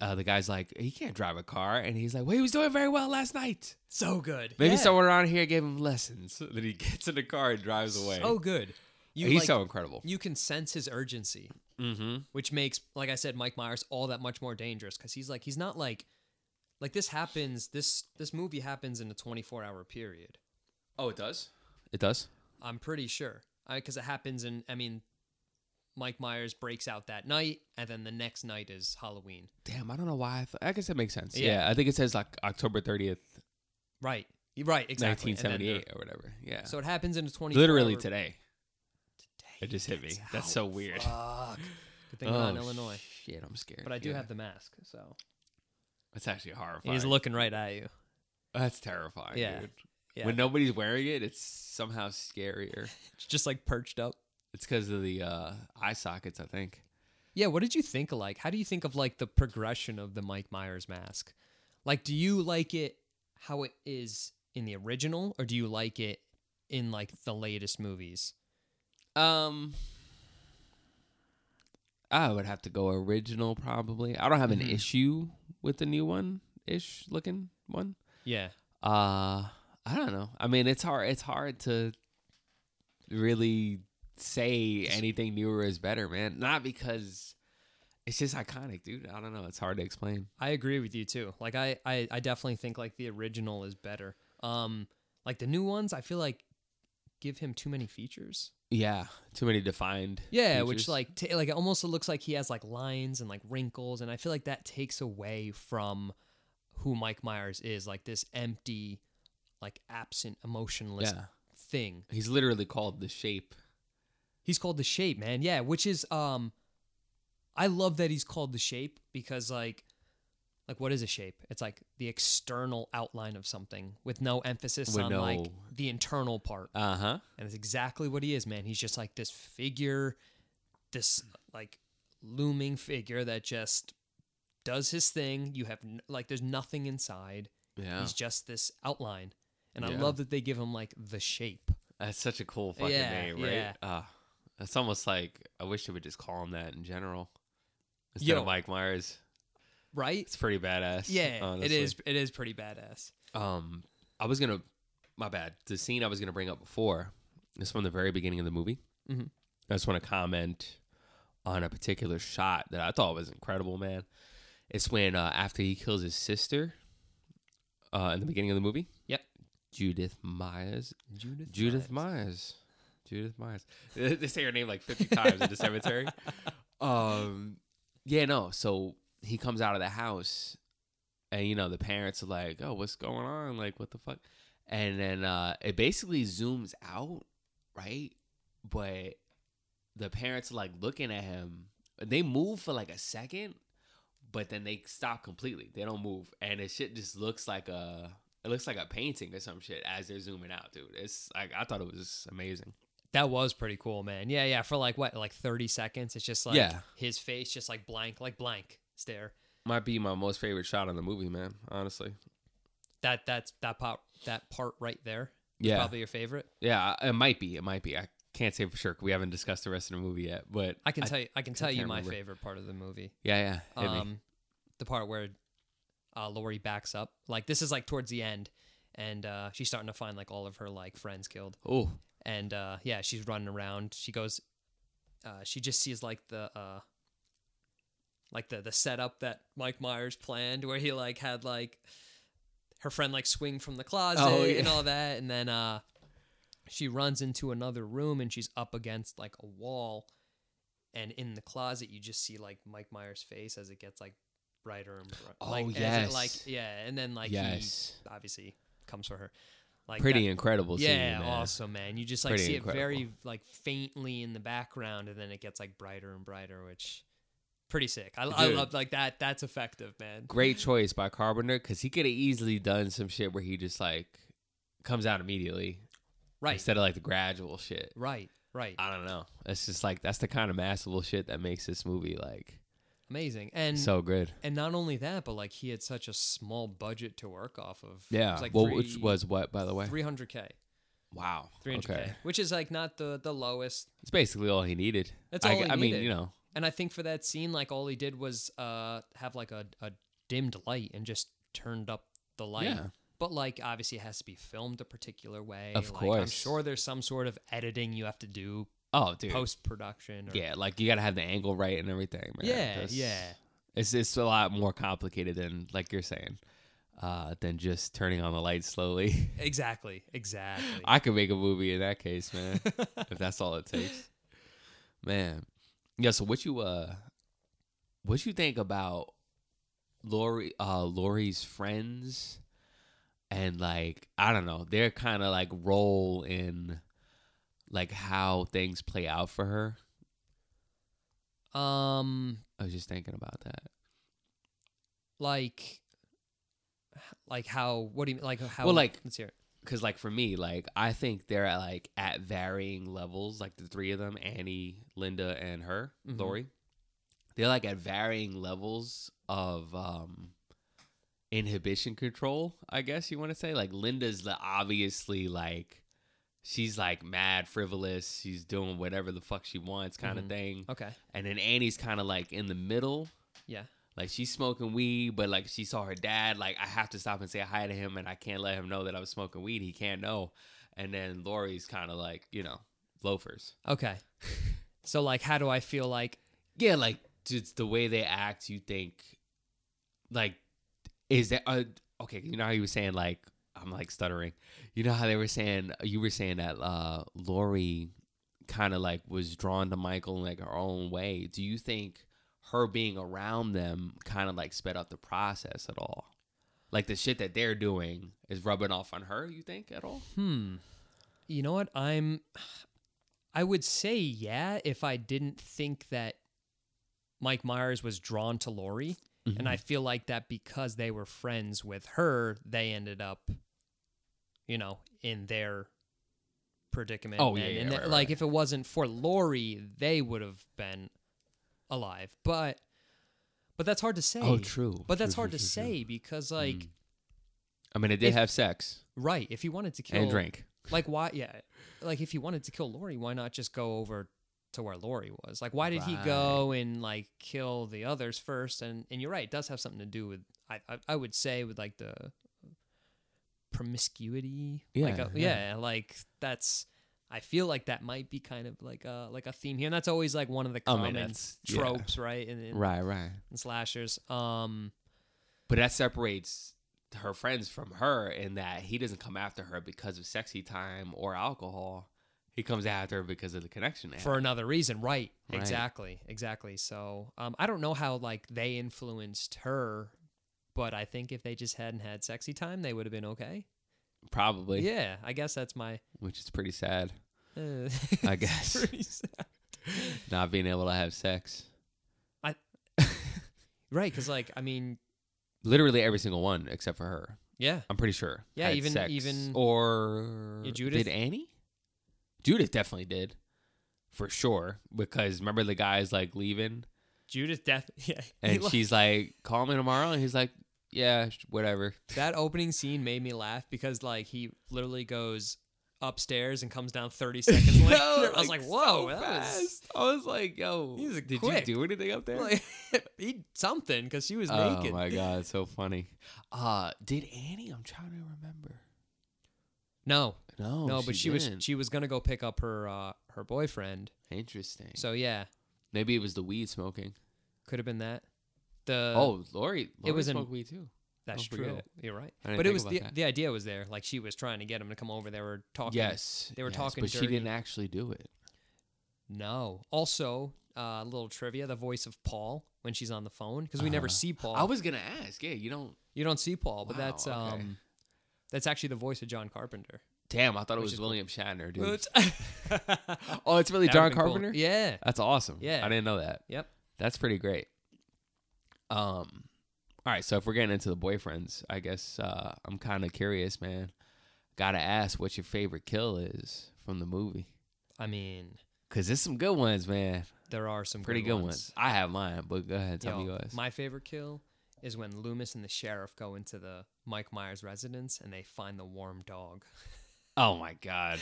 Speaker 1: Uh, the guy's like, he can't drive a car, and he's like, well, he was doing very well last night.
Speaker 2: so good.
Speaker 1: Maybe
Speaker 2: Yeah.
Speaker 1: someone around here gave him lessons. Then he gets in the car and drives away.
Speaker 2: so good. You
Speaker 1: He's
Speaker 2: like,
Speaker 1: so incredible.
Speaker 2: you can sense his urgency.
Speaker 1: Mm-hmm.
Speaker 2: which makes like i said mike myers all that much more dangerous because he's like he's not like like this happens this this movie happens in a 24 hour period
Speaker 1: Oh, it does. It does.
Speaker 2: i'm pretty sure because it happens in i mean mike myers breaks out that night and then the next night is halloween
Speaker 1: Damn, I don't know why. I, thought, I guess that makes sense. Yeah.
Speaker 2: Yeah.
Speaker 1: I think it says like October thirtieth,
Speaker 2: right You're right exactly
Speaker 1: nineteen
Speaker 2: And then
Speaker 1: seventy eight,
Speaker 2: they're-
Speaker 1: or whatever. Yeah.
Speaker 2: so it happens in a 24
Speaker 1: literally
Speaker 2: hour-
Speaker 1: today, it just hit me.
Speaker 2: Gets
Speaker 1: That's
Speaker 2: out.
Speaker 1: so weird.
Speaker 2: Fuck. good thing we're not in illinois
Speaker 1: Oh, Shit, I'm scared.
Speaker 2: but i do
Speaker 1: Yeah.
Speaker 2: have the mask so
Speaker 1: That's actually horrifying.
Speaker 2: he's looking right at you
Speaker 1: That's terrifying.
Speaker 2: Yeah.
Speaker 1: Dude.
Speaker 2: yeah
Speaker 1: When nobody's wearing it, it's somehow scarier.
Speaker 2: it's just like perched up
Speaker 1: It's because of the uh, eye sockets, I think.
Speaker 2: Yeah, what did you think of like? How do you think of like the progression of the Mike Myers mask? Like, do you like it how it is in the original, or do you like it in like the latest movies?
Speaker 1: Um, I would have to go original probably. I don't have an
Speaker 2: Mhm.
Speaker 1: issue with the new one ish looking one.
Speaker 2: Yeah,
Speaker 1: Uh, I don't know. I mean, it's hard. It's hard to really say anything newer is better, man. Not because It's just iconic, dude. I don't know. It's hard to explain.
Speaker 2: I agree with you too. Like I, I, I definitely think like the original is better. Um, like the new ones, I feel like give him too many features.
Speaker 1: Yeah, too many defined.
Speaker 2: Yeah, which
Speaker 1: features.
Speaker 2: like t- like it almost looks like he has like lines and like wrinkles, and I feel like that takes away from who Mike Myers is, like this empty, like absent, emotionless
Speaker 1: yeah,
Speaker 2: thing.
Speaker 1: he's literally called the shape.
Speaker 2: He's called the Shape, man. Yeah, which is um, I love that he's called the Shape because like, like what is a shape? It's like the external outline of something with no emphasis
Speaker 1: With
Speaker 2: on like
Speaker 1: no-
Speaker 2: the internal part.
Speaker 1: Uh huh.
Speaker 2: And that's exactly what he is, man. He's just like this figure, this like looming figure that just does his thing. You have n- like there's nothing inside.
Speaker 1: Yeah,
Speaker 2: He's just this outline. And I
Speaker 1: Yeah.
Speaker 2: love that they give him like the shape.
Speaker 1: that's such a cool fucking
Speaker 2: Yeah,
Speaker 1: name, right?
Speaker 2: yeah.
Speaker 1: Uh, that's almost like I wish they would just call him that in general instead
Speaker 2: Yo.
Speaker 1: of Mike Myers.
Speaker 2: Right?
Speaker 1: It's pretty badass.
Speaker 2: Yeah, it
Speaker 1: honestly.
Speaker 2: is it is pretty badass.
Speaker 1: Um, I was gonna, my bad. The scene I was gonna bring up before is from the very beginning of the movie.
Speaker 2: Mhm.
Speaker 1: I just want to comment on a particular shot that I thought was incredible, man. It's when uh, after he kills his sister, uh, in the beginning of the movie.
Speaker 2: Yep.
Speaker 1: Judith Myers.
Speaker 2: Judith
Speaker 1: Judith Myers. Judith Myers. They they say her name like fifty times in the cemetery. Um, yeah, no. So he comes out of the house, and you know the parents are like, "Oh, what's going on? Like, what the fuck?" And then uh, it basically zooms out, right? But the parents are like looking at him. They move for like a second, but then they stop completely. They don't move, and it shit just looks like a. It looks like a painting or some shit as they're zooming out, dude. It's like I thought it was amazing.
Speaker 2: That was pretty cool, man. Yeah, yeah. For like what, like thirty seconds? It's just like
Speaker 1: Yeah.
Speaker 2: his face just like blank, like blank stare.
Speaker 1: Might be my most favorite shot in the movie, man. Honestly,
Speaker 2: That that's that part that part right there. is
Speaker 1: yeah,
Speaker 2: Probably your favorite.
Speaker 1: yeah. It might be. It might be. I can't say for sure. 'cause We haven't discussed the rest of the movie yet, but
Speaker 2: I can tell you. I can tell you
Speaker 1: can't
Speaker 2: my
Speaker 1: remember.
Speaker 2: favorite part of the movie.
Speaker 1: Yeah, yeah. hit me.
Speaker 2: Um, the part where uh, Lori backs up. Like this is like towards the end, and uh, she's starting to find like all of her like friends killed.
Speaker 1: oh,
Speaker 2: And uh, yeah, she's running around. She goes. Uh, she just sees like the uh, like the the setup that Mike Myers planned, where he like had like her friend like swing from the closet
Speaker 1: Oh,
Speaker 2: and
Speaker 1: yeah.
Speaker 2: all that, and then uh, she runs into another room and she's up against like a wall, and in the closet you just see like Mike Myers' face as it gets like brighter and brighter.
Speaker 1: Oh,
Speaker 2: like, As
Speaker 1: yes.
Speaker 2: it, like yeah, and then like
Speaker 1: yes.
Speaker 2: he obviously comes for her. Like
Speaker 1: Pretty
Speaker 2: that-
Speaker 1: incredible. scene,
Speaker 2: yeah,
Speaker 1: man.
Speaker 2: awesome man. You just like
Speaker 1: Pretty
Speaker 2: see it
Speaker 1: incredible.
Speaker 2: very like faintly in the background, and then it gets like brighter and brighter, which pretty sick. I, I
Speaker 1: Dude.
Speaker 2: love like that. That's effective, man.
Speaker 1: Great choice by Carpenter because he could have easily done some shit where he just like comes out immediately
Speaker 2: Right,
Speaker 1: instead of like the gradual shit.
Speaker 2: right, right.
Speaker 1: I don't know. It's just like that's the kind of masterful shit that makes this movie like
Speaker 2: Amazing. And
Speaker 1: so good.
Speaker 2: and not only that, but like he had such a small budget to work off of. It
Speaker 1: Yeah.
Speaker 2: was, like
Speaker 1: well,
Speaker 2: three-
Speaker 1: which was what by the way?
Speaker 2: 300k,
Speaker 1: wow.
Speaker 2: 300k,
Speaker 1: Okay.
Speaker 2: which is like not the the lowest.
Speaker 1: It's basically all he needed.
Speaker 2: That's
Speaker 1: I,
Speaker 2: all he
Speaker 1: I mean,
Speaker 2: needed.
Speaker 1: you know,
Speaker 2: And I think for that scene, like all he did was uh have like a, a dimmed light and just turned up the light.
Speaker 1: Yeah.
Speaker 2: But like obviously it has to be filmed a particular way.
Speaker 1: Of
Speaker 2: Like, I'm
Speaker 1: course.
Speaker 2: sure there's some sort of editing you have to do
Speaker 1: oh dude,
Speaker 2: post production.
Speaker 1: yeah, like you gotta have the angle right and everything. Man.
Speaker 2: Yeah,
Speaker 1: That's-
Speaker 2: yeah.
Speaker 1: It's it's a lot more complicated than like you're saying, uh, than just turning on the light slowly.
Speaker 2: Exactly. Exactly.
Speaker 1: I could make a movie in that case, man, if that's all it takes. Man, yeah. So what you uh, what you think about Lori? Uh, Lori's friends, and like I don't know, their kind of like role in like how things play out for her.
Speaker 2: um
Speaker 1: I was just thinking about that.
Speaker 2: like like how what do you mean like how
Speaker 1: Well, like-
Speaker 2: let's hear it.
Speaker 1: because like for me like i think they're at like at varying levels like the three of them annie linda and her
Speaker 2: Mhm.
Speaker 1: lori they're like at varying levels of um inhibition control i guess you want to say like linda's the obviously like she's like mad frivolous she's doing whatever the fuck she wants kind
Speaker 2: Mhm.
Speaker 1: of thing
Speaker 2: Okay.
Speaker 1: and then Annie's kind of like in the middle.
Speaker 2: Yeah.
Speaker 1: Like she's smoking weed, but like she saw her dad. Like I have to stop and say hi to him, and I can't let him know that I was smoking weed. He can't know. And then Lori's kind of like you know loafers.
Speaker 2: Okay. so like how do I feel like
Speaker 1: Yeah, like just the way they act, you think, like, is that uh, okay? You know how you were saying like I'm like stuttering. You know how they were saying you were saying that uh, Lori kind of like was drawn to Michael in like her own way. Do you think her being around them kind of like sped up the process at all? Like the shit that they're doing is rubbing off on her. You think at all?
Speaker 2: Hmm. You know what? I'm. I would say yeah if I didn't think that Mike Myers was drawn to Lori,
Speaker 1: Mm-hmm.
Speaker 2: and I feel like that because they were friends with her, they ended up, you know, in their predicament.
Speaker 1: Oh, yeah,
Speaker 2: and
Speaker 1: yeah,
Speaker 2: in their-
Speaker 1: right,
Speaker 2: like
Speaker 1: right.
Speaker 2: if it wasn't for Lori, they would have been alive. But, but that's hard to say.
Speaker 1: Oh, true.
Speaker 2: But that's
Speaker 1: True,
Speaker 2: hard
Speaker 1: true,
Speaker 2: to
Speaker 1: true, true.
Speaker 2: say because, like,
Speaker 1: Mm. I mean, it did
Speaker 2: If-
Speaker 1: have sex
Speaker 2: right? If you wanted to kill
Speaker 1: and drink.
Speaker 2: Like why? Yeah, like if he wanted to kill Lori, why not just go over to where Lori was? Like why did he go and like kill the others first? And and you're right, it does have something to do with I I, I would say with like the promiscuity. like
Speaker 1: Yeah,
Speaker 2: a, yeah, like that's. I feel like that might be kind of like a like a theme here, and that's always like one of the
Speaker 1: I mean,
Speaker 2: common
Speaker 1: Oh, that's- yeah.
Speaker 2: tropes, right? In, in,
Speaker 1: Right, right.
Speaker 2: in slashers, um,
Speaker 1: But that separates her friends from her in that he doesn't come after her because of sexy time or alcohol. He comes after her because of the connection they
Speaker 2: for
Speaker 1: have.
Speaker 2: another reason right.
Speaker 1: Right.
Speaker 2: exactly exactly so um, i don't know how like they influenced her but i think if they just hadn't had sexy time they would have been okay
Speaker 1: probably,
Speaker 2: yeah i guess that's my
Speaker 1: which is pretty sad.
Speaker 2: uh,
Speaker 1: I
Speaker 2: it's
Speaker 1: guess.
Speaker 2: pretty sad.
Speaker 1: Not being able to have sex.
Speaker 2: right because like i mean
Speaker 1: Literally every single one except for her.
Speaker 2: yeah
Speaker 1: I'm pretty sure.
Speaker 2: Yeah,
Speaker 1: had
Speaker 2: even-
Speaker 1: sex.
Speaker 2: even-
Speaker 1: or
Speaker 2: Yeah, Judith?
Speaker 1: Did Annie? Judith definitely did, for sure. Because remember the guy's like leaving,
Speaker 2: judith death yeah
Speaker 1: and
Speaker 2: Eli-
Speaker 1: she's like, "Call me tomorrow," and he's like, "Yeah, sh- whatever."
Speaker 2: that opening scene made me laugh because like he literally goes upstairs and comes down 30 seconds later i was like whoa that was
Speaker 1: I was like, yo,
Speaker 2: He's
Speaker 1: did
Speaker 2: quick.
Speaker 1: you do anything up there?
Speaker 2: like, he something because she was
Speaker 1: oh
Speaker 2: naked
Speaker 1: my god, so funny. Uh did Annie? I'm trying to remember.
Speaker 2: no
Speaker 1: No,
Speaker 2: no, but she was
Speaker 1: didn't.
Speaker 2: she was gonna go pick up her uh, her boyfriend.
Speaker 1: interesting. So
Speaker 2: So yeah,
Speaker 1: maybe it was the weed smoking.
Speaker 2: could have been that. The
Speaker 1: oh, Lori, Lori
Speaker 2: Uh, was in-
Speaker 1: smoked weed too.
Speaker 2: that's
Speaker 1: don't forget
Speaker 2: true.
Speaker 1: it.
Speaker 2: You're right.
Speaker 1: I didn't
Speaker 2: But it
Speaker 1: think
Speaker 2: was
Speaker 1: about
Speaker 2: the
Speaker 1: that.
Speaker 2: the idea was there. Like she was trying to get him to come over. They were talking.
Speaker 1: Yes,
Speaker 2: They were
Speaker 1: yes,
Speaker 2: talking
Speaker 1: but she
Speaker 2: dirty.
Speaker 1: didn't actually do it.
Speaker 2: No. Also, uh, a little trivia: the voice of Paul when she's on the phone because we never
Speaker 1: Uh-huh.
Speaker 2: see Paul.
Speaker 1: I was gonna ask. Yeah, you don't.
Speaker 2: you don't see Paul, but
Speaker 1: Wow,
Speaker 2: that's um,
Speaker 1: okay.
Speaker 2: that's actually the voice of John Carpenter.
Speaker 1: Damn, I thought it
Speaker 2: Which
Speaker 1: was
Speaker 2: is
Speaker 1: William Shatner, dude.
Speaker 2: Oops.
Speaker 1: oh, it's really
Speaker 2: That would've
Speaker 1: John
Speaker 2: been cool.
Speaker 1: Carpenter.
Speaker 2: Yeah.
Speaker 1: That's awesome.
Speaker 2: Yeah.
Speaker 1: I didn't know that.
Speaker 2: Yep.
Speaker 1: That's pretty great. Um all right, so if we're getting into the boyfriends, I guess uh I'm kind of curious, man. Got to ask what your favorite kill is from the movie
Speaker 2: I mean,
Speaker 1: cuz there's some good ones, man.
Speaker 2: there are some
Speaker 1: Pretty good, ones. I have mine, but go ahead, tell me
Speaker 2: Yo,
Speaker 1: yours.
Speaker 2: My favorite kill is when Loomis and the sheriff go into the Mike Myers residence and they find the warm dog.
Speaker 1: oh my god.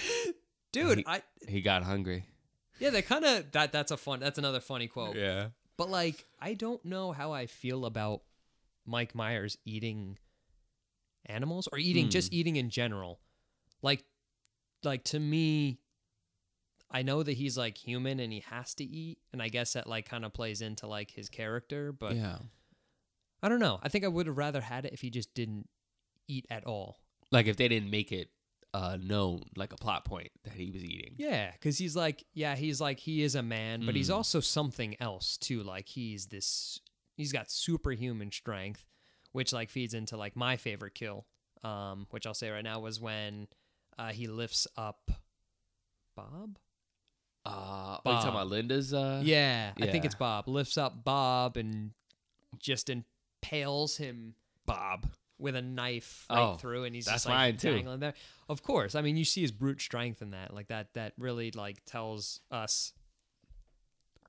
Speaker 2: Dude,
Speaker 1: He-
Speaker 2: I
Speaker 1: He got hungry.
Speaker 2: yeah, they kind of that that's a fun that's another funny quote.
Speaker 1: Yeah.
Speaker 2: But like I don't know how I feel about Mike Myers eating animals or
Speaker 1: Hmm.
Speaker 2: eating just eating in general. Like like to me I know that he's like human and he has to eat and I guess that like kind of plays into like his character, but
Speaker 1: yeah.
Speaker 2: I don't know. I think I would have rather had it if he just didn't eat at all.
Speaker 1: Like if they didn't make it uh known like a plot point that he was eating.
Speaker 2: Yeah, because he's like, yeah, he's like, he is a man, but he's
Speaker 1: Mm.
Speaker 2: also something else too. Like he's this, he's got superhuman strength, which like feeds into like my favorite kill, um, which I'll say right now was when uh, he lifts up Bob.
Speaker 1: Uh, are you talking
Speaker 2: Bob.
Speaker 1: about Linda's uh
Speaker 2: yeah, I think
Speaker 1: yeah.
Speaker 2: it's Bob. Lifts up Bob and just impales him
Speaker 1: Bob.
Speaker 2: with a knife right
Speaker 1: Oh,
Speaker 2: through, and he's
Speaker 1: that's
Speaker 2: just like
Speaker 1: mine, too.
Speaker 2: dangling there. Of course, I mean you see his brute strength in that, like that. That really like tells us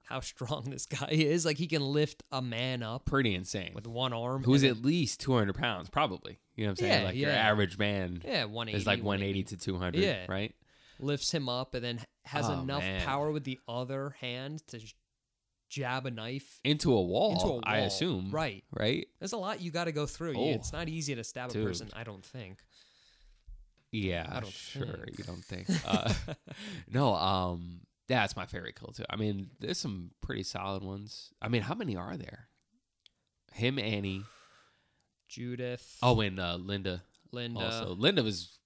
Speaker 2: how strong this guy is. Like he can lift a man up
Speaker 1: Pretty insane.
Speaker 2: with one arm.
Speaker 1: who's
Speaker 2: and
Speaker 1: at least 200 pounds probably you know what i'm saying
Speaker 2: Yeah,
Speaker 1: like your
Speaker 2: yeah.
Speaker 1: average man
Speaker 2: then- Yeah, one eighty
Speaker 1: is like 180 to 200
Speaker 2: Yeah.
Speaker 1: right
Speaker 2: Lifts him up and then has
Speaker 1: Oh,
Speaker 2: enough
Speaker 1: man.
Speaker 2: power with the other hand to j- jab a knife
Speaker 1: into a wall
Speaker 2: into a wall.
Speaker 1: Oh, i assume
Speaker 2: Right.
Speaker 1: right
Speaker 2: There's a lot you got to go through. You-
Speaker 1: Oh.
Speaker 2: It's not easy to stab
Speaker 1: Dude.
Speaker 2: a person. I don't think.
Speaker 1: yeah
Speaker 2: I don't
Speaker 1: sure
Speaker 2: think.
Speaker 1: you don't think uh, no um That's my favorite kill too. I mean, there's some pretty solid ones. I mean, how many are there? Him, Annie.
Speaker 2: Judith.
Speaker 1: Oh, and uh, Linda.
Speaker 2: Linda.
Speaker 1: Also, Linda was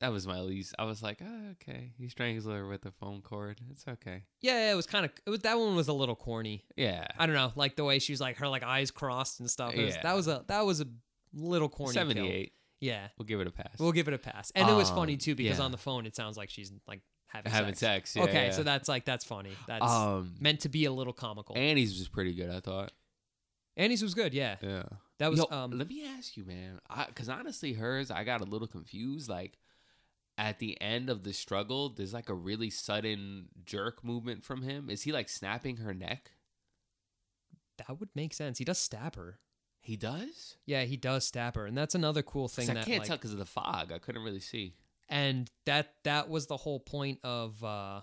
Speaker 1: that was my least. I was like, oh, okay, he strangled her with a phone cord. It's okay.
Speaker 2: Yeah, it was kind of it was, that one was a little corny.
Speaker 1: Yeah,
Speaker 2: I don't know, like the way she was like her like eyes crossed and stuff. It was-
Speaker 1: Yeah.
Speaker 2: That was a that was a little corny. kill.
Speaker 1: seventy-eight.
Speaker 2: Yeah,
Speaker 1: We'll give it a pass.
Speaker 2: we'll give it a pass. And it was funny
Speaker 1: Um,
Speaker 2: too because
Speaker 1: yeah.
Speaker 2: on the phone it sounds like she's like having
Speaker 1: having
Speaker 2: sex.
Speaker 1: sex. yeah,
Speaker 2: okay,
Speaker 1: yeah.
Speaker 2: so that's like that's funny. That's
Speaker 1: um,
Speaker 2: meant to be a little comical.
Speaker 1: Annie's was pretty good. I thought.
Speaker 2: Annie's was good. Yeah,
Speaker 1: Yeah.
Speaker 2: that was
Speaker 1: Yo,
Speaker 2: um
Speaker 1: let me ask you, man. Because honestly, hers, I got a little confused. Like at the end of the struggle, there's like a really sudden jerk movement from him. Is he like snapping her neck?
Speaker 2: that would make sense. He does stab her.
Speaker 1: He does.
Speaker 2: Yeah, he does stab her, and that's another cool
Speaker 1: 'Cause
Speaker 2: thing that
Speaker 1: I can't
Speaker 2: like,
Speaker 1: tell because of the fog. I couldn't really see.
Speaker 2: and that that was the whole point of uh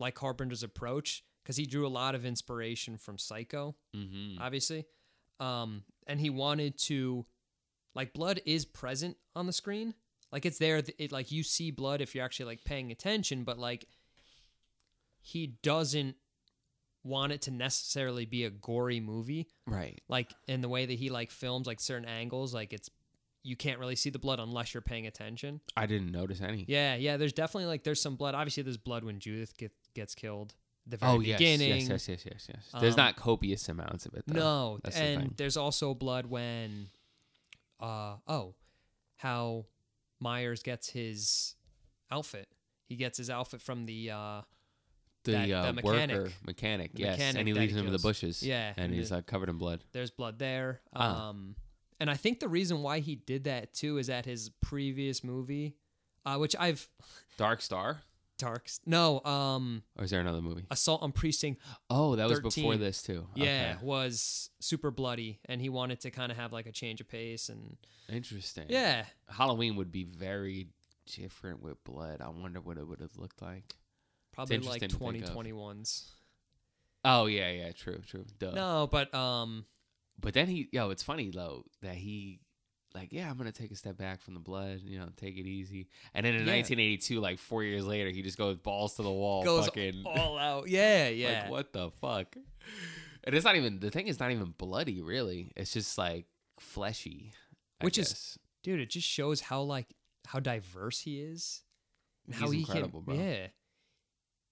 Speaker 2: like Carpenter's approach because he drew a lot of inspiration from Psycho.
Speaker 1: Mm-hmm.
Speaker 2: obviously. Um, and he wanted to, like, blood is present on the screen. Like, it's there. th- It, like, you see blood if you're actually, like, paying attention, but, like, he doesn't want it to necessarily be a gory movie.
Speaker 1: right.
Speaker 2: Like, in the way that he, like, films, like, certain angles, like, it's, you can't really see the blood unless you're paying attention.
Speaker 1: I didn't notice any.
Speaker 2: Yeah, yeah. There's definitely, like, there's some blood. Obviously, there's blood when Judith get, gets killed. at The very
Speaker 1: Oh yes,
Speaker 2: beginning.
Speaker 1: yes, yes, yes, yes, yes. There's
Speaker 2: Um,
Speaker 1: not copious amounts of it. Though.
Speaker 2: No,
Speaker 1: That's the
Speaker 2: and
Speaker 1: thing.
Speaker 2: there's also blood when, uh, oh, how Myers gets his outfit. He gets his outfit from the uh,
Speaker 1: the,
Speaker 2: that-
Speaker 1: uh,
Speaker 2: the
Speaker 1: worker
Speaker 2: mechanic.
Speaker 1: mechanic,
Speaker 2: The
Speaker 1: yes,
Speaker 2: mechanic
Speaker 1: and he
Speaker 2: that
Speaker 1: leaves
Speaker 2: he
Speaker 1: him in the
Speaker 2: kills.
Speaker 1: bushes.
Speaker 2: Yeah,
Speaker 1: and
Speaker 2: and
Speaker 1: he's
Speaker 2: the-
Speaker 1: like covered in blood.
Speaker 2: there's blood there.
Speaker 1: Ah.
Speaker 2: Um, and I think the reason why he did that too is that his previous movie, uh, which I've
Speaker 1: Dark Star,
Speaker 2: darks no um
Speaker 1: or is there another movie?
Speaker 2: assault on precinct
Speaker 1: Oh, that was before
Speaker 2: 13.
Speaker 1: this too.
Speaker 2: yeah was super bloody and he wanted to kind of have like a change of pace and
Speaker 1: Okay. interesting.
Speaker 2: yeah
Speaker 1: Halloween would be very different with blood. I wonder what it would have looked like.
Speaker 2: probably like
Speaker 1: interesting to think of.
Speaker 2: 2021's
Speaker 1: Oh yeah, yeah, true, true. Duh.
Speaker 2: no but um
Speaker 1: But then he, yo, it's funny though that he, like, yeah, I'm gonna take a step back from the blood, you know, take it easy. And then in
Speaker 2: Yeah.
Speaker 1: 1982, like four years later, he just goes balls to the wall,
Speaker 2: goes
Speaker 1: fucking.
Speaker 2: all out. Yeah, yeah.
Speaker 1: Mm. Like what the fuck? And it's not even the thing is not even bloody really. It's just like fleshy. I
Speaker 2: Which is-
Speaker 1: guess.
Speaker 2: Dude, it just shows how like how diverse he is. and
Speaker 1: He's
Speaker 2: how he
Speaker 1: incredible, bro.
Speaker 2: can, Yeah.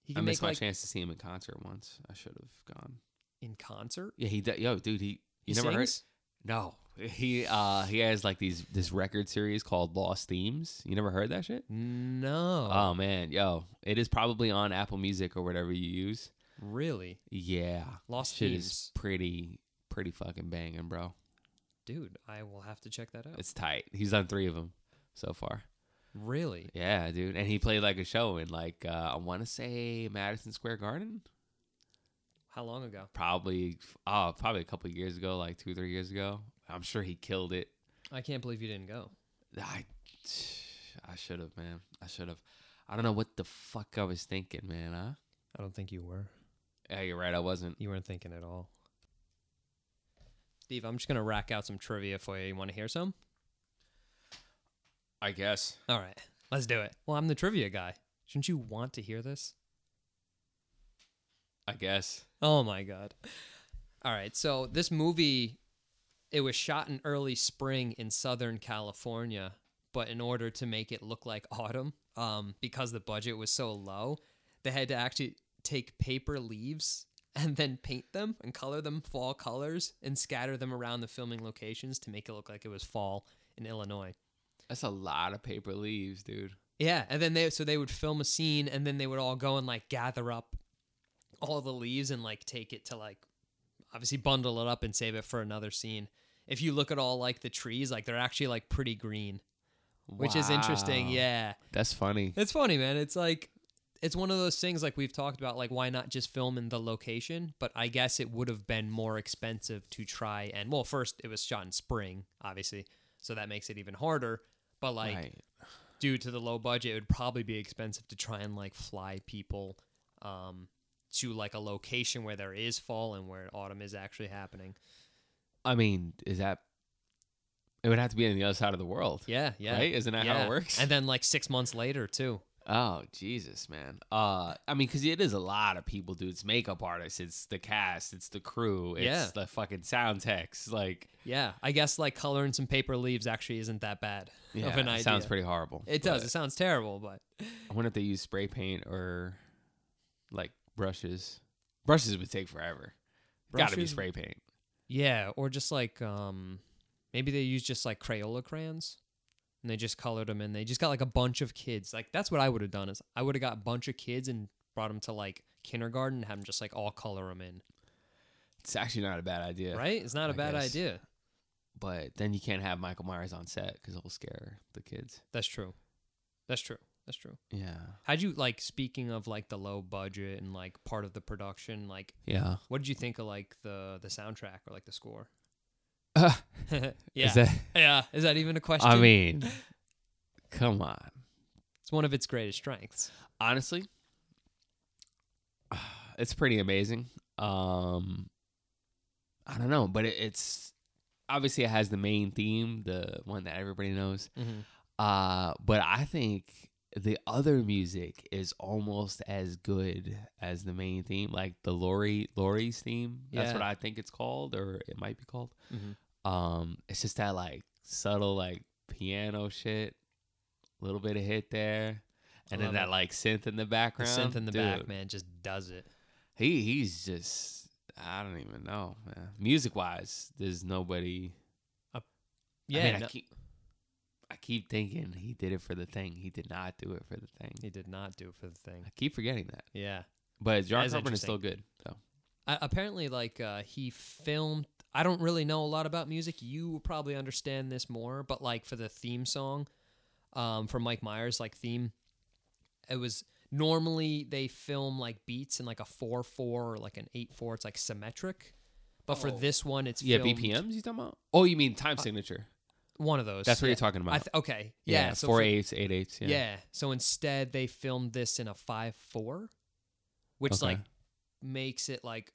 Speaker 2: He
Speaker 1: I
Speaker 2: can
Speaker 1: missed
Speaker 2: make
Speaker 1: my
Speaker 2: like
Speaker 1: chance to see him in concert once. I should have gone.
Speaker 2: in concert.
Speaker 1: Yeah, he d- yo, dude, he
Speaker 2: He
Speaker 1: you never heard
Speaker 2: sings?
Speaker 1: No. He uh he has like these this record series called Lost Themes. You never heard that shit?
Speaker 2: No.
Speaker 1: Oh man, yo. It is probably on Apple Music or whatever you use.
Speaker 2: really?
Speaker 1: Yeah.
Speaker 2: Lost
Speaker 1: shit
Speaker 2: Themes.
Speaker 1: is pretty pretty fucking banging, bro.
Speaker 2: Dude, I will have to check that out.
Speaker 1: It's tight. He's done 3 of them so far.
Speaker 2: really?
Speaker 1: Yeah, dude. And he played like a show in like uh, I want to say Madison Square Garden,
Speaker 2: How long ago?
Speaker 1: probably oh, probably a couple years ago, like 2 3 years ago. I'm sure he killed it.
Speaker 2: I can't believe you didn't go.
Speaker 1: I I should have, man. I should have. I don't know what the fuck I was thinking, man, huh?
Speaker 2: I don't think you were.
Speaker 1: Yeah, you're right. I wasn't.
Speaker 2: You weren't thinking at all. Steve, I'm just gonna rack out some trivia for you. You wanna hear some?
Speaker 1: I guess.
Speaker 2: All right. Let's do it. Well, I'm the trivia guy. Shouldn't you want to hear this?
Speaker 1: I guess.
Speaker 2: Oh my god. All right, so this movie it was shot in early spring in Southern California, but in order to make it look like autumn, um because the budget was so low, they had to actually take paper leaves and then paint them and color them fall colors and scatter them around the filming locations to make it look like it was fall in Illinois.
Speaker 1: That's a lot of paper leaves, dude.
Speaker 2: Yeah, and then they so they would film a scene, and then they would all go and like gather up all the leaves and like take it to like obviously bundle it up and save it for another scene. If you look at all like the trees, like they're actually like pretty green, which is interesting.
Speaker 1: Wow.
Speaker 2: Yeah,
Speaker 1: That's funny.
Speaker 2: it's funny, man. It's like it's one of those things like we've talked about, like why not just film in the location? But I guess it would have been more expensive to try and well, first it was shot in spring, obviously, so that makes it even harder. But like
Speaker 1: Right.
Speaker 2: due to the low budget, it would probably be expensive to try and like fly people um, to like a location where there is fall and where autumn is actually happening.
Speaker 1: I mean, is that? It would have to be on the other side of the world.
Speaker 2: Yeah, yeah.
Speaker 1: Right? Isn't that how it
Speaker 2: yeah.
Speaker 1: works?
Speaker 2: And then like six months later too.
Speaker 1: Oh Jesus, man. Uh, I mean, because it is a lot of people, dude. It's makeup artists, it's the cast, it's the crew, it's
Speaker 2: Yeah.
Speaker 1: the fucking sound techs. Like,
Speaker 2: Yeah, I guess like coloring some paper leaves actually isn't that bad
Speaker 1: yeah,
Speaker 2: of an
Speaker 1: it
Speaker 2: idea.
Speaker 1: sounds pretty horrible.
Speaker 2: It does. It sounds terrible, but
Speaker 1: but I wonder if they use spray paint or like brushes. Brushes would take forever. Got to be
Speaker 2: Brushes-
Speaker 1: spray paint.
Speaker 2: Yeah, or just like um, maybe they use just like Crayola crayons, and they just colored them, and they just got like a bunch of kids. Like that's what I would have done is I would have got a bunch of kids and brought them to like kindergarten and had them just like all color them in.
Speaker 1: It's actually not a bad idea,
Speaker 2: Right? It's not a
Speaker 1: I
Speaker 2: bad
Speaker 1: guess.
Speaker 2: idea.
Speaker 1: But then you can't have Michael Myers on set because it'll scare the kids.
Speaker 2: That's true. That's true. That's true.
Speaker 1: Yeah,
Speaker 2: How'd you like speaking of like the low budget and like part of the production? Like,
Speaker 1: yeah.
Speaker 2: what did you think of like the the soundtrack or like the score?
Speaker 1: Uh,
Speaker 2: yeah,
Speaker 1: Is that,
Speaker 2: yeah. Is that even a question?
Speaker 1: I mean, come on.
Speaker 2: it's one of its greatest strengths.
Speaker 1: honestly it's pretty amazing um i don't know but it, it's obviously it has the main theme the one that everybody knows
Speaker 2: Mm-hmm.
Speaker 1: uh but i think the other music is almost as good as the main theme like the lori lori's theme that's
Speaker 2: Yeah.
Speaker 1: what i think it's called or it might be called
Speaker 2: Mm-hmm.
Speaker 1: um it's just that like subtle like piano shit little bit of hit there and then
Speaker 2: Love
Speaker 1: that
Speaker 2: it.
Speaker 1: like synth in the
Speaker 2: The
Speaker 1: background
Speaker 2: synth in the
Speaker 1: Dude,
Speaker 2: back, man, just does it.
Speaker 1: he he's just i don't even know man music wise there's nobody
Speaker 2: Yeah,
Speaker 1: i, mean,
Speaker 2: no-
Speaker 1: I keep i keep thinking he did it for the thing he did not do it for the thing
Speaker 2: he did not do it for the thing.
Speaker 1: i keep forgetting that
Speaker 2: Yeah.
Speaker 1: but john
Speaker 2: is
Speaker 1: carpenter is still good so
Speaker 2: Uh, apparently, like uh, he filmed. I don't really know a lot about music. You will probably understand this more, but like for the theme song, um, for Mike Myers, like theme, it was normally they film like beats in like a four four or like an eight four. It's like symmetric, but for
Speaker 1: Oh.
Speaker 2: this one, it's
Speaker 1: yeah
Speaker 2: filmed-
Speaker 1: bpms you talking about oh you mean time signature
Speaker 2: One of those.
Speaker 1: that's what
Speaker 2: yeah.
Speaker 1: you're talking about
Speaker 2: I th- okay. Yeah. so
Speaker 1: four
Speaker 2: for-
Speaker 1: eights eight eights
Speaker 2: Yeah. So instead, they filmed this in a five four, which
Speaker 1: Okay.
Speaker 2: like makes it like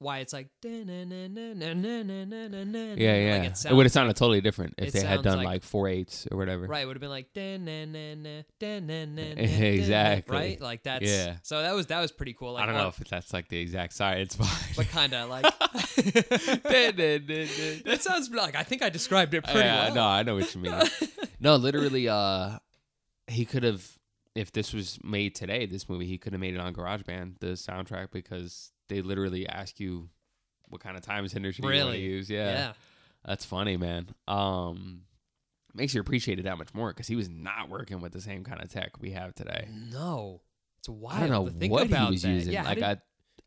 Speaker 2: why it's like yeah yeah
Speaker 1: Yeah, yeah. it
Speaker 2: Like it
Speaker 1: would
Speaker 2: sounds,
Speaker 1: have sounded totally different
Speaker 2: it
Speaker 1: if they had
Speaker 2: sounds
Speaker 1: done
Speaker 2: like-
Speaker 1: like, four eights or whatever.
Speaker 2: right. It would have been like "Da-na-na-na, da-na-na-na,
Speaker 1: Exactly.
Speaker 2: da-na," right. Like that's
Speaker 1: Yeah.
Speaker 2: So that was that was pretty cool. Like
Speaker 1: I don't know
Speaker 2: on-
Speaker 1: if that's like the exact. Sorry, it's fine.
Speaker 2: but kind of like that sounds like I think I described it pretty
Speaker 1: Oh, yeah,
Speaker 2: well.
Speaker 1: no, I know what you mean. no, literally, uh, he could have. If this was made today, this movie, he could have made it on GarageBand, the soundtrack, because they literally ask you what kind of time signature you want to
Speaker 2: Really?
Speaker 1: use.
Speaker 2: yeah.
Speaker 1: That's funny, man. Um, makes you appreciate it that much more because he was not working with the same kind of tech we have today.
Speaker 2: No. It's wild.
Speaker 1: I don't know
Speaker 2: to think
Speaker 1: what
Speaker 2: about
Speaker 1: he was
Speaker 2: that.
Speaker 1: using.
Speaker 2: Yeah, how
Speaker 1: like
Speaker 2: did-
Speaker 1: I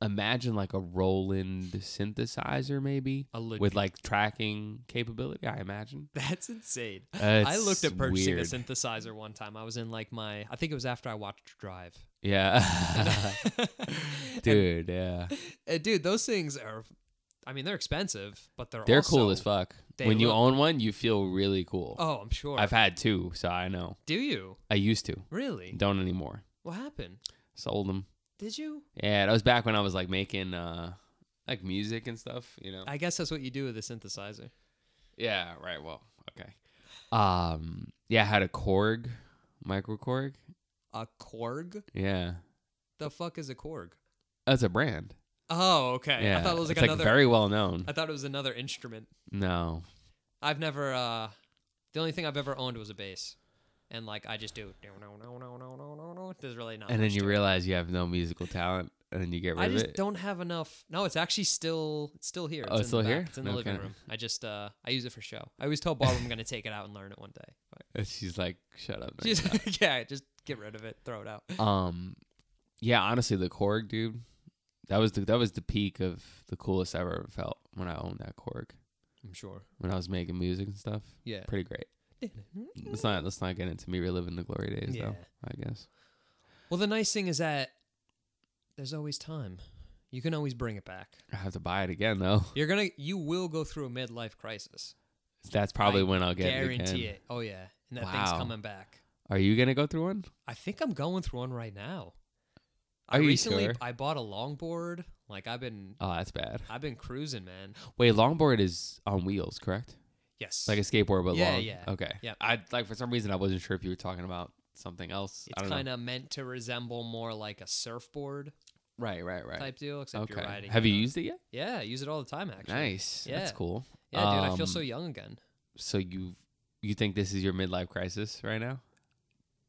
Speaker 1: imagine like a Roland synthesizer, maybe
Speaker 2: a legit-
Speaker 1: with like tracking capability. I imagine.
Speaker 2: That's insane. I
Speaker 1: That's
Speaker 2: looked at purchasing
Speaker 1: weird.
Speaker 2: a synthesizer one time. I was in like my, I think it was after I watched Drive.
Speaker 1: Yeah,
Speaker 2: And-
Speaker 1: dude. Yeah,
Speaker 2: uh, dude, those things are, I mean, they're expensive, but they're
Speaker 1: they're
Speaker 2: also,
Speaker 1: cool as fuck.
Speaker 2: they
Speaker 1: When you
Speaker 2: look-
Speaker 1: own one, you feel really cool.
Speaker 2: Oh, I'm sure.
Speaker 1: I've had two, so I know.
Speaker 2: Do you
Speaker 1: I used to,
Speaker 2: really?
Speaker 1: don't anymore.
Speaker 2: What happened?
Speaker 1: Sold them.
Speaker 2: Did you?
Speaker 1: Yeah, that was back when I was like making uh like music and stuff, you know.
Speaker 2: I guess that's what you do with a synthesizer.
Speaker 1: Yeah, right. Well, okay. Um yeah, I had a Korg, micro Korg.
Speaker 2: A Korg?
Speaker 1: Yeah.
Speaker 2: The fuck is a Korg?
Speaker 1: That's a brand.
Speaker 2: Oh, okay.
Speaker 1: Yeah.
Speaker 2: I thought it was like
Speaker 1: it's
Speaker 2: another.
Speaker 1: like very well known.
Speaker 2: I thought it was another instrument.
Speaker 1: No.
Speaker 2: I've never. uh The only thing I've ever owned was a bass, and like I just do. No, no, no, no, no, no, no, no. There's really not.
Speaker 1: And then
Speaker 2: much
Speaker 1: you
Speaker 2: to it.
Speaker 1: realize you have no musical talent and then you get rid
Speaker 2: Oh, I
Speaker 1: of
Speaker 2: just
Speaker 1: it.
Speaker 2: don't have enough. No, it's actually still it's still here.
Speaker 1: Oh, it's
Speaker 2: in the
Speaker 1: still
Speaker 2: back.
Speaker 1: here?
Speaker 2: It's in the
Speaker 1: No
Speaker 2: living
Speaker 1: kidding.
Speaker 2: room. I just uh I use it for show. I always tell Barb I'm gonna take it out and learn it one day. But
Speaker 1: And She's like, shut up.
Speaker 2: she's
Speaker 1: Nick."
Speaker 2: like, yeah, just get rid of it, throw it out.
Speaker 1: um yeah, honestly the Korg dude, that was the that was the peak of the coolest I've ever felt when I owned that Korg.
Speaker 2: I'm sure.
Speaker 1: When I was making music and stuff.
Speaker 2: Yeah.
Speaker 1: Pretty great. Let's not let's not get into me reliving the glory days though. I guess.
Speaker 2: Well, the nice thing is that there's always time. You can always bring it back.
Speaker 1: I have to buy it again though.
Speaker 2: You're gonna you will go through a midlife crisis.
Speaker 1: That's probably
Speaker 2: I
Speaker 1: when I'll get it again.
Speaker 2: Guarantee it. Oh yeah, and that thing's
Speaker 1: Wow.
Speaker 2: coming back.
Speaker 1: Are you gonna go through one?
Speaker 2: I think I'm going through one right now. I
Speaker 1: Are you
Speaker 2: recently
Speaker 1: sure?
Speaker 2: I bought a longboard. Like I've been
Speaker 1: Oh, that's bad.
Speaker 2: I've been cruising, man.
Speaker 1: Wait, longboard is on wheels, correct?
Speaker 2: Yes.
Speaker 1: Like a skateboard, but
Speaker 2: Yeah,
Speaker 1: long.
Speaker 2: yeah.
Speaker 1: Okay.
Speaker 2: Yep.
Speaker 1: I like for some reason I wasn't sure if you were talking about something else. I
Speaker 2: It's
Speaker 1: don't know.
Speaker 2: kind of meant to resemble more like a surfboard
Speaker 1: right, right, right.
Speaker 2: type deal, except
Speaker 1: okay.
Speaker 2: you're riding.
Speaker 1: Have you
Speaker 2: on a-
Speaker 1: used it yet?
Speaker 2: Yeah, I use it all the time actually.
Speaker 1: Nice. That's
Speaker 2: Yeah.
Speaker 1: cool.
Speaker 2: Yeah, dude, I feel so
Speaker 1: Um,
Speaker 2: young again.
Speaker 1: So you you think this is your midlife crisis right now?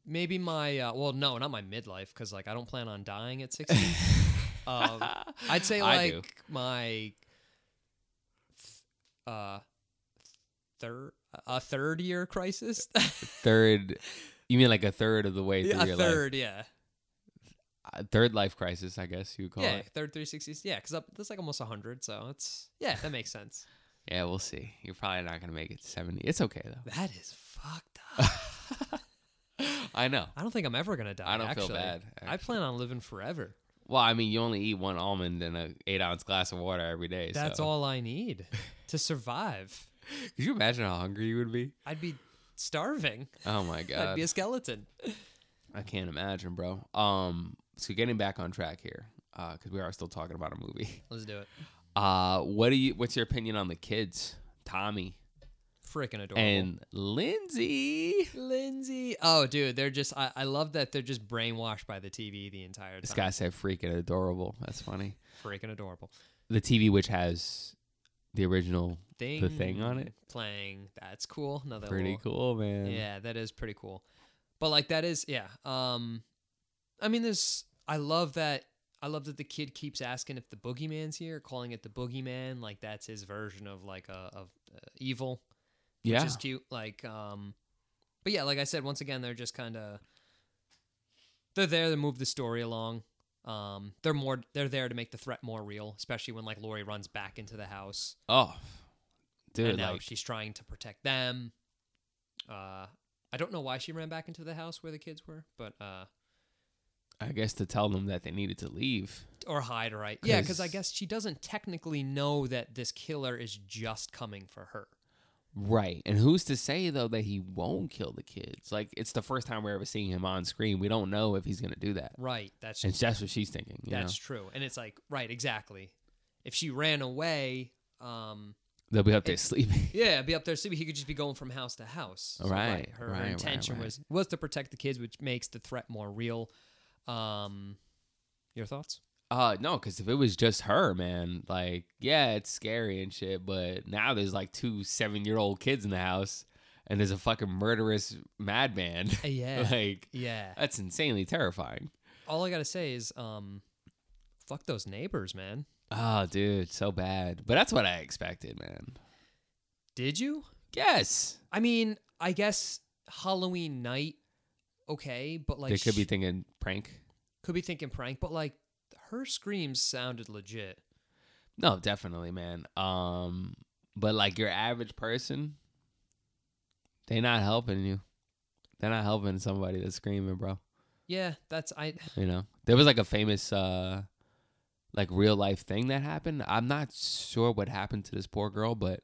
Speaker 2: Maybe my uh, well, no, not my midlife, because like I don't plan on dying at sixty. um, I'd say
Speaker 1: I do.
Speaker 2: like my th- uh third a third year crisis.
Speaker 1: third. You mean like a third of the way through
Speaker 2: yeah, a
Speaker 1: your life?
Speaker 2: third, yeah,
Speaker 1: Uh, third life crisis, I guess you would call
Speaker 2: yeah,
Speaker 1: it.
Speaker 2: third three sixties, yeah, because that's like almost hundred, so it's yeah, that makes sense.
Speaker 1: Yeah, we'll see. You're probably not gonna make it to seventy. It's okay though.
Speaker 2: That is fucked up.
Speaker 1: I know.
Speaker 2: I don't think I'm ever gonna die.
Speaker 1: I don't
Speaker 2: actually.
Speaker 1: feel bad.
Speaker 2: I
Speaker 1: actually.
Speaker 2: plan on living forever.
Speaker 1: Well, I mean, you only eat one almond and a eight ounce glass of water every day.
Speaker 2: That's
Speaker 1: so.
Speaker 2: all I need to survive.
Speaker 1: Could you imagine how hungry you would be?
Speaker 2: I'd be starving.
Speaker 1: Oh my
Speaker 2: I'd
Speaker 1: god,
Speaker 2: be
Speaker 1: I
Speaker 2: a skeleton.
Speaker 1: I can't imagine, bro. Um, so getting back on track here, because we are still talking about a movie.
Speaker 2: Let's do it.
Speaker 1: Uh, what do you? What's your opinion on the kids, Tommy
Speaker 2: Freaking adorable.
Speaker 1: and Lindsay?
Speaker 2: Lindsay. Oh, dude, they're just. I, I love that they're just brainwashed by the TV the entire
Speaker 1: This
Speaker 2: time.
Speaker 1: guy said freaking adorable. That's funny.
Speaker 2: Freaking adorable.
Speaker 1: The TV, which has the original,
Speaker 2: Thing.
Speaker 1: thing on it?
Speaker 2: playing. That's cool. Another
Speaker 1: pretty
Speaker 2: little-
Speaker 1: cool, man.
Speaker 2: Yeah, that is pretty cool. But like that is yeah. Um, I mean, there's. I love that. I love that the kid keeps asking if the boogeyman's here, calling it the boogeyman. Like that's his version of like a of uh, evil.
Speaker 1: yeah.
Speaker 2: which is cute. Like, um, but yeah, like I said, once again, they're just kind of they're there to move the story along. Um, they're more they're there to make the threat more real, especially when like Lori runs back into the house
Speaker 1: oh,
Speaker 2: and
Speaker 1: dude,
Speaker 2: now
Speaker 1: like
Speaker 2: she's trying to protect them. Uh, I don't know why she ran back into the house where the kids were, but uh,
Speaker 1: I guess to tell them that they needed to leave.
Speaker 2: or hide, right? Yeah, because I
Speaker 1: 'Cause-
Speaker 2: guess she doesn't technically know that this killer is just coming for her.
Speaker 1: Right. And who's to say though that he won't kill the kids? Like it's the first time we're ever seeing him on screen. We don't know if he's gonna do that.
Speaker 2: Right. That's
Speaker 1: And that's what she's thinking. You
Speaker 2: That's true. And it's like, right, exactly. If she ran away,
Speaker 1: know?
Speaker 2: um,
Speaker 1: They'll be up there sleeping.
Speaker 2: yeah, be up there sleeping. He could just be going from house to house.
Speaker 1: Right,
Speaker 2: her,
Speaker 1: right,
Speaker 2: her
Speaker 1: right,
Speaker 2: intention
Speaker 1: right.
Speaker 2: was was to protect the kids, which makes the threat more real. Um, your thoughts?
Speaker 1: Uh no, because if it was just her, man, like yeah, it's scary and shit. But now there's like two seven year old kids in the house, and there's a fucking murderous madman.
Speaker 2: Yeah,
Speaker 1: like
Speaker 2: yeah.
Speaker 1: that's insanely terrifying.
Speaker 2: All I gotta say is, um, fuck those neighbors, man.
Speaker 1: Oh, dude, so bad. But that's what I expected, man.
Speaker 2: Did you?
Speaker 1: Yes,
Speaker 2: I mean, I guess Halloween night, okay, but like
Speaker 1: they could be
Speaker 2: sh-
Speaker 1: thinking prank.
Speaker 2: could be thinking prank, but like her screams sounded legit.
Speaker 1: No, definitely, man. Um, but like your average person, they not helping you. They're not helping somebody that's screaming, bro.
Speaker 2: Yeah, that's I.
Speaker 1: You know, there was like a famous, uh, like real life thing that happened. I'm not sure what happened to this poor girl, but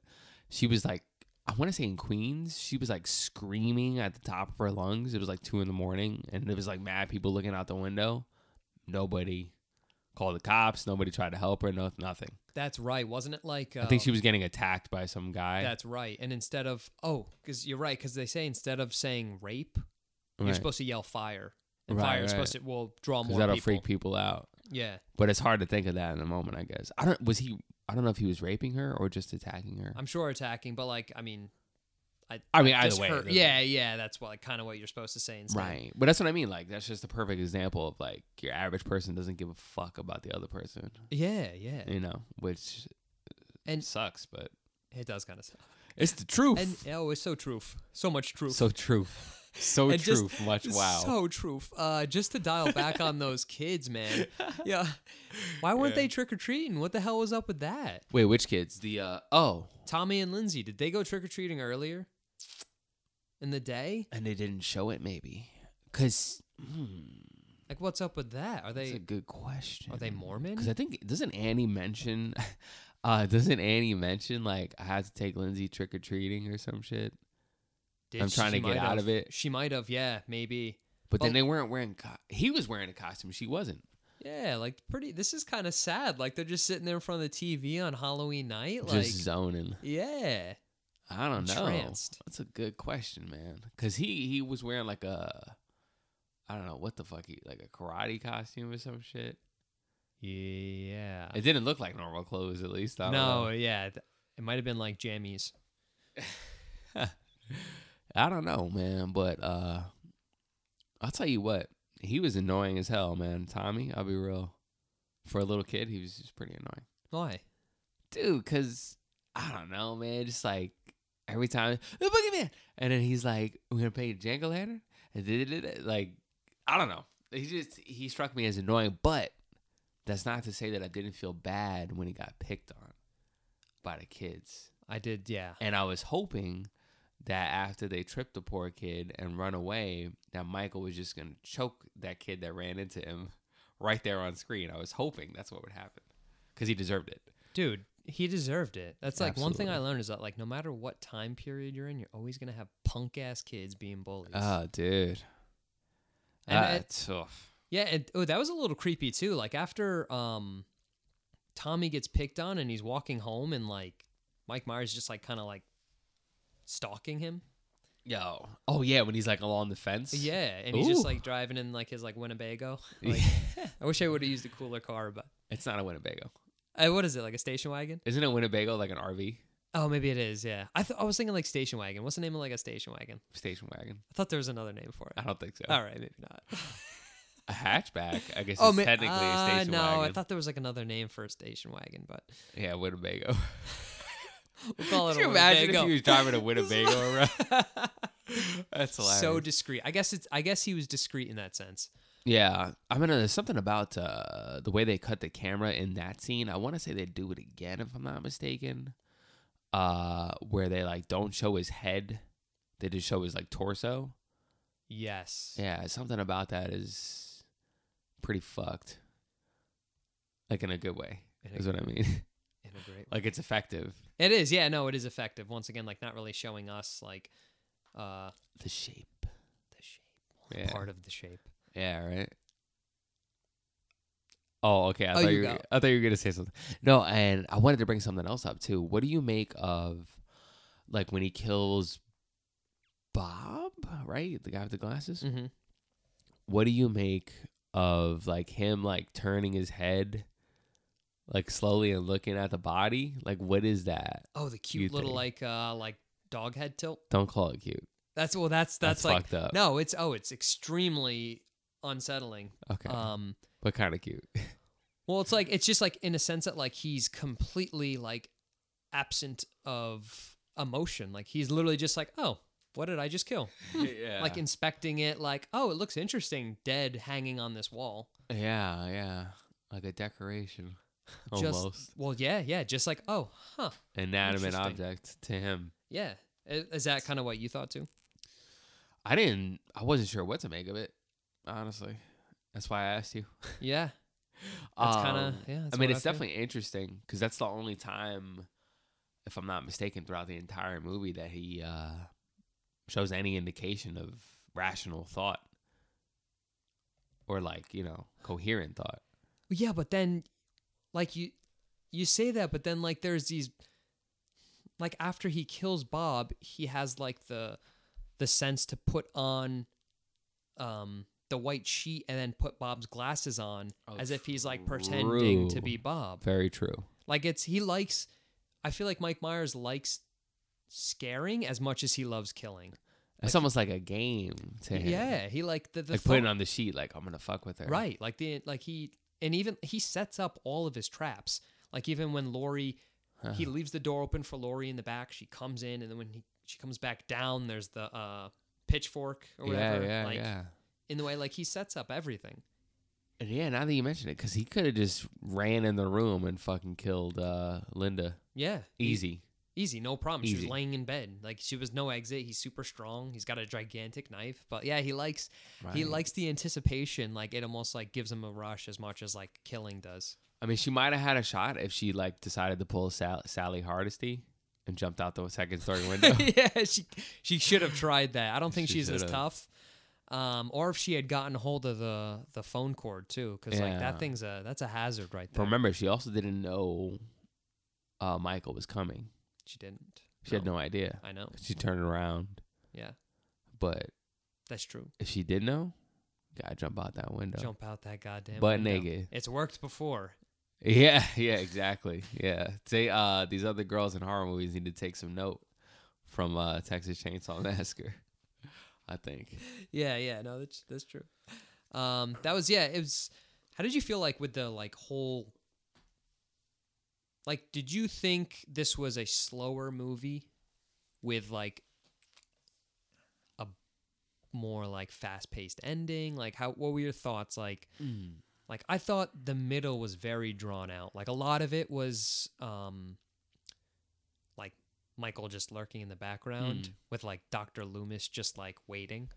Speaker 1: she was like, I want to say in Queens, she was like screaming at the top of her lungs. It was like two in the morning, and there was like mad people looking out the window. Nobody called the cops. Nobody tried to help her. No, nothing.
Speaker 2: That's right, wasn't it? Like uh,
Speaker 1: I think she was getting attacked by some guy.
Speaker 2: That's right. And instead of oh, because you're right, because they say instead of saying rape, you're
Speaker 1: Right.
Speaker 2: supposed to yell fire, and
Speaker 1: Right,
Speaker 2: fire
Speaker 1: right.
Speaker 2: is supposed to will draw
Speaker 1: 'Cause
Speaker 2: more
Speaker 1: that'll
Speaker 2: people.
Speaker 1: freak people out.
Speaker 2: Yeah,
Speaker 1: But it's hard to think of that in the moment, I guess. I don't. Was he? I don't know if he was raping her or just attacking her.
Speaker 2: I'm sure attacking, but like I mean,
Speaker 1: I mean, either
Speaker 2: just
Speaker 1: way. it
Speaker 2: her-
Speaker 1: doesn't-
Speaker 2: yeah, yeah, that's what like kind of what you're supposed to say instead.
Speaker 1: Right. But that's what I mean. Like that's just a perfect example of like your average person doesn't give a fuck about the other person.
Speaker 2: Yeah, yeah,
Speaker 1: You know, which
Speaker 2: And-
Speaker 1: sucks, but
Speaker 2: it does kind of suck.
Speaker 1: it's the truth.
Speaker 2: And oh, it's so truth, so much truth.
Speaker 1: so truth. So
Speaker 2: And just-
Speaker 1: truth. much wow.
Speaker 2: So truth. Uh, just to dial back on those kids, man. Yeah. Why weren't
Speaker 1: Yeah.
Speaker 2: they trick or treating? What the hell was up with that?
Speaker 1: Wait, which kids? The uh oh,
Speaker 2: Tommy and Lindsay, did they go trick or treating earlier in the day?
Speaker 1: and they didn't show it maybe because
Speaker 2: Like, what's up with that? Are
Speaker 1: that's a
Speaker 2: they
Speaker 1: good question.
Speaker 2: are they Mormon?
Speaker 1: Because I think doesn't Annie mention, uh, doesn't Annie mention like I had to take Lindsay trick or treating or some shit?
Speaker 2: Did
Speaker 1: I'm
Speaker 2: she-
Speaker 1: trying to
Speaker 2: she
Speaker 1: get
Speaker 2: might
Speaker 1: out
Speaker 2: have.
Speaker 1: of it.
Speaker 2: She might have, yeah, maybe.
Speaker 1: But then
Speaker 2: Well-
Speaker 1: they weren't wearing. Co- he was wearing a costume. She wasn't.
Speaker 2: Yeah, like pretty. This is kind of sad. Like they're just sitting there in front of the TV on Halloween night. Like,
Speaker 1: Just zoning.
Speaker 2: yeah,
Speaker 1: I don't know.
Speaker 2: Entranced.
Speaker 1: That's a good question, man. Because he he was wearing like a I don't know what the fuck, he, like a karate costume or some shit.
Speaker 2: Yeah.
Speaker 1: It didn't look like normal clothes, at least. I don't
Speaker 2: no,
Speaker 1: know.
Speaker 2: yeah. th- It might have been like jammies.
Speaker 1: I don't know, man. But uh, I'll tell you what, he was annoying as hell, man. Tommy, I'll be real. For a little kid, he was just pretty annoying.
Speaker 2: Why?
Speaker 1: dude, because I don't know, man. Just like every time, the boogeyman. And then he's like, we're going to play Django Lantern? And da-da-da-da. Like, I don't know. He just, he struck me as annoying, but that's not to say that I didn't feel bad when he got picked on by the kids.
Speaker 2: I did, yeah.
Speaker 1: And I was hoping that after they tripped the poor kid and run away, that Michael was just going to choke that kid that ran into him right there on screen. I was hoping that's what would happen because he deserved it.
Speaker 2: Dude, he deserved it. That's like one thing I
Speaker 1: Absolutely.
Speaker 2: learned is that like no matter what time period you're in, you're always gonna have punk ass kids being bullies.
Speaker 1: Oh, dude.
Speaker 2: And it-
Speaker 1: That's tough.
Speaker 2: Yeah, and oh, that was a little creepy too. Like after um Tommy gets picked on and he's walking home and like Mike Myers just like kind of like stalking him.
Speaker 1: Yo. Oh yeah, when he's like along the fence.
Speaker 2: Yeah, and he's just
Speaker 1: Ooh.
Speaker 2: like driving in like his like Winnebago.
Speaker 1: Yeah.
Speaker 2: Like, I wish I would have used a cooler car, but
Speaker 1: It's not a Winnebago.
Speaker 2: uh, what is it like a station wagon?
Speaker 1: Isn't a Winnebago like an RV
Speaker 2: Oh, maybe it is. Yeah, I th- I was thinking like station wagon. What's the name of like a station wagon?
Speaker 1: station wagon?
Speaker 2: I thought there was another name for it.
Speaker 1: I don't think so.
Speaker 2: All right, maybe not.
Speaker 1: A hatchback, I guess
Speaker 2: oh,
Speaker 1: it's
Speaker 2: ma-
Speaker 1: technically
Speaker 2: uh,
Speaker 1: a station
Speaker 2: no,
Speaker 1: wagon.
Speaker 2: I thought there was like another name for a station wagon, but
Speaker 1: yeah, Winnebago.
Speaker 2: we'll call it
Speaker 1: Could
Speaker 2: a
Speaker 1: you imagine if
Speaker 2: Winnebago.
Speaker 1: he was driving a Winnebago around? That's hilarious.
Speaker 2: so discreet. I guess it's. I guess he was discreet in that sense.
Speaker 1: yeah, I mean, there's something about uh, the way they cut the camera in that scene. I want to say they do it again, if I'm not mistaken, uh, where they like don't show his head; they just show his like torso.
Speaker 2: Yes.
Speaker 1: Yeah, something about that is pretty fucked. Like in a good way,
Speaker 2: In a
Speaker 1: is what I mean.
Speaker 2: In a great.
Speaker 1: like it's effective.
Speaker 2: It is. Yeah. No, it is effective. Once again, like not really showing us like uh
Speaker 1: The shape.
Speaker 2: the shape.
Speaker 1: Yeah.
Speaker 2: Part of the shape.
Speaker 1: Yeah, right. Oh, okay. I
Speaker 2: Oh,
Speaker 1: thought
Speaker 2: you
Speaker 1: you, were,
Speaker 2: go.
Speaker 1: I thought you were gonna say something. No, and I wanted to bring something else up too. What do you make of like when he kills Bob, right? The guy with the glasses?
Speaker 2: Mm-hmm.
Speaker 1: What do you make of like him like turning his head like slowly and looking at the body? Like what is that?
Speaker 2: Oh, the
Speaker 1: You
Speaker 2: cute little
Speaker 1: think.
Speaker 2: like uh like dog head tilt.
Speaker 1: Don't call it cute.
Speaker 2: That's well. That's that's,
Speaker 1: That's,
Speaker 2: like
Speaker 1: fucked up.
Speaker 2: no. It's oh, it's extremely unsettling.
Speaker 1: Okay.
Speaker 2: Um.
Speaker 1: but kind of cute.
Speaker 2: Well, it's like it's just like in a sense that like he's completely like absent of emotion. Like he's literally just like, oh, what did I just kill?
Speaker 1: yeah.
Speaker 2: Like inspecting it, like, oh, it looks interesting, dead hanging on this wall.
Speaker 1: yeah, yeah. Like a decoration.
Speaker 2: Just-
Speaker 1: Almost.
Speaker 2: Well, yeah, yeah, just like, oh, huh,
Speaker 1: inanimate
Speaker 2: Interesting.
Speaker 1: object to him.
Speaker 2: yeah. I- Is that kind of what you thought too?
Speaker 1: I didn't. I wasn't sure what to make of it. Honestly, that's why I asked you.
Speaker 2: Yeah, that's kind of
Speaker 1: Um,
Speaker 2: yeah.
Speaker 1: I
Speaker 2: that's
Speaker 1: mean,
Speaker 2: what
Speaker 1: it's
Speaker 2: feel.
Speaker 1: definitely interesting because that's the only time, if I'm not mistaken, throughout the entire movie that he uh, shows any indication of rational thought or like you know coherent thought.
Speaker 2: Yeah, but then like you you say that, but then like there's these like after he kills Bob, he has like the the sense to put on um the white sheet and then put Bob's glasses on
Speaker 1: Oh,
Speaker 2: as if he's like pretending to
Speaker 1: true.
Speaker 2: be Bob.
Speaker 1: Very true.
Speaker 2: Like it's he likes I feel like Mike Myers likes scaring as much as he loves killing.
Speaker 1: It's almost like a game to him.
Speaker 2: Yeah, he like the, the
Speaker 1: like
Speaker 2: thought-
Speaker 1: putting on the sheet, like I'm gonna fuck with her.
Speaker 2: Right. Like the like he and even he sets up all of his traps. Like even when Lori he
Speaker 1: Uh-huh.
Speaker 2: leaves the door open for Lori in the back, she comes in and then when he, she comes back down there's the uh pitchfork or
Speaker 1: Yeah,
Speaker 2: whatever
Speaker 1: yeah,
Speaker 2: like
Speaker 1: yeah.
Speaker 2: in the way like he sets up everything.
Speaker 1: And yeah, now that you mention it, because he could have just ran in the room and fucking killed uh, Linda.
Speaker 2: Yeah. E-
Speaker 1: Easy.
Speaker 2: Easy, no problem. She
Speaker 1: Easy.
Speaker 2: was laying in bed. Like she was no exit. He's super strong. He's got a gigantic knife. But yeah, he likes he
Speaker 1: Right.
Speaker 2: likes the anticipation. Like it almost like gives him a rush as much as like killing does.
Speaker 1: I mean, she might have had a shot if she like decided to pull Sal- Sally Hardesty and jumped out the second story window.
Speaker 2: yeah, she she should have tried that. I don't think
Speaker 1: She
Speaker 2: she's as
Speaker 1: should've.
Speaker 2: tough. Um, or if she had gotten hold of the the phone cord too, because like
Speaker 1: Yeah.
Speaker 2: that thing's a that's a hazard right
Speaker 1: but
Speaker 2: there.
Speaker 1: remember, she also didn't know uh, Michael was coming.
Speaker 2: she didn't.
Speaker 1: She had no idea.
Speaker 2: I know.
Speaker 1: She turned around,
Speaker 2: Yeah,
Speaker 1: but
Speaker 2: that's true.
Speaker 1: if she did know, Gotta jump out that window.
Speaker 2: Jump out that goddamn
Speaker 1: Butt
Speaker 2: window.
Speaker 1: naked.
Speaker 2: It's worked before.
Speaker 1: Yeah, yeah, exactly. Yeah. They, uh, these other girls in horror movies need to take some note from uh, Texas Chainsaw Massacre, I think.
Speaker 2: Yeah, yeah, no, that's that's true. Um, that was yeah. It was. How did you feel like with the like whole? Like, did you think this was a slower movie, with like a more like fast paced ending? Like, how what were your thoughts? Like, like I thought the middle was very drawn out. Like a lot of it was, um, like Michael just lurking in the background
Speaker 1: Mm.
Speaker 2: with like Doctor Loomis just like waiting.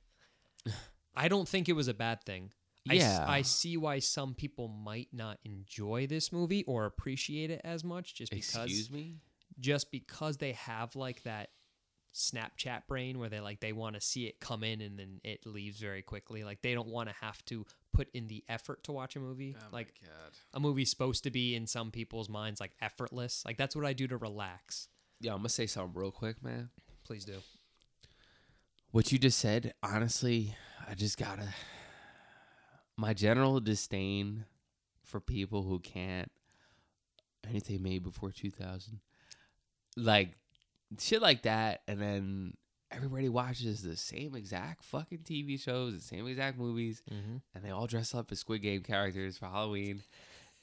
Speaker 2: I don't think it was a bad thing. I s-
Speaker 1: Yeah.
Speaker 2: I, see why some people might not enjoy this movie or appreciate it as much just because
Speaker 1: Excuse me?
Speaker 2: just because they have like that Snapchat brain where they like they want to see it come in and then it leaves very quickly. Like they don't want to have to put in the effort to watch a movie. like
Speaker 1: God.
Speaker 2: a movie's supposed to be in some people's minds like effortless. Like that's what I do to relax.
Speaker 1: Yeah, I'm gonna say something real quick, man.
Speaker 2: Please do.
Speaker 1: What you just said, honestly, I just gotta. My general disdain for people who can't anything made before 2000, like shit like that, and then everybody watches the same exact fucking TV shows, the same exact movies,
Speaker 2: Mm-hmm.
Speaker 1: and they all dress up as Squid Game characters for Halloween.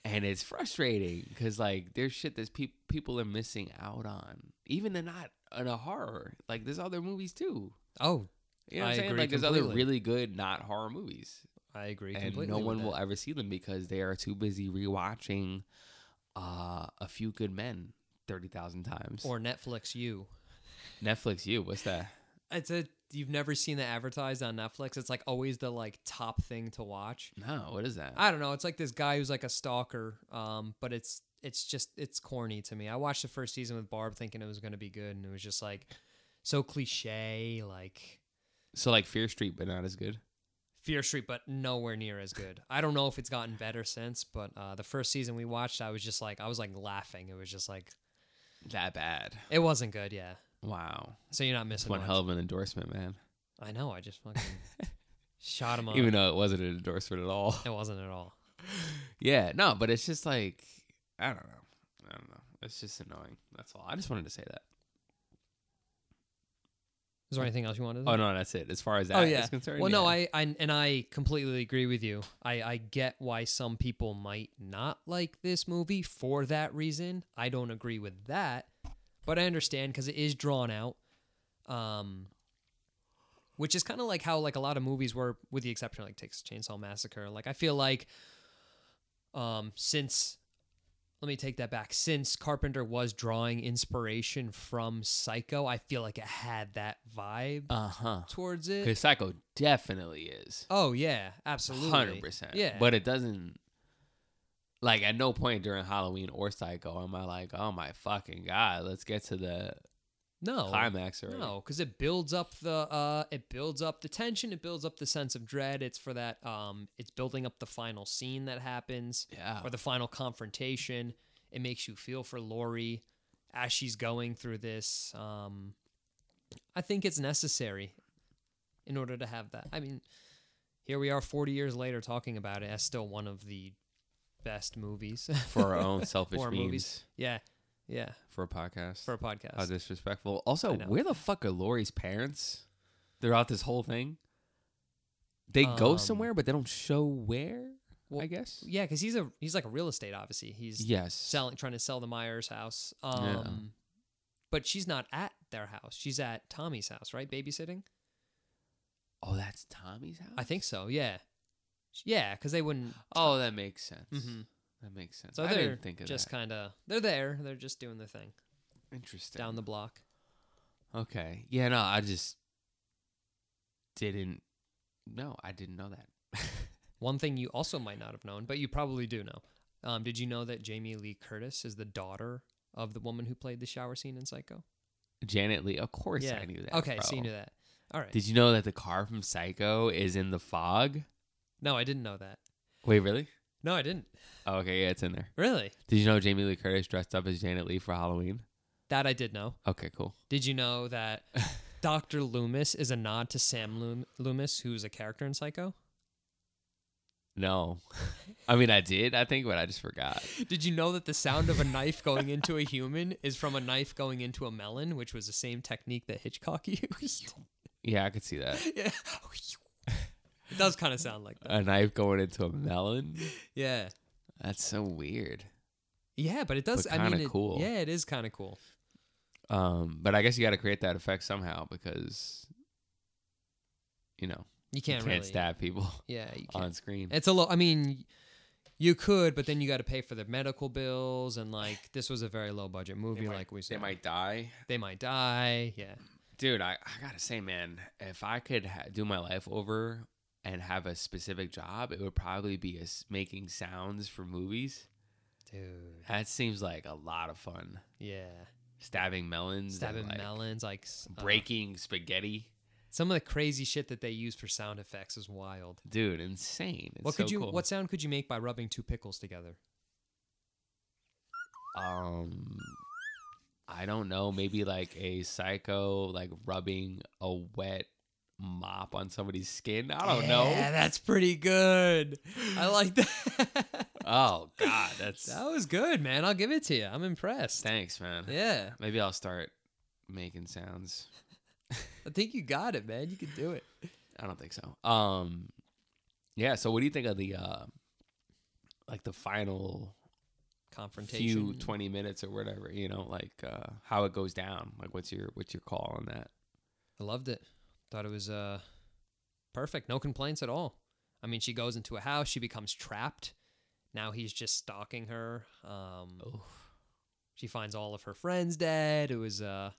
Speaker 1: And it's frustrating because like there's shit that peop people are missing out on, even in not in a horror. Like there's other movies too.
Speaker 2: Oh,
Speaker 1: You know what
Speaker 2: I
Speaker 1: I'm saying?
Speaker 2: agree
Speaker 1: Like there's other
Speaker 2: completely.
Speaker 1: really good not horror movies,
Speaker 2: I agree
Speaker 1: and
Speaker 2: completely.
Speaker 1: no
Speaker 2: with
Speaker 1: one will
Speaker 2: that.
Speaker 1: ever see them because they are too busy rewatching uh, a few good men thirty thousand times. Or
Speaker 2: or Netflix you.
Speaker 1: Netflix, you what's that?
Speaker 2: It's a you've never seen that advertised on Netflix. It's like always the like top thing to watch.
Speaker 1: No, what is that?
Speaker 2: I don't know. It's like this guy who's like a stalker, um, but it's it's just it's corny to me. I watched the first season with Barb thinking it was going to be good, and it was just like so cliche, like
Speaker 1: so like Fear Street, but not as good.
Speaker 2: Fear Street, but nowhere near as good. I don't know if it's gotten better since, but uh, the first season we watched, I was just like I was like laughing. It was just like
Speaker 1: That bad.
Speaker 2: it wasn't good, yeah.
Speaker 1: Wow,
Speaker 2: So you're not
Speaker 1: it's
Speaker 2: missing
Speaker 1: one
Speaker 2: much.
Speaker 1: hell of an endorsement, man.
Speaker 2: I know. I just fucking shot him up.
Speaker 1: Even though it wasn't an endorsement at all.
Speaker 2: it wasn't at all.
Speaker 1: Yeah, no, but it's just like I don't know. I don't know. It's just annoying. That's all. I just wanted to say that.
Speaker 2: Is there anything else you wanted? to
Speaker 1: Oh no, that's it. As far as that
Speaker 2: Oh,
Speaker 1: is
Speaker 2: yeah.
Speaker 1: concerned.
Speaker 2: Well, no,
Speaker 1: yeah.
Speaker 2: I, I and I completely agree with you. I I get why some people might not like this movie for that reason. I don't agree with that, but I understand because it is drawn out. Um, which is kind of like how like a lot of movies were, with the exception of like Texas Chainsaw Massacre. Like I feel like, um, since let me take that back. Since Carpenter was drawing inspiration from Psycho, I feel like it had that vibe
Speaker 1: Uh huh.
Speaker 2: towards it.
Speaker 1: Because Psycho definitely is.
Speaker 2: Oh yeah, absolutely.
Speaker 1: Hundred percent.
Speaker 2: Yeah.
Speaker 1: But it doesn't. Like at no point during Halloween or Psycho am I like, oh my fucking god, let's get to the
Speaker 2: no,
Speaker 1: climax already.
Speaker 2: no, because it builds up the uh, it builds up the tension, it builds up the sense of dread. It's for that um, it's building up the final scene that happens
Speaker 1: Yeah.
Speaker 2: or the final confrontation. It makes you feel for Lori as she's going through this. Um, I think it's necessary in order to have that. I mean, here we are, forty years later, talking about it as still one of the best movies
Speaker 1: For our own selfish
Speaker 2: For our
Speaker 1: means.
Speaker 2: movies. yeah, yeah,
Speaker 1: For a podcast.
Speaker 2: for a podcast.
Speaker 1: How disrespectful. Also,
Speaker 2: I know.
Speaker 1: where the fuck are Lori's parents throughout this whole thing? They go
Speaker 2: Um,
Speaker 1: somewhere, but they don't show where, I
Speaker 2: well,
Speaker 1: guess.
Speaker 2: Yeah, because he's a he's like a real estate. Obviously, he's
Speaker 1: Yes.
Speaker 2: selling, trying to sell the Myers house. Um,
Speaker 1: Yeah.
Speaker 2: but she's not at their house. She's at Tommy's house, right? Babysitting.
Speaker 1: oh, that's Tommy's house?
Speaker 2: I think so. Yeah, yeah, because they wouldn't.
Speaker 1: Oh, that makes sense.
Speaker 2: Mhm.
Speaker 1: That makes sense.
Speaker 2: So
Speaker 1: I
Speaker 2: they're
Speaker 1: didn't think of
Speaker 2: just
Speaker 1: that.
Speaker 2: kind of they're there. They're just doing their thing
Speaker 1: Interesting.
Speaker 2: down the block.
Speaker 1: okay. Yeah, no, I just didn't. No, I didn't know that.
Speaker 2: One thing you also might not have known, but you probably do know. Um, did you know that Jamie Lee Curtis is the daughter of the woman who played the shower scene in Psycho?
Speaker 1: Janet Lee, of course I knew that.
Speaker 2: Okay,
Speaker 1: bro.
Speaker 2: so you knew that. All right.
Speaker 1: Did you know that the car from Psycho is in the fog?
Speaker 2: no, I didn't know that.
Speaker 1: Wait, really?
Speaker 2: No, I didn't.
Speaker 1: Oh, okay, yeah, it's in there.
Speaker 2: Really?
Speaker 1: Did you know Jamie Lee Curtis dressed up as Janet Lee for Halloween?
Speaker 2: That I did know.
Speaker 1: Okay, cool.
Speaker 2: Did you know that Dr. Loomis is a nod to Sam Loom- Loomis, who's a character in Psycho?
Speaker 1: No, I mean I did. I think, but I just forgot.
Speaker 2: Did you know that the sound of a knife going into a human is from a knife going into a melon, which was the same technique that Hitchcock used?
Speaker 1: Yeah, I could see that.
Speaker 2: yeah. It does kind of sound like that.
Speaker 1: A knife going into a melon.
Speaker 2: Yeah.
Speaker 1: That's so weird.
Speaker 2: Yeah, but it does.
Speaker 1: But
Speaker 2: I mean,
Speaker 1: kinda
Speaker 2: it,
Speaker 1: cool.
Speaker 2: yeah, it is kind of cool.
Speaker 1: Um, but I guess you got to create that effect somehow because, you know,
Speaker 2: You
Speaker 1: you
Speaker 2: can't,
Speaker 1: can't
Speaker 2: really.
Speaker 1: stab people
Speaker 2: Yeah, you can't.
Speaker 1: on screen.
Speaker 2: It's a low. I mean, you could, but then you got to pay for the medical bills and like this was a very low budget movie,
Speaker 1: might-
Speaker 2: like we said.
Speaker 1: They might die.
Speaker 2: They might die. Yeah.
Speaker 1: Dude, I, I gotta say, man, if I could ha- do my life over and have a specific job, it would probably be a s making sounds for movies.
Speaker 2: Dude.
Speaker 1: That seems like a lot of fun.
Speaker 2: Yeah.
Speaker 1: Stabbing melons, and,
Speaker 2: Stabbing
Speaker 1: like,
Speaker 2: melons, like s- uh,
Speaker 1: breaking spaghetti,
Speaker 2: Some of the crazy shit that they use for sound effects is wild.
Speaker 1: dude, insane. It's
Speaker 2: what could
Speaker 1: so
Speaker 2: you?
Speaker 1: cool.
Speaker 2: What sound could you make by rubbing two pickles together?
Speaker 1: um? I don't know. Maybe like a psycho, like rubbing a wet mop on somebody's skin. I don't
Speaker 2: Yeah,
Speaker 1: know.
Speaker 2: that's pretty good. I like that.
Speaker 1: Oh God, that's
Speaker 2: that was good, man. I'll give it to you. I'm impressed.
Speaker 1: thanks, man.
Speaker 2: Yeah,
Speaker 1: Maybe I'll start making sounds.
Speaker 2: I think you got it, man. You can do it.
Speaker 1: I don't think so. Um, yeah. So, what do you think of the uh, like the final
Speaker 2: Confrontation.
Speaker 1: few twenty minutes or whatever? You know, like uh, how it goes down. Like, what's your what's your call on that?
Speaker 2: I loved it. Thought it was uh perfect. No complaints at all. I mean, she goes into a house. She becomes trapped. Now he's just stalking her. Um,
Speaker 1: Oh,
Speaker 2: she finds all of her friends dead. It was uh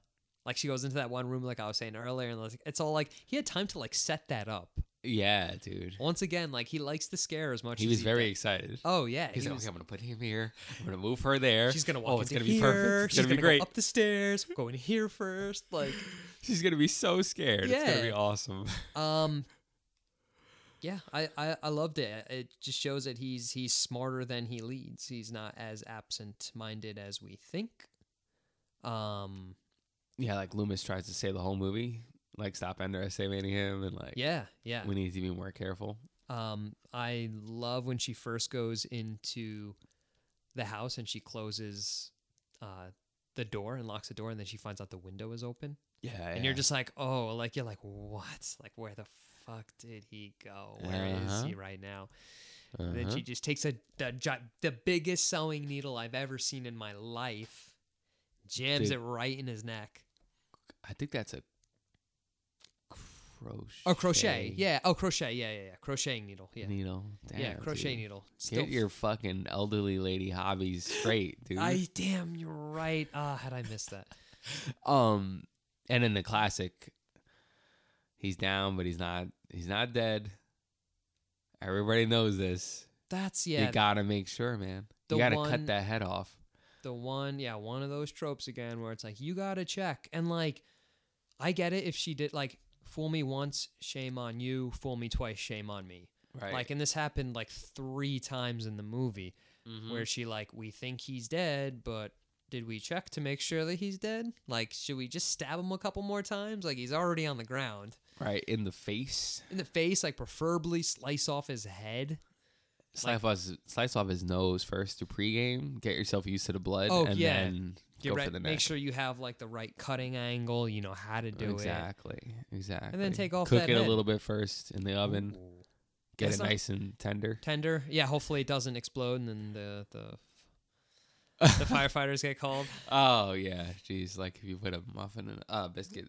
Speaker 2: like she goes into that one room like I was saying earlier and like it's all like he had time to like set that up.
Speaker 1: yeah, dude.
Speaker 2: Once again, like he likes the scare as much
Speaker 1: He
Speaker 2: as
Speaker 1: was
Speaker 2: he
Speaker 1: very
Speaker 2: does-
Speaker 1: excited.
Speaker 2: Oh yeah.
Speaker 1: He's
Speaker 2: he
Speaker 1: like,
Speaker 2: was-
Speaker 1: okay, I'm gonna put him here. I'm gonna move her there.
Speaker 2: She's gonna walk
Speaker 1: Oh, it's
Speaker 2: into
Speaker 1: gonna be
Speaker 2: here.
Speaker 1: perfect. It's
Speaker 2: She's
Speaker 1: gonna be
Speaker 2: go
Speaker 1: great.
Speaker 2: up the stairs. Go in here first. Like
Speaker 1: She's gonna be so scared. It's gonna be
Speaker 2: Yeah.
Speaker 1: awesome.
Speaker 2: um Yeah, I, I I loved it. It just shows that he's he's smarter than he leads. He's not as absent minded as we think. Um
Speaker 1: yeah, like Loomis tries to say the whole movie. Like, stop underestimating him, and like,
Speaker 2: yeah, yeah.
Speaker 1: we need to be more careful.
Speaker 2: Um, I love when she first goes into the house and she closes uh, the door and locks the door, and then she finds out the window is open,
Speaker 1: Yeah,
Speaker 2: and you're just like, oh, like you're like, what? Like where the fuck did he go? Where is
Speaker 1: Uh-huh.
Speaker 2: he right now? And then she just takes a the, gi- the biggest sewing needle I've ever seen in my life, jams
Speaker 1: Dude.
Speaker 2: it right in his neck.
Speaker 1: I think that's a crochet.
Speaker 2: Oh, crochet, yeah. Oh, crochet, yeah, yeah, yeah. Crocheting needle, yeah,
Speaker 1: Needle.
Speaker 2: yeah.
Speaker 1: Damn,
Speaker 2: Crochet
Speaker 1: dude.
Speaker 2: needle. Still
Speaker 1: Get your fucking elderly lady hobbies straight, dude.
Speaker 2: I damn, you're right. Ah, had I missed that?
Speaker 1: um, and in the classic, he's down, but he's not. He's not dead. Everybody knows this.
Speaker 2: That's yeah,
Speaker 1: You gotta make sure, man.
Speaker 2: The
Speaker 1: you gotta
Speaker 2: one-
Speaker 1: cut that head off.
Speaker 2: the one. Yeah, one of those tropes again, where it's like you gotta check, and like, I get it if she did like fool me once, shame on you. Fool me twice, shame on me.
Speaker 1: Right.
Speaker 2: Like, and this happened like three times in the movie,
Speaker 1: Mm-hmm.
Speaker 2: where she like we think he's dead, but. Did we check to make sure that he's dead? Like, should we just stab him a couple more times? Like, he's already on the ground.
Speaker 1: right in the face.
Speaker 2: In the face, like, preferably slice off his head.
Speaker 1: Slice off, his, slice off his nose first through pregame. Get yourself used to the blood,
Speaker 2: Oh,
Speaker 1: and
Speaker 2: yeah.
Speaker 1: then
Speaker 2: Get
Speaker 1: go
Speaker 2: right,
Speaker 1: for the neck.
Speaker 2: make sure you have like the right cutting angle. You know how to do it.
Speaker 1: exactly, Exactly.
Speaker 2: take off
Speaker 1: Cook
Speaker 2: that
Speaker 1: it
Speaker 2: head.
Speaker 1: a little bit first in the oven.
Speaker 2: Ooh.
Speaker 1: Get
Speaker 2: That's
Speaker 1: it
Speaker 2: not-
Speaker 1: nice and tender.
Speaker 2: Tender, yeah. Hopefully it doesn't explode, and then the the, the firefighters get called.
Speaker 1: oh yeah, jeez. Like if you put a muffin and a uh, biscuit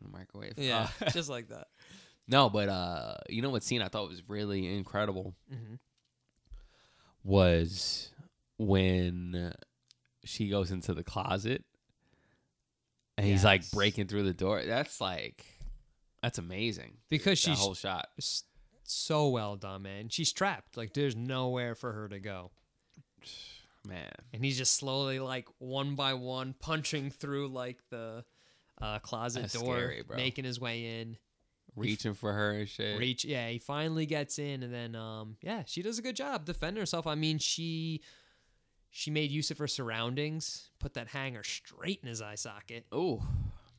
Speaker 1: in the microwave.
Speaker 2: Yeah,
Speaker 1: Uh,
Speaker 2: just like that.
Speaker 1: no, but uh, you know what scene I thought was really incredible
Speaker 2: hmm
Speaker 1: was when she goes into the closet and he's like
Speaker 2: Yes.
Speaker 1: breaking through the door. That's like that's amazing.
Speaker 2: Because
Speaker 1: that
Speaker 2: she's-
Speaker 1: whole shot.
Speaker 2: It's so well done, man. She's trapped. Like there's nowhere for her to go,
Speaker 1: Man.
Speaker 2: and he's just slowly like one by one punching through like the uh, closet
Speaker 1: That's
Speaker 2: door,
Speaker 1: scary, bro.
Speaker 2: making his way in.
Speaker 1: Reaching for her and shit.
Speaker 2: reach yeah he finally gets in and then um yeah she does a good job defending herself i mean she she made use of her surroundings put that hanger straight in his eye socket
Speaker 1: Oh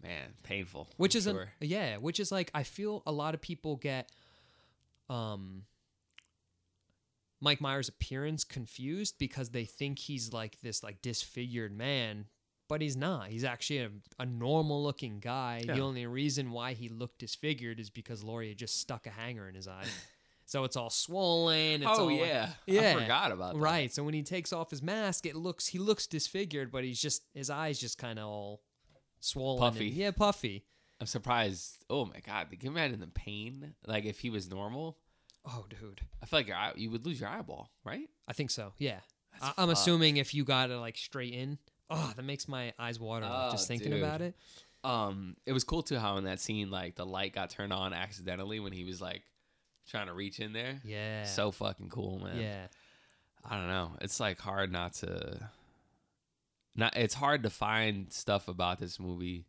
Speaker 1: man, painful.
Speaker 2: which
Speaker 1: I'm
Speaker 2: is
Speaker 1: sure.
Speaker 2: a yeah which is like i feel a lot of people get um Mike Myers' appearance confused because they think he's like this like disfigured man, but he's not. He's actually a, a normal looking guy.
Speaker 1: Yeah.
Speaker 2: The only reason why he looked disfigured is because Laurie had just stuck a hanger in his eye. so it's all swollen. It's all like-
Speaker 1: Oh, I
Speaker 2: Yeah.
Speaker 1: forgot about that.
Speaker 2: Right. So when he takes off his mask, it looks he looks disfigured, but he's just his eyes just kind of all swollen. and-
Speaker 1: Puffy.
Speaker 2: yeah, puffy.
Speaker 1: I'm surprised. Oh my god, can you imagine the pain? Like if he was normal,
Speaker 2: Oh, dude.
Speaker 1: I feel like your eye, you would lose your eyeball, right?
Speaker 2: I think so. Yeah. I-
Speaker 1: That's
Speaker 2: I'm
Speaker 1: fucked.
Speaker 2: assuming if you got it like straight in. Oh, that makes my eyes water like,
Speaker 1: Oh,
Speaker 2: just thinking
Speaker 1: dude.
Speaker 2: about it.
Speaker 1: Um, it was cool too how in that scene like the light got turned on accidentally when he was like trying to reach in there.
Speaker 2: Yeah.
Speaker 1: So fucking cool, man.
Speaker 2: yeah.
Speaker 1: I don't know. It's like hard not to not it's hard to find stuff about this movie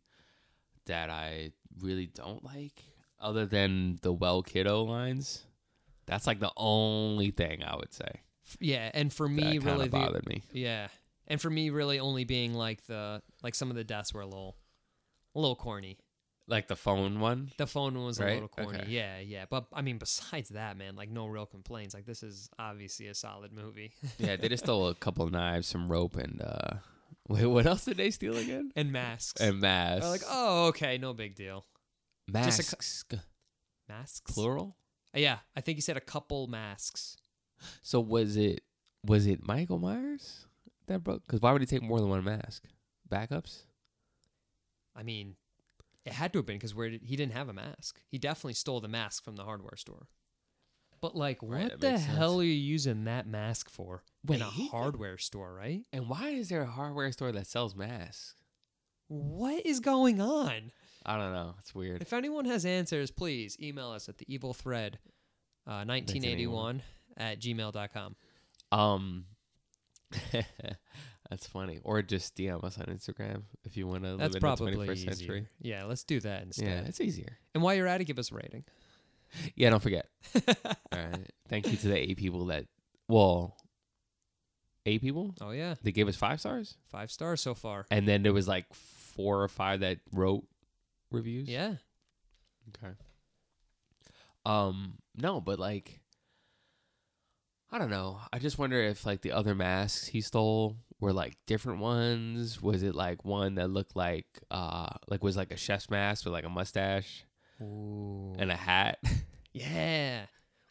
Speaker 1: that I really don't like other than the well kiddo lines. That's like the only thing I would say.
Speaker 2: F- Yeah, and for
Speaker 1: that
Speaker 2: me
Speaker 1: kinda
Speaker 2: really the,
Speaker 1: bothered me.
Speaker 2: Yeah. And for me really only being like the like some of the deaths were a little a little corny.
Speaker 1: Like the phone one.
Speaker 2: The phone one was a
Speaker 1: Right?
Speaker 2: little corny.
Speaker 1: Okay.
Speaker 2: Yeah, yeah. But I mean, besides that, man, like no real complaints. Like this is obviously a solid movie.
Speaker 1: Yeah, they just stole a couple knives, some rope, and uh wait, what else did they steal again?
Speaker 2: and masks.
Speaker 1: And masks.
Speaker 2: They're like, oh, okay, no big deal. just a cou-
Speaker 1: masks
Speaker 2: Masks.
Speaker 1: plural.
Speaker 2: Yeah, I think he said a couple masks.
Speaker 1: So was it was it Michael Myers that broke? Because why would he take more than one mask? Backups?
Speaker 2: I mean, it had to have been because where did, he didn't have a mask. He definitely stole the mask from the hardware store. But like,
Speaker 1: Right,
Speaker 2: what
Speaker 1: that
Speaker 2: the
Speaker 1: makes sense.
Speaker 2: hell are you using that mask for?
Speaker 1: Wait,
Speaker 2: in a
Speaker 1: he-
Speaker 2: hardware store, right?
Speaker 1: And why is there a hardware store that sells masks?
Speaker 2: What is going on?
Speaker 1: I don't know. It's weird.
Speaker 2: If anyone has answers, please email us at the evil thread uh, 1981 at gmail.com.
Speaker 1: Um, that's funny. Or just DM us on Instagram if you want to live
Speaker 2: That's
Speaker 1: in
Speaker 2: probably
Speaker 1: the 21st
Speaker 2: easier.
Speaker 1: century.
Speaker 2: Yeah, let's do that
Speaker 1: Yeah,
Speaker 2: instead.
Speaker 1: it's easier.
Speaker 2: And while you're at it, give us a rating.
Speaker 1: Yeah, don't forget. All right. Thank you to the eight people that well, eight people
Speaker 2: oh yeah,
Speaker 1: that gave us five stars,
Speaker 2: five stars so far.
Speaker 1: and then there was like four or five that wrote reviews.
Speaker 2: Yeah,
Speaker 1: Okay. Um, no, but like I don't know. I just wonder if like the other masks he stole were like different ones. Was it like one that looked like uh like was like a chef's mask with like a mustache
Speaker 2: Ooh.
Speaker 1: and a hat?
Speaker 2: yeah.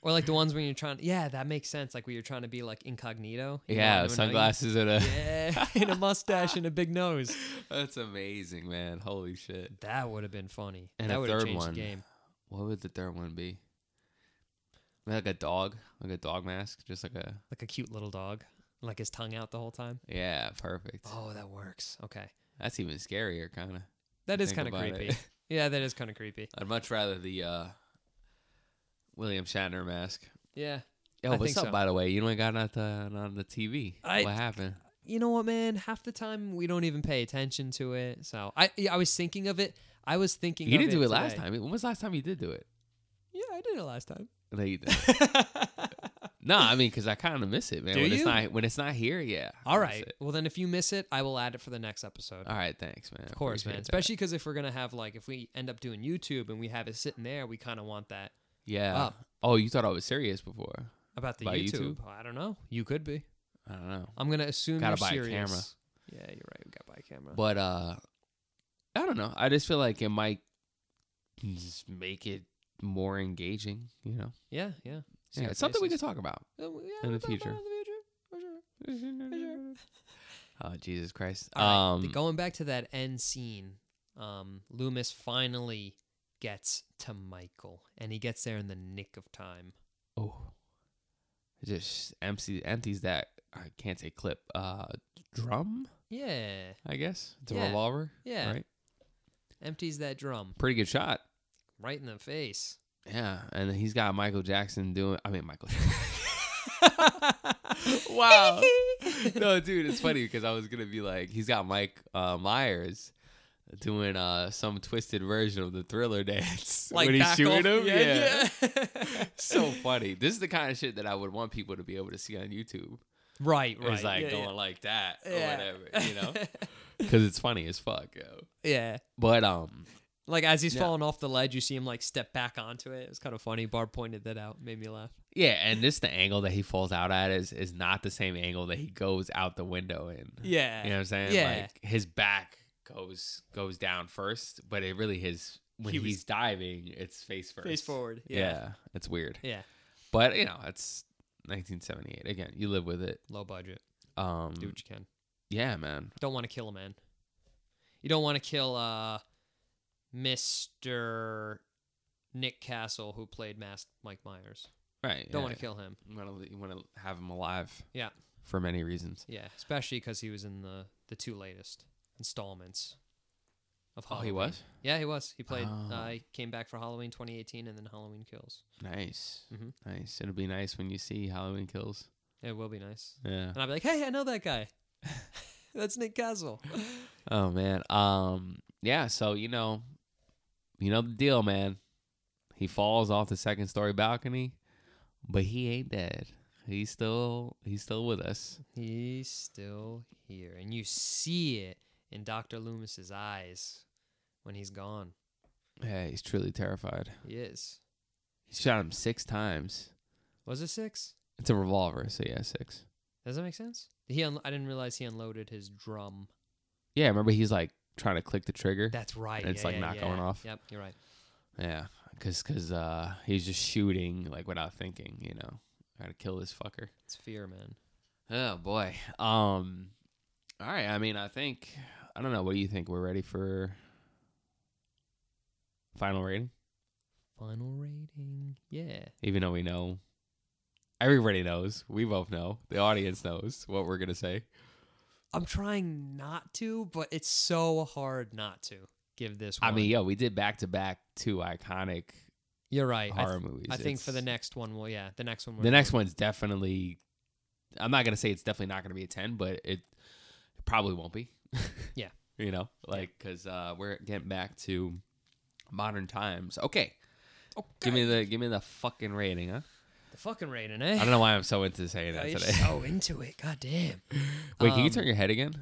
Speaker 2: Or like the ones when you're trying. Yeah, that makes sense. Like when you're trying to be like incognito. you know,
Speaker 1: yeah,
Speaker 2: no one know you-
Speaker 1: sunglasses and a
Speaker 2: Yeah, and a mustache and a big nose.
Speaker 1: That's amazing, man. Holy shit.
Speaker 2: That would have been funny.
Speaker 1: And
Speaker 2: that
Speaker 1: a
Speaker 2: would have
Speaker 1: third
Speaker 2: changed
Speaker 1: one.
Speaker 2: the game.
Speaker 1: What would the third one be? Like a dog, like a dog mask, just like a
Speaker 2: Like a cute little dog, like his tongue out the whole time.
Speaker 1: yeah, perfect.
Speaker 2: Oh, that works. Okay,
Speaker 1: That's even scarier, kind of.
Speaker 2: that is
Speaker 1: Think
Speaker 2: kind of
Speaker 1: about it.
Speaker 2: creepy. Yeah, that is kind of creepy.
Speaker 1: I'd much rather the uh, William Shatner mask.
Speaker 2: Yeah.
Speaker 1: Yo,
Speaker 2: I
Speaker 1: what's
Speaker 2: think
Speaker 1: up,
Speaker 2: so.
Speaker 1: by the way? You don't got on the, on the TV.
Speaker 2: I-
Speaker 1: what happened?
Speaker 2: you know what, man? Half the time we don't even pay attention to it. So I, yeah, I was thinking of it. I was thinking.
Speaker 1: You
Speaker 2: of
Speaker 1: didn't do it last
Speaker 2: today.
Speaker 1: time. When was the last time you did do it?
Speaker 2: Yeah, I did it last time.
Speaker 1: No, you didn't. no, I mean, because I kind of miss it, man.
Speaker 2: Do
Speaker 1: when it's
Speaker 2: you?
Speaker 1: not when it's not here, yeah. I
Speaker 2: All
Speaker 1: miss
Speaker 2: right.
Speaker 1: it.
Speaker 2: Well, then if you miss it, I will add it for the next episode.
Speaker 1: All right. Thanks, man.
Speaker 2: of course,
Speaker 1: Appreciate
Speaker 2: man.
Speaker 1: that.
Speaker 2: Especially because if we're gonna have like, if we end up doing YouTube and we have it sitting there, we kind of want that
Speaker 1: Yeah.
Speaker 2: up.
Speaker 1: Oh, you thought I was serious before?
Speaker 2: about the
Speaker 1: By YouTube?
Speaker 2: YouTube. I don't know. You could be.
Speaker 1: I don't know.
Speaker 2: I'm gonna assume
Speaker 1: Gotta
Speaker 2: you're
Speaker 1: buy a
Speaker 2: serious.
Speaker 1: camera.
Speaker 2: Yeah, you're right. We got buy a camera.
Speaker 1: But uh I don't know. I just feel like it might just make it more engaging, you know.
Speaker 2: yeah, yeah. See
Speaker 1: Yeah,
Speaker 2: our
Speaker 1: it's something we could
Speaker 2: faces.
Speaker 1: talk about.
Speaker 2: Uh, we- yeah,
Speaker 1: in
Speaker 2: we'll
Speaker 1: the
Speaker 2: talk about it
Speaker 1: future.
Speaker 2: In the future, for sure.
Speaker 1: Oh, Jesus Christ.
Speaker 2: All right,
Speaker 1: Um
Speaker 2: going back to that end scene, um, Loomis finally gets to Michael, and he gets there in the nick of time.
Speaker 1: oh. It just empty empties that I can't say clip. Uh drum,
Speaker 2: Yeah,
Speaker 1: I guess. It's a
Speaker 2: Yeah.
Speaker 1: revolver.
Speaker 2: yeah.
Speaker 1: Right.
Speaker 2: Empties that drum
Speaker 1: Pretty good shot.
Speaker 2: right in the face.
Speaker 1: Yeah. And then he's got Michael Jackson doing I mean Michael Jackson.
Speaker 2: wow.
Speaker 1: no, dude, it's funny because I was gonna be like, he's got Mike uh, Myers doing uh, some twisted version of the Thriller dance when he's shooting him. Yeah, so funny. This is the kind of shit that I would want people to be able to see on YouTube.
Speaker 2: right, right.
Speaker 1: It's like
Speaker 2: yeah,
Speaker 1: going like that
Speaker 2: yeah.
Speaker 1: or whatever, you know, because it's funny as fuck, yo.
Speaker 2: yeah.
Speaker 1: But um,
Speaker 2: Like as he's
Speaker 1: Yeah.
Speaker 2: falling off the ledge, you see him like step back onto it. It was kind of funny. Barb pointed that out, made me laugh.
Speaker 1: Yeah, and this the angle that he falls out at is is not the same angle that he goes out the window in.
Speaker 2: Yeah.
Speaker 1: You know what I'm saying?
Speaker 2: Yeah.
Speaker 1: Like his back goes goes down first, but it really his when
Speaker 2: He was-
Speaker 1: he's diving, it's face first.
Speaker 2: Face forward.
Speaker 1: Yeah.
Speaker 2: Yeah.
Speaker 1: it's weird.
Speaker 2: yeah.
Speaker 1: But you know, it's 1978. Again, you live with it.
Speaker 2: Low budget.
Speaker 1: Um
Speaker 2: Do what you can.
Speaker 1: yeah, man.
Speaker 2: Don't want to kill a man. You don't want to kill uh Mr. Nick Castle who played Masked Mike Myers.
Speaker 1: Right.
Speaker 2: Don't
Speaker 1: yeah.
Speaker 2: want to kill him.
Speaker 1: You want to you want to have him alive.
Speaker 2: Yeah.
Speaker 1: For many reasons.
Speaker 2: Yeah, especially cuz he was in the the two latest installments of
Speaker 1: Oh,
Speaker 2: Halloween.
Speaker 1: he was?
Speaker 2: Yeah, he was. He played
Speaker 1: Oh.
Speaker 2: uh, he came back for Halloween 2018 and then Halloween Kills.
Speaker 1: Nice.
Speaker 2: Mhm.
Speaker 1: Nice. It'll be nice when you see Halloween kills.
Speaker 2: It will be nice.
Speaker 1: Yeah.
Speaker 2: And I'll be like, "Hey, I know that guy." That's Nick Castle.
Speaker 1: Oh man. Um yeah, so you know you know the deal, man. He falls off the second story balcony, but he ain't dead. He's still he's still with us.
Speaker 2: He's still here. And you see it in Dr. Loomis's eyes when he's gone.
Speaker 1: Yeah, he's truly terrified.
Speaker 2: He is.
Speaker 1: He shot him six times.
Speaker 2: Was it six?
Speaker 1: It's a revolver, so yeah, six.
Speaker 2: Does that make sense? He un- I didn't realize he unloaded his drum.
Speaker 1: Yeah, remember he's like trying to click the trigger.
Speaker 2: That's right.
Speaker 1: It's,
Speaker 2: yeah,
Speaker 1: like,
Speaker 2: yeah,
Speaker 1: not
Speaker 2: yeah.
Speaker 1: going off.
Speaker 2: Yep, you're right.
Speaker 1: Yeah, cause cause uh he's just shooting like without thinking, you know. Gotta kill this fucker.
Speaker 2: It's fear, man.
Speaker 1: Oh boy. Um. All right. I mean, I think I don't know. What do you think? We're ready for final rating,
Speaker 2: Final rating. Yeah.
Speaker 1: even though we know everybody knows. We both know. The audience knows what we're gonna say.
Speaker 2: I'm trying not to, but it's so hard not to give this
Speaker 1: I
Speaker 2: one.
Speaker 1: mean, yo, we did back to back two iconic
Speaker 2: you're right. I,
Speaker 1: horror
Speaker 2: th-
Speaker 1: movies.
Speaker 2: I think for the
Speaker 1: It's-
Speaker 2: next one, well, yeah, the next one. we're
Speaker 1: the next
Speaker 2: doing.
Speaker 1: one's definitely. I'm not gonna say it's definitely not gonna be a ten, but it probably won't be.
Speaker 2: Yeah.
Speaker 1: you know, like because uh, we're getting back to modern times. Okay.
Speaker 2: Okay.
Speaker 1: Give me the give me the fucking rating, huh?
Speaker 2: the fucking rating, eh?
Speaker 1: I don't know why I'm so into saying that
Speaker 2: You're
Speaker 1: today.
Speaker 2: so into it. God damn.
Speaker 1: Wait, can you
Speaker 2: Um,
Speaker 1: turn your head again?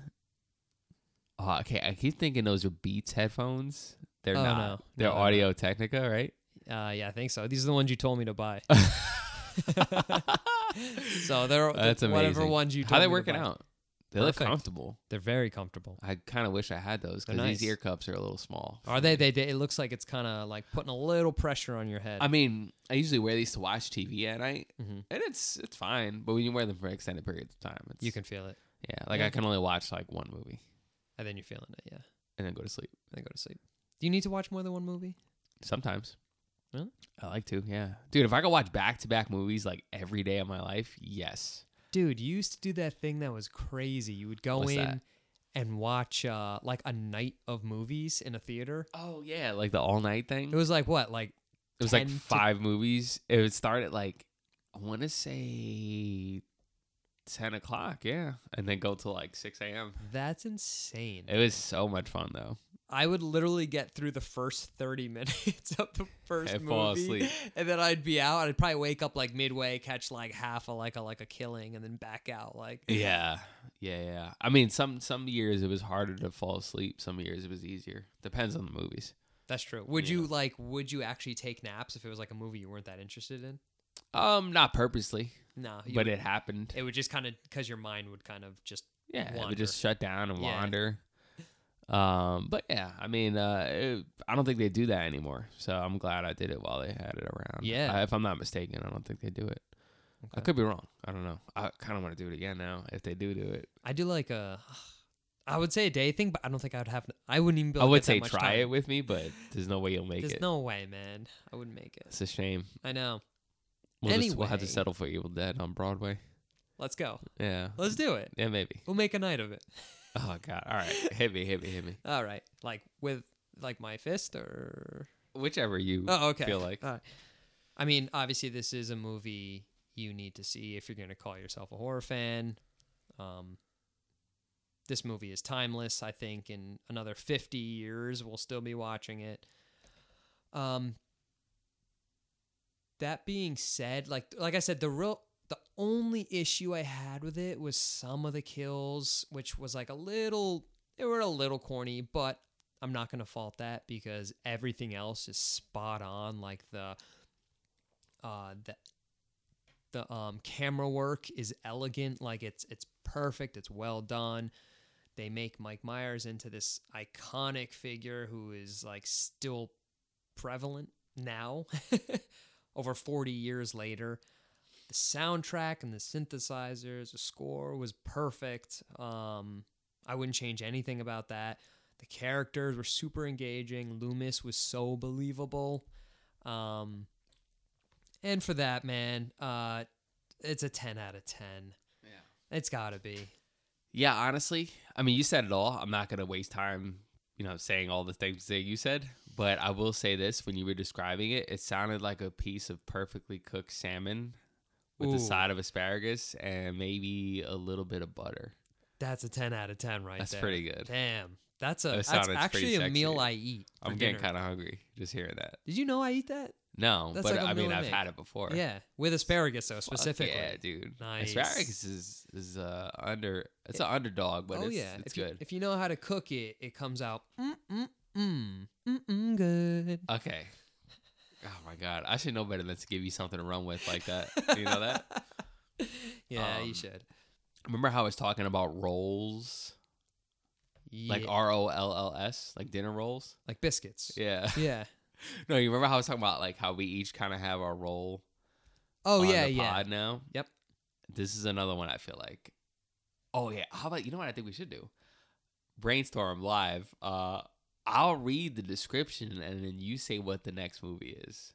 Speaker 1: Oh, okay. I keep thinking those are Beats headphones. They're
Speaker 2: Oh,
Speaker 1: not.
Speaker 2: no. No,
Speaker 1: They're
Speaker 2: they're not.
Speaker 1: Audio Technica, right?
Speaker 2: Uh, yeah, I think so. These are the ones you told me to buy. so they're
Speaker 1: That's amazing.
Speaker 2: whatever ones you.
Speaker 1: How
Speaker 2: told
Speaker 1: they
Speaker 2: me to
Speaker 1: working
Speaker 2: buy.
Speaker 1: out? They look
Speaker 2: Perfect.
Speaker 1: comfortable.
Speaker 2: They're very comfortable.
Speaker 1: I kind of wish I had those because
Speaker 2: They're nice.
Speaker 1: these ear cups are a little small.
Speaker 2: Are they? They. they it looks like it's kind of like putting a little pressure on your head.
Speaker 1: I mean, I usually wear these to watch TV at night,
Speaker 2: Mhm.
Speaker 1: and it's it's fine. But when you wear them for extended periods of time, it's,
Speaker 2: you can feel it,
Speaker 1: yeah. Like
Speaker 2: yeah,
Speaker 1: I
Speaker 2: I
Speaker 1: can only watch like one movie
Speaker 2: and then you're feeling it. Yeah, and
Speaker 1: and then go to sleep.
Speaker 2: then go to sleep. Do you need to watch more than one movie?
Speaker 1: Sometimes.
Speaker 2: Really?
Speaker 1: I like to, yeah. Dude, if I could watch back to back movies like every day of my life, yes.
Speaker 2: Dude, you used to do that thing that was crazy. You would go
Speaker 1: What's
Speaker 2: in
Speaker 1: that?
Speaker 2: and watch uh, like a night of movies in a theater.
Speaker 1: Oh yeah, like the all night thing.
Speaker 2: It was like what, like
Speaker 1: It was like
Speaker 2: 10 to-
Speaker 1: five movies. It would start at like I wanna say ten o'clock, yeah. And then go till like six AM.
Speaker 2: that's insane.
Speaker 1: It was so much fun though.
Speaker 2: I would literally get through the first 30 minutes of the first
Speaker 1: And
Speaker 2: movie
Speaker 1: fall asleep.
Speaker 2: and then I'd be out. I'd probably wake up like midway, catch like half a like a like a killing and then back out like
Speaker 1: Yeah. Yeah, yeah. I mean some some years it was harder to fall asleep, some years it was easier. Depends on the movies.
Speaker 2: That's true. Would
Speaker 1: Yeah.
Speaker 2: you like would you actually take naps if it was like a movie you weren't that interested in?
Speaker 1: Um, not purposely,
Speaker 2: No, you
Speaker 1: but
Speaker 2: would-
Speaker 1: it happened.
Speaker 2: it would just kind of cuz your mind would kind of just
Speaker 1: Yeah, it
Speaker 2: wander.
Speaker 1: would just shut down and
Speaker 2: Yeah.
Speaker 1: wander. Um, but yeah, I mean, uh, it, I don't think they do that anymore. So I'm glad I did it while they had it around.
Speaker 2: Yeah.
Speaker 1: I, if I'm not mistaken, I don't think they do it. I
Speaker 2: Okay.
Speaker 1: could be wrong. I don't know. I kind of want to do it again now if they do do it.
Speaker 2: I do like a I would say a day thing, but I don't think I would have I wouldn't even be
Speaker 1: I
Speaker 2: able to
Speaker 1: would
Speaker 2: get that
Speaker 1: say
Speaker 2: much
Speaker 1: try
Speaker 2: time.
Speaker 1: it with me, but there's no way you'll make
Speaker 2: There's
Speaker 1: it.
Speaker 2: no way, man. I wouldn't make it.
Speaker 1: it's a shame.
Speaker 2: I know.
Speaker 1: We'll, just, we'll have to
Speaker 2: Anyway.
Speaker 1: settle for Evil Dead on Broadway.
Speaker 2: Let's go.
Speaker 1: Yeah.
Speaker 2: Let's do it.
Speaker 1: Yeah, maybe.
Speaker 2: We'll make a night of it.
Speaker 1: Oh God! All right, hit me, hit me, hit me.
Speaker 2: All right. Like with like my fist or
Speaker 1: Whichever you
Speaker 2: Oh, okay.
Speaker 1: feel like.
Speaker 2: All right. I mean, obviously this is a movie you need to see if you're going to call yourself a horror fan. Um this movie is timeless. I think in another 50 years we'll still be watching it. Um that being said, like like I said the real the only issue I had with it was some of the kills which was like a little they were a little corny, but I'm not gonna fault that because everything else is spot on. Like the uh the the um camera work is elegant, like it's it's perfect, it's well done. They make Mike Myers into this iconic figure who is like still prevalent now, over 40 years later. The soundtrack and the synthesizers, the score was perfect. Um, I wouldn't change anything about that. The characters were super engaging. Loomis was so believable. Um, and for that, man, uh, it's a 10 out of 10.
Speaker 1: Yeah.
Speaker 2: It's got to be.
Speaker 1: Yeah, honestly, I mean, you said it all. I'm not gonna waste time, you know, saying all the things that you said. But I will say this: when you were describing it, it sounded like a piece of perfectly cooked salmon with
Speaker 2: Ooh.
Speaker 1: a side of asparagus and maybe a little bit of butter.
Speaker 2: That's a 10 out of 10 right
Speaker 1: That's
Speaker 2: there.
Speaker 1: pretty good.
Speaker 2: Damn. That's a
Speaker 1: That
Speaker 2: that's
Speaker 1: sounded pretty
Speaker 2: actually a
Speaker 1: sexy.
Speaker 2: meal I eat. for
Speaker 1: I'm getting
Speaker 2: dinner.
Speaker 1: kind of hungry just hearing that.
Speaker 2: Did you know I eat that?
Speaker 1: No,
Speaker 2: That's
Speaker 1: but
Speaker 2: like a
Speaker 1: I mean,
Speaker 2: meal I
Speaker 1: I've
Speaker 2: make.
Speaker 1: had it before.
Speaker 2: Yeah, with asparagus though
Speaker 1: Fuck
Speaker 2: specifically.
Speaker 1: yeah, dude.
Speaker 2: Nice.
Speaker 1: Asparagus is is uh, under. It's an underdog, but
Speaker 2: oh
Speaker 1: it's,
Speaker 2: yeah,
Speaker 1: it's
Speaker 2: if you,
Speaker 1: good.
Speaker 2: If you know how to cook it, it comes out mm mm mm mm mm good.
Speaker 1: okay. Oh my god, I should know better than to give you something to run with like that. you know that.
Speaker 2: Yeah,
Speaker 1: Um,
Speaker 2: you should.
Speaker 1: Remember how I was talking about rolls, like
Speaker 2: Yeah,
Speaker 1: R O L L S, like dinner rolls?
Speaker 2: like biscuits.
Speaker 1: Yeah.
Speaker 2: Yeah.
Speaker 1: no, you remember how I was talking about like how we each kind of have our role.
Speaker 2: Oh
Speaker 1: on
Speaker 2: yeah,
Speaker 1: the
Speaker 2: yeah.
Speaker 1: Pod now.
Speaker 2: Yep.
Speaker 1: This is another one I feel like. Oh yeah. How about you know what I think we should do? Brainstorm live. Uh, I'll read the description and then you say what the next movie is.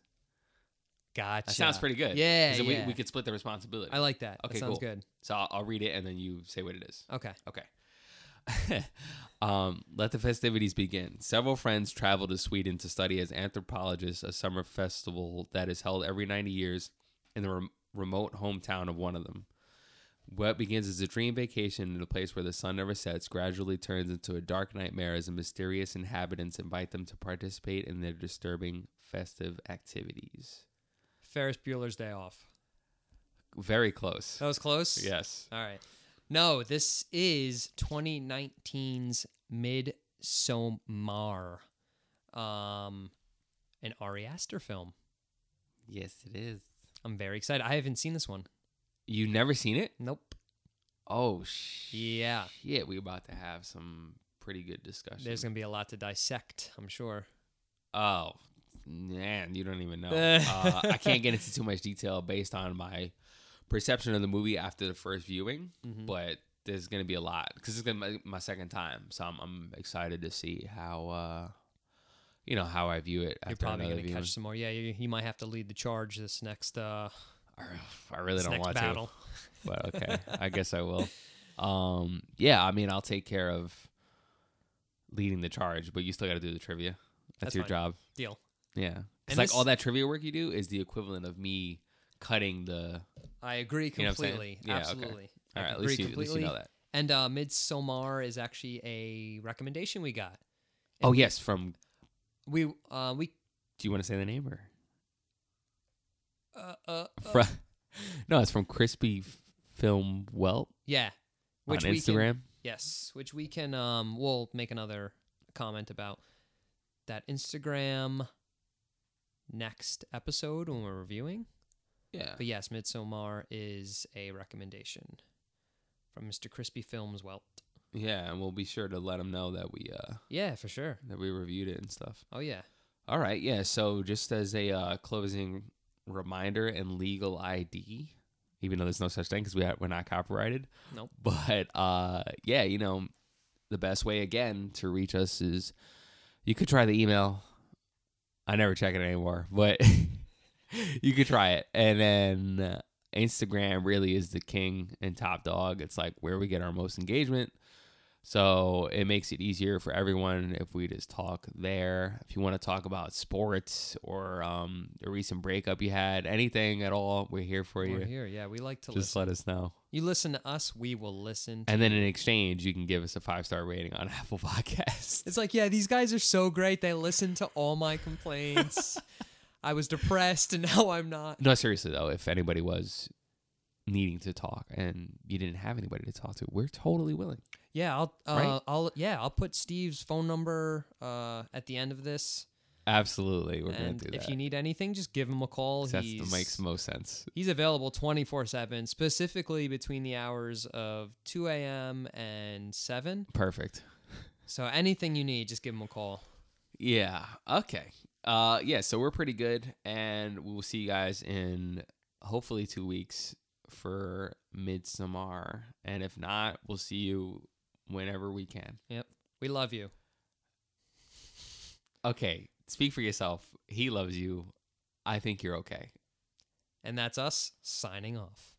Speaker 2: Gotcha.
Speaker 1: That sounds pretty good. 'Cause
Speaker 2: Yeah,
Speaker 1: then
Speaker 2: yeah.
Speaker 1: We, we could split the responsibility.
Speaker 2: I like that.
Speaker 1: Okay,
Speaker 2: that sounds
Speaker 1: cool.
Speaker 2: good.
Speaker 1: so I'll, I'll read it and then you say what it is.
Speaker 2: Okay.
Speaker 1: Okay. um, let the festivities begin. Several friends travel to Sweden to study as anthropologists a summer festival that is held every 90 years in the rem- remote hometown of one of them. What begins as a dream vacation in a place where the sun never sets gradually turns into a dark nightmare as the mysterious inhabitants invite them to participate in their disturbing festive activities.
Speaker 2: Ferris Bueller's Day Off.
Speaker 1: Very close.
Speaker 2: That was close.
Speaker 1: Yes.
Speaker 2: All right. No, this is 2019's Midsommar, um, an Ari Aster film.
Speaker 1: Yes, it is.
Speaker 2: I'm very excited. I haven't seen this one.
Speaker 1: You never seen it?
Speaker 2: Nope.
Speaker 1: Oh shit.
Speaker 2: Yeah.
Speaker 1: Shit, we about to have some pretty good discussion.
Speaker 2: There's gonna be a lot to dissect. I'm sure.
Speaker 1: oh man, you don't even know. uh, I can't get into too much detail based on my perception of the movie after the first viewing,
Speaker 2: Mhm.
Speaker 1: but there's gonna be a lot because it's gonna be my second time, so I'm, I'm excited to see how uh, you know how I view it.
Speaker 2: You're
Speaker 1: after
Speaker 2: probably
Speaker 1: another
Speaker 2: gonna
Speaker 1: viewing.
Speaker 2: catch some more. Yeah, you, you might have to lead the charge this next uh
Speaker 1: I really
Speaker 2: this
Speaker 1: don't
Speaker 2: next
Speaker 1: want to.
Speaker 2: battle.
Speaker 1: but okay, I guess I will. Um, yeah, I mean, I'll take care of leading the charge, but you still got to do the trivia. That's,
Speaker 2: That's
Speaker 1: your
Speaker 2: fine.
Speaker 1: job.
Speaker 2: Deal.
Speaker 1: Yeah,
Speaker 2: And
Speaker 1: it's like
Speaker 2: this-
Speaker 1: all that trivia work you do is the equivalent of me cutting the.
Speaker 2: I agree
Speaker 1: know what I'm saying?
Speaker 2: completely.
Speaker 1: Yeah, okay.
Speaker 2: Absolutely. I
Speaker 1: All right, at
Speaker 2: agree
Speaker 1: least, you, at least you know that.
Speaker 2: And uh, Midsommar is actually a recommendation we got.
Speaker 1: Oh yes, from.
Speaker 2: We uh, we
Speaker 1: Do you want to say the name or?
Speaker 2: uh, uh, uh,
Speaker 1: From, no, it's from Crispy Film Welt
Speaker 2: yeah,
Speaker 1: on
Speaker 2: which we can-
Speaker 1: Instagram.
Speaker 2: Yes, which we can um we'll make another comment about that Instagram next episode when we're reviewing.
Speaker 1: Yeah.
Speaker 2: But yes, Midsommar is a recommendation from Mr. Crispy Films Welt.
Speaker 1: Yeah, and we'll be sure to let them know that we uh
Speaker 2: Yeah, for sure.
Speaker 1: that we reviewed it and stuff.
Speaker 2: Oh yeah.
Speaker 1: All right, yeah. So just as a uh, closing reminder and legal ID, even though there's no such thing because we ha- we're not copyrighted.
Speaker 2: Nope.
Speaker 1: But uh, yeah, you know, the best way again to reach us is you could try the email. I never check it anymore, but you could try it. And then uh, Instagram really is the king and top dog. It's like where we get our most engagement. So it makes it easier for everyone if we just talk there. If you want to talk about sports or um, a recent breakup you had, anything at all, we're here for
Speaker 2: We're
Speaker 1: you.
Speaker 2: here. Yeah, we like to
Speaker 1: Just
Speaker 2: listen.
Speaker 1: let us know.
Speaker 2: you listen to us, we will listen to
Speaker 1: And then in exchange, you can give us a five star rating on Apple Podcasts.
Speaker 2: It's like, yeah, these guys are so great. They listened to all my complaints. I was depressed and now I'm not.
Speaker 1: No, seriously though, if anybody was needing to talk and you didn't have anybody to talk to, we're totally willing.
Speaker 2: Yeah, I'll uh,
Speaker 1: Right?
Speaker 2: I'll yeah, I'll put Steve's phone number uh, at the end of this.
Speaker 1: Absolutely, we're gonna
Speaker 2: and
Speaker 1: do that.
Speaker 2: if you need anything, just give him a call.
Speaker 1: that's
Speaker 2: He's
Speaker 1: that makes most sense.
Speaker 2: he's available 24/7, specifically between the hours of 2 a.m. and 7.
Speaker 1: Perfect.
Speaker 2: So anything you need, just give him a call.
Speaker 1: Yeah. Okay. Uh yeah, so we're pretty good and we will see you guys in hopefully 2 weeks for Midsommar. And if not, we'll see you whenever we can.
Speaker 2: We love you.
Speaker 1: Okay, speak for yourself. He loves you. I think you're okay.
Speaker 2: And that's us signing off.